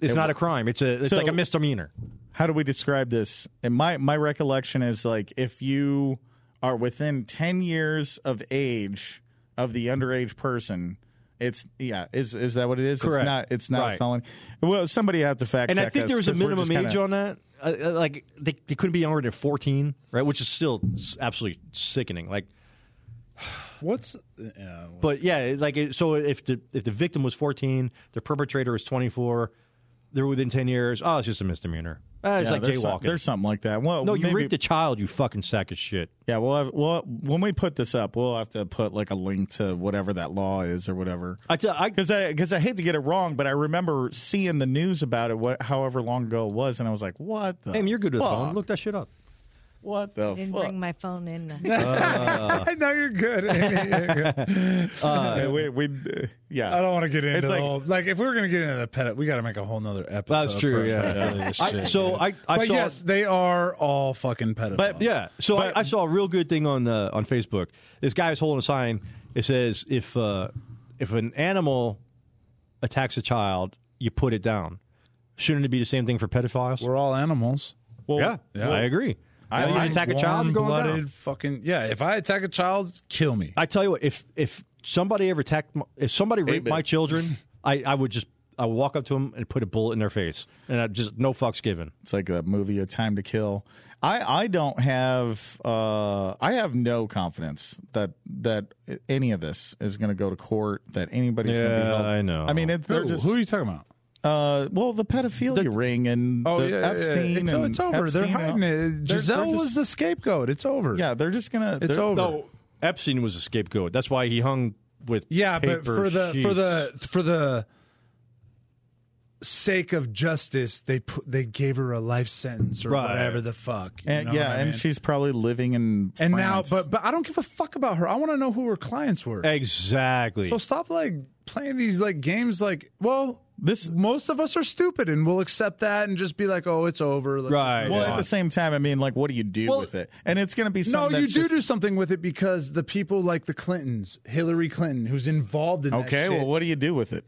S2: It's not a crime. It's a it's
S1: So-
S2: like a misdemeanor.
S1: how do we describe this? And my my recollection is like if you are within ten years of age of the underage person. It's yeah. Is is that what it is?
S2: Correct.
S1: It's not. It's not a
S2: Right.
S1: felony. Well, somebody had to fact
S2: And
S1: check
S2: I think
S1: us
S2: there was a
S1: 'cause we're
S2: minimum
S1: just kinda-
S2: age on that. Uh, uh, like they, they couldn't be under 14, right? Which is still s- absolutely sickening. Like,
S4: What's? Yeah,
S2: but yeah, it- like it- so if the if the victim was 14, the perpetrator is 24, they're within 10 years. Oh, it's just a misdemeanor. Uh, it's
S1: Yeah,
S2: like
S1: there's some-
S2: jaywalking.
S1: there's something like that. Well,
S2: no, you
S1: maybe-
S2: raped a child, you fucking sack of shit.
S1: Yeah, we'll have, well when we put this up, we'll have to put like a link to whatever that law is or whatever.
S2: I, tell- I
S1: Because I because I hate to get it wrong, but I remember seeing the news about it, what however long ago it was, and I was like, "What the?
S2: damn, you're good with the
S1: fuck?
S2: phone. Look that shit up.
S1: What the
S3: didn't
S1: fuck?"
S3: bring my phone in. [LAUGHS]
S2: Uh.
S4: [LAUGHS] now you're good. You're good.
S1: Yeah, we, we, uh, yeah,
S4: I don't want to get into
S1: It's
S4: the
S1: like-
S4: whole. Like, if we're gonna get into the pet, we got to make a whole nother episode.
S2: That's true,
S4: for
S2: yeah.
S4: pedophilia
S2: I-
S4: shit,
S2: so
S4: dude.
S2: I- I
S4: but
S2: saw-
S4: yes, they are all fucking pedophiles.
S1: But-
S2: Yeah. So
S1: But-
S2: I, I saw a real good thing on uh, on Facebook. This guy is holding a sign. It says, "If uh, if an animal attacks a child, you put it down." Shouldn't it be the same thing for pedophiles?
S4: we're all animals.
S1: Well,
S2: yeah,
S4: yeah.
S2: I agree. I, you attack a child, you're going down.
S4: blooded fucking yeah. If I attack a child, kill me.
S2: I tell you what, if if somebody ever attacked, my, if somebody raped
S1: man.
S2: my children, I, I would just I would walk up to them and put a bullet in their face, and I just no fucks given.
S1: It's like that movie, A Time to Kill. I, I don't have uh, I have no confidence that that any of this is going to go to court. That anybody's going to be
S2: Yeah,
S1: held.
S2: I know.
S1: I mean, it, they're
S4: Who,
S1: just
S4: who are you talking about?
S1: Uh, well, the pedophilia ring and
S2: Oh,
S4: Oh,
S1: the Epstein
S4: It's,
S1: and
S4: it's over. they're
S1: Epstein, uh,
S4: hiding it.
S1: they're-
S4: Giselle
S1: they're just-
S4: was the scapegoat. It's over.
S1: Yeah, they're just gonna.
S4: it's
S1: they're-
S4: over.
S2: No, Epstein was a scapegoat. That's why he hung with
S4: Yeah, but
S2: paper
S4: for the for
S2: sheets.
S4: the for the sake of justice, they put, they gave her a life sentence or
S2: Right.
S4: whatever the fuck. you
S1: And,
S4: know
S1: yeah,
S4: what I
S1: and
S4: mean?
S1: she's probably living in.
S4: and
S1: France.
S4: now, but but I don't give a fuck about her. I want to know who her clients were.
S2: exactly.
S4: So stop like playing these like games. Like, well,
S1: This-
S4: most of us are stupid, and we'll accept that and just be like, oh, it's over. Let's
S2: Right.
S4: move
S1: well,
S4: on.
S1: at the same time, I mean, like, what do you do
S2: Well-
S1: with it? And it's gonna be
S4: No,
S1: something
S4: you
S1: that's
S4: do
S1: just-
S4: do something with it because the people like the Clintons, Hillary Clinton, who's involved in that
S1: Okay,
S4: shit.
S1: well, what do you do with it?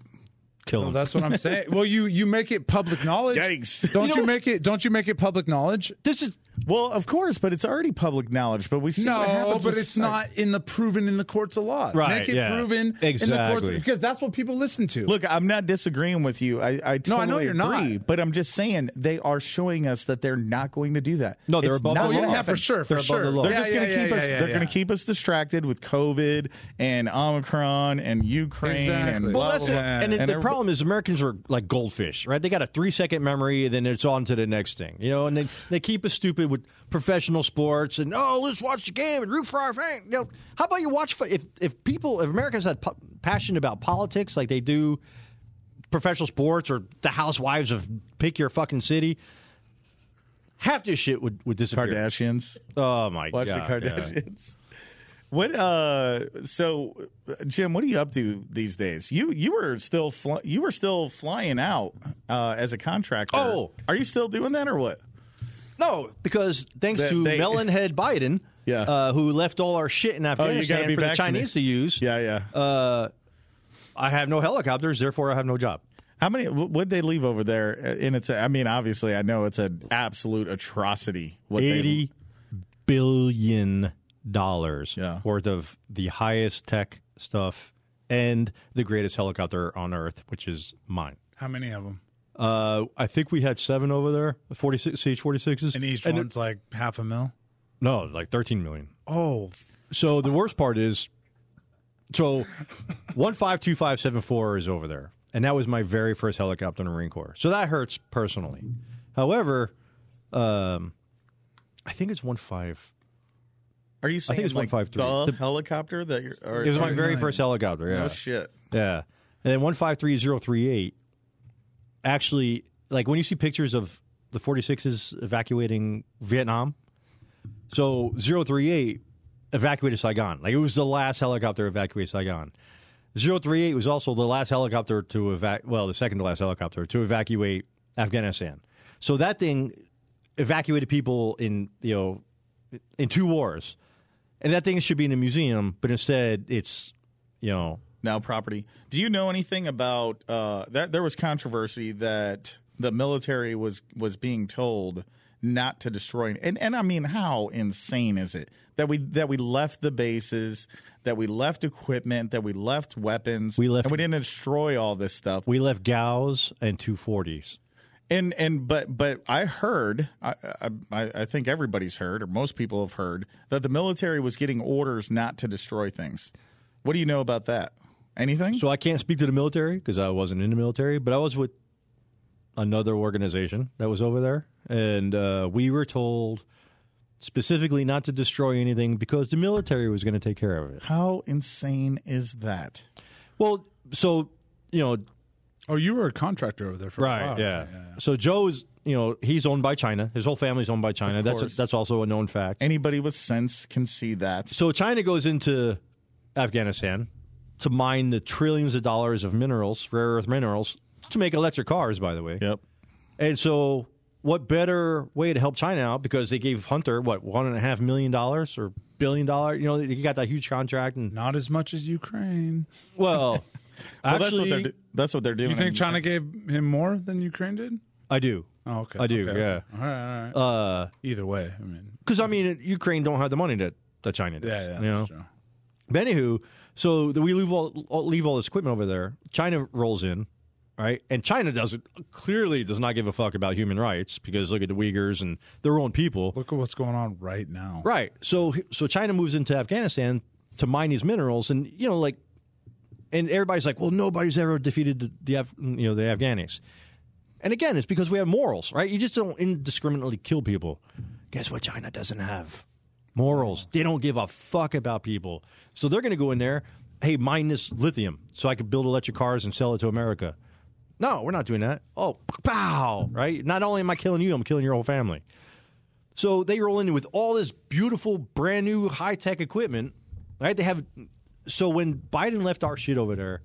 S2: Kill
S4: Well,
S2: him.
S4: that's what I'm saying. well, you you make it public knowledge.
S1: Yikes.
S4: Don't you,
S2: You know-
S4: make it? Don't you make it public knowledge?
S2: this is
S1: Well, of course, but it's already public knowledge. But we see what
S4: No,
S1: happens.
S4: but
S1: with-
S4: it's not in the proven in the courts of law.
S2: Right,
S4: Make it
S2: yeah.
S4: proven in the courts
S2: Exactly.
S4: because that's what people listen to.
S1: Look, I'm not disagreeing with you. I, I totally
S4: No, I know you're not.
S1: agree, but I'm just saying they are showing us that they're not going to do that.
S2: No, they're
S1: It's
S2: above
S1: not
S2: the
S4: oh, yeah,
S2: law.
S1: gonna
S4: yeah,
S1: happen.
S4: for sure,
S2: They're
S4: for
S2: above
S4: sure.
S2: the law.
S1: They're
S4: Yeah,
S1: just
S4: yeah,
S1: going to
S4: yeah,
S1: keep
S4: yeah,
S1: us.
S4: yeah,
S1: they're
S4: yeah.
S1: going to keep us distracted with COVID and Omicron and Ukraine
S4: Exactly.
S1: and
S4: Well,
S1: blah,
S2: Well, that's
S1: blah,
S2: it.
S1: blah.
S2: And, it- the
S1: everybo-
S2: problem is Americans are like goldfish, right? They got a three second memory, and then it's on to the next thing, you know. And they, they keep us stupid with professional sports and oh, let's watch the game and root for our fan. You know, how about you watch fo- if if people if Americans had po- passion about politics like they do professional sports or the housewives of pick your fucking city, half this shit would would disappear.
S1: Kardashians.
S2: Oh my
S1: Watch
S2: god,
S1: the
S2: yeah.
S1: Kardashians. [LAUGHS] What uh so uh, Jim, what are you up to these days? You you were still fly, you were still flying out uh as a contractor.
S2: Oh.
S1: Are you still doing that or what?
S2: No, Oh, because thanks
S1: That
S2: to
S1: they-
S2: melon
S1: [LAUGHS]
S2: head Biden,
S1: Yeah. Oh,
S2: uh, who left all our shit in Afghanistan
S1: be
S2: for the
S1: vaccinated.
S2: Chinese to use.
S1: Yeah, yeah.
S2: I have no helicopters, therefore I have no job.
S1: How many wh- what'd they leave over there Uh, and it's a, I mean obviously I know it's an absolute atrocity what
S2: Eighty billion dollars
S1: Yeah.
S2: worth of the highest tech stuff and the greatest helicopter on earth, which is mine.
S4: How many of them?
S2: Uh, I think we had seven over there, forty six CH forty sixes,
S4: And each one's like half a mil.
S2: no, like thirteen million.
S4: Oh,
S2: So the worst part is, so one five two five seven four is over there, and that was my very first helicopter in the Marine Corps. So that hurts personally. However, um, I think it's one five.
S1: they Are you saying
S2: it's
S1: like
S2: 153.
S1: the,
S2: The-
S1: helicopter that you're or,
S2: It was my
S1: or-
S2: very first helicopter. Yeah,
S1: Oh shit.
S2: yeah. And then one five three zero three eight. Actually, like when you see pictures of the forty sixes evacuating Vietnam, so 038 evacuated Saigon. Like it was the last helicopter to evacuate Saigon. 038 was also the last helicopter to evac. Well, the second to last helicopter to evacuate Afghanistan. So that thing evacuated people in you know in two wars, and that thing should be in a museum, but instead it's you know
S1: now property. Do you know anything about uh, that? There was controversy that the military was was being told not to destroy, and and I mean, how insane is it that we that we left the bases, that we left equipment, that we left weapons,
S2: We left-
S1: and we didn't destroy all this stuff.
S2: we left Gauss and 240s.
S1: And and but but I heard I, I I think everybody's heard or most people have heard that the military was getting orders not to destroy things. What do you know about that? Anything?
S2: So I can't speak to the military because I wasn't in the military, but I was with another organization that was over there, and uh, we were told specifically not to destroy anything because the military was going to take care of it.
S1: How insane is that?
S2: Well, so you know,
S4: oh, you were a contractor over there for a while.
S2: yeah. So Joe is, you know, he's owned by China. His whole family's owned by China. That's
S1: course.
S2: that's also a known fact.
S1: Anybody with sense can see that.
S2: So China goes into Afghanistan to mine the trillions of dollars of minerals, rare earth minerals, to make electric cars. By the way,
S1: Yep.
S2: And so, what better way to help China out because they gave Hunter what one and a half million dollars or billion dollar? You know, he got that huge contract,
S4: [LAUGHS]
S2: and
S4: Not as much as Ukraine.
S2: well,
S1: Well,
S2: actually,
S1: that's what they're do- that's what they're doing.
S4: You think
S1: in-
S4: China gave him more than Ukraine did?
S2: I do,
S4: Oh, okay.
S2: I do,
S4: Okay.
S2: yeah.
S4: All right, all
S2: because
S4: right. Either way, I mean,
S2: I mean, Ukraine don't have the money that that China does.
S4: yeah, yeah.
S2: you know.
S4: that's true.
S2: But anywho, so the, we leave all all- leave all this equipment over there. China rolls in, right? And China doesn't clearly does not give a fuck about human rights because look at the Uyghurs and their own people.
S4: Look at what's going on right now.
S2: Right. So so China moves into Afghanistan to mine these minerals, and you know, like, and everybody's like, well, nobody's ever defeated the, the Af- you know the Afghanis, and again, it's because we have morals, right? You just don't indiscriminately kill people. Guess what? China doesn't have morals. They don't give a fuck about people, so they're going to go in there. Hey, mine this lithium so I can build electric cars and sell it to America. No, we're not doing that. Oh, pow! Right? Not only am I killing you, I'm killing your whole family. So they roll in with all this beautiful, brand new, high tech equipment, right? They have. So when Biden left our shit over there,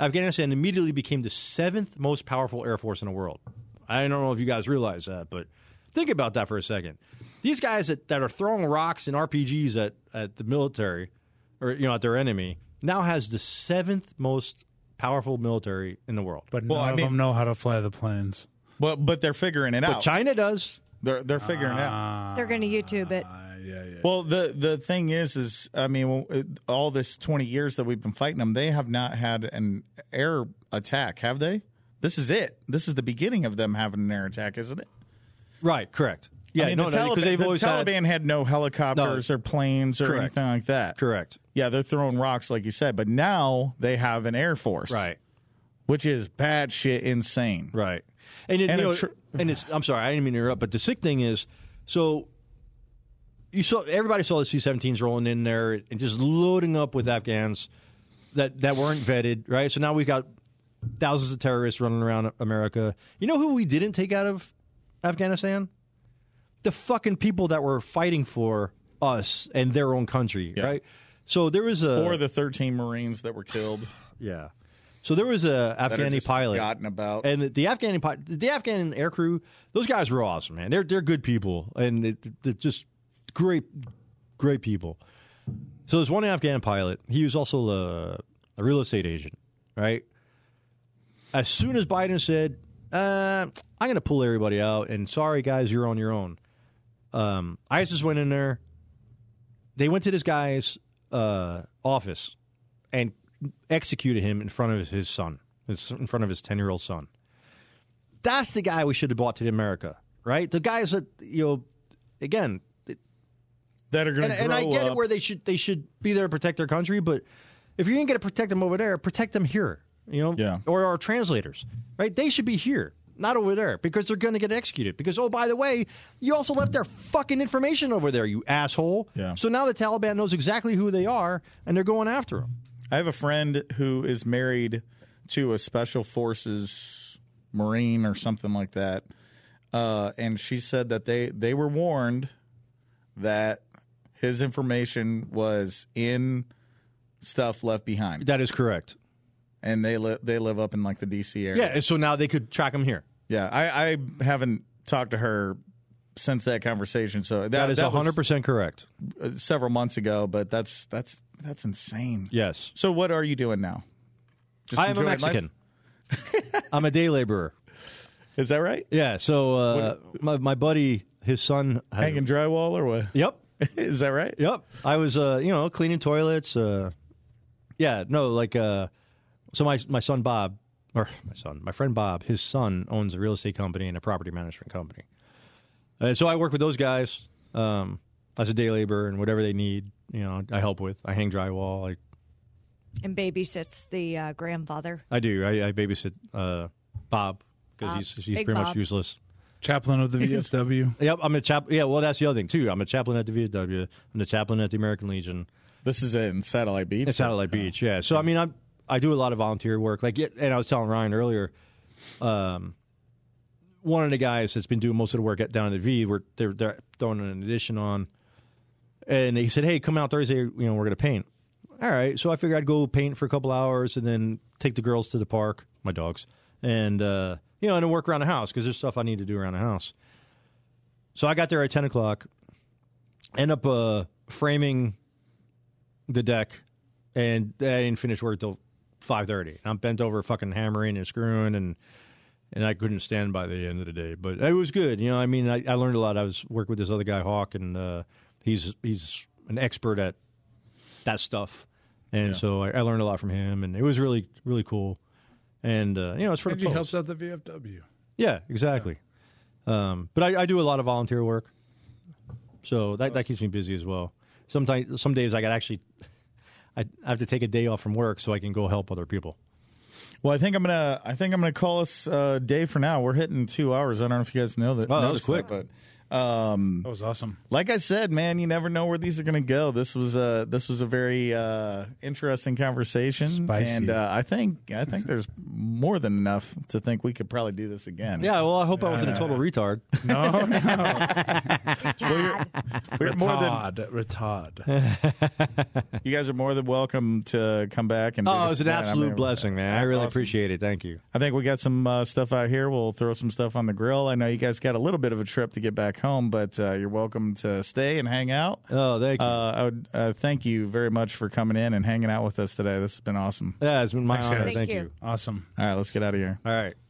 S2: Afghanistan immediately became the seventh most powerful air force in the world. I don't know if you guys realize that, but think about that for a second. These guys that, that are throwing rocks and RPGs at, at the military, or you know, at their enemy, now has the seventh most powerful military in the world.
S4: But
S1: Well,
S4: none
S1: I
S4: of
S1: mean-
S4: them know how to fly the planes.
S1: Well, but they're figuring it
S2: But Ah.
S1: out.
S2: China does.
S1: They're they're figuring it out.
S3: They're going to YouTube it.
S4: Uh, yeah, yeah.
S1: Well, the the thing is, is I mean, well, all this twenty years that we've been fighting them, they have not had an air attack, have they? This is it. This is the beginning of them having an air attack, isn't it?
S2: Right, correct. Yeah,
S1: I mean,
S2: no,
S1: the
S2: no,
S1: Taliban,
S2: because they've
S1: the
S2: always
S1: Taliban
S2: had
S1: had, no helicopters
S2: No.
S1: or planes or
S2: Correct.
S1: anything like that.
S2: correct.
S1: Yeah, they're throwing rocks, like you said, but now they have an air force,
S2: Right,
S1: Which is bad shit, insane.
S2: right. And it,
S1: And
S2: you
S1: a
S2: know,
S1: tr-
S2: and it's. I'm sorry, I didn't mean to interrupt, but the sick thing is, so you saw everybody saw the C-17s rolling in there and just loading up with Afghans that that weren't vetted, right? So now we've got thousands of terrorists running around America. You know who we didn't take out of Afghanistan? The fucking people that were fighting for us and their own country, right? So there was a
S1: Or the thirteen Marines that were killed,
S2: Yeah. So there was a
S1: that are
S2: Afghani
S1: just
S2: pilot,
S1: forgotten about.
S2: and the Afghani pi- the Afghan air crew. Those guys were awesome, man. They're they're good people, and it, they're just great, great people. So there's one Afghan pilot. He was also a, a real estate agent, right? As soon as Biden said, uh, "I'm going to pull everybody out," and sorry guys, you're on your own. Um, ISIS went in there. They went to this guy's uh, office and executed him in front of his son, his, in front of his 10 year old son. That's the guy we should have brought to America, right? The guys that, you know, again,
S1: that are going
S2: and,
S1: to
S2: and
S1: grow
S2: I get
S1: up.
S2: it where they should they should be there to protect their country, but if you're going to protect them over there, protect them here, you know,
S1: Yeah.
S2: or our translators, right? They should be here, not over there, because they're going to get executed. Because oh, by the way, you also left their fucking information over there, you asshole.
S1: Yeah.
S2: So now the Taliban knows exactly who they are, and they're going after them.
S1: I have a friend who is married to a special forces marine or something like that, uh, and she said that they they were warned that his information was in stuff left behind,
S2: That is correct.
S1: and they li- they live up in like the D.C. area.
S2: Yeah, and so now they could track him here.
S1: yeah. I, I haven't talked to her since that conversation, so that,
S2: That is
S1: that was,
S2: hundred percent correct.
S1: uh, several months ago. But that's that's that's insane.
S2: Yes,
S1: So what are you doing now? Just
S2: I am a
S1: enjoying life?
S2: Mexican. [LAUGHS] I'm a day laborer.
S1: Is that right?
S2: Yeah, so uh, my my buddy, his son, had-
S1: hanging drywall or what?
S2: Yep,
S1: [LAUGHS] Is that right?
S2: yep. I was, uh, you know, cleaning toilets. Uh, yeah, no, like, uh, so my my son Bob, or my son, my friend Bob, his son owns a real estate company and a property management company. And so I work with those guys um, as a day laborer and whatever they need. You know, I help with. I hang drywall. I
S3: And babysits the uh, grandfather.
S2: I do. I, I babysit uh, Bob because
S3: Bob.
S2: he's he's
S3: Big
S2: pretty much
S3: Bob.
S2: useless.
S1: [LAUGHS]
S4: Chaplain of the VFW.
S2: Yep, I'm a chap. Yeah, well, that's the other thing too. I'm a chaplain at the VW. I'm the chaplain at the American Legion.
S1: This is in Satellite Beach.
S2: It's Satellite Beach, yeah. So I mean, I I do a lot of volunteer work. Like, yeah, and I was telling Ryan earlier, um, one of the guys that's been doing most of the work at down at the V, where they're they're throwing an addition on, and he said, "Hey, come out Thursday. You know, we're gonna paint." All right, so I figured I'd go paint for a couple hours and then take the girls to the park, my dogs, and uh, you know, and then work around the house because there's stuff I need to do around the house. So I got there at ten o'clock, end up uh, framing the deck, and I didn't finish work till five thirty. I'm bent over, fucking hammering and screwing, and and I couldn't stand by the end of the day. But it was good, you know. I mean, I, I learned a lot. I was working with this other guy, Hawk, and uh, he's he's an expert at that stuff, and so I, I learned a lot from him, and it was really really cool. And uh, you know, it's for the
S4: Reggie
S2: post.
S4: helps out the VFW.
S2: Yeah, exactly. Um, but I, I do a lot of volunteer work, so that, that keeps me busy as well. Sometimes, some days I got actually, [LAUGHS] I, I have to take a day off from work so I can go help other people.
S1: Well, I think I'm gonna. I think I'm gonna call us uh, day for now. We're hitting two hours. I don't know if you guys know that.
S2: Wow, that was
S1: noticed but um,
S4: That was awesome.
S1: [LAUGHS] like I said, man, you never know where these are gonna go. This was a this was a very uh, interesting conversation,
S4: Spicy.
S1: and uh, I think I think there's more than enough to think we could probably do this again.
S2: Yeah, well, I hope I wasn't a [LAUGHS] total retard.
S4: No, no.
S3: Dad.
S1: We're more than,
S4: retard.
S1: [LAUGHS]
S4: retard.
S1: you guys are more than welcome to come back and. do
S2: oh, it
S1: this
S2: was an
S1: again. I
S2: absolute
S1: mean,
S2: blessing, man. I really
S1: awesome.
S2: appreciate it. Thank you.
S1: I think we got some uh, stuff out here. We'll throw some stuff on the grill. I know you guys got a little bit of a trip to get back home, but uh, you're welcome to stay and hang out.
S2: Oh, thank you.
S1: Uh, I would uh, thank you very much for coming in and hanging out with us today. This has been awesome.
S2: yeah, it's been my
S4: Thanks,
S2: honor.
S4: guys.
S2: Thank
S3: Thank
S2: you.
S3: you.
S4: Awesome.
S1: All right, let's get out of here.
S2: All right.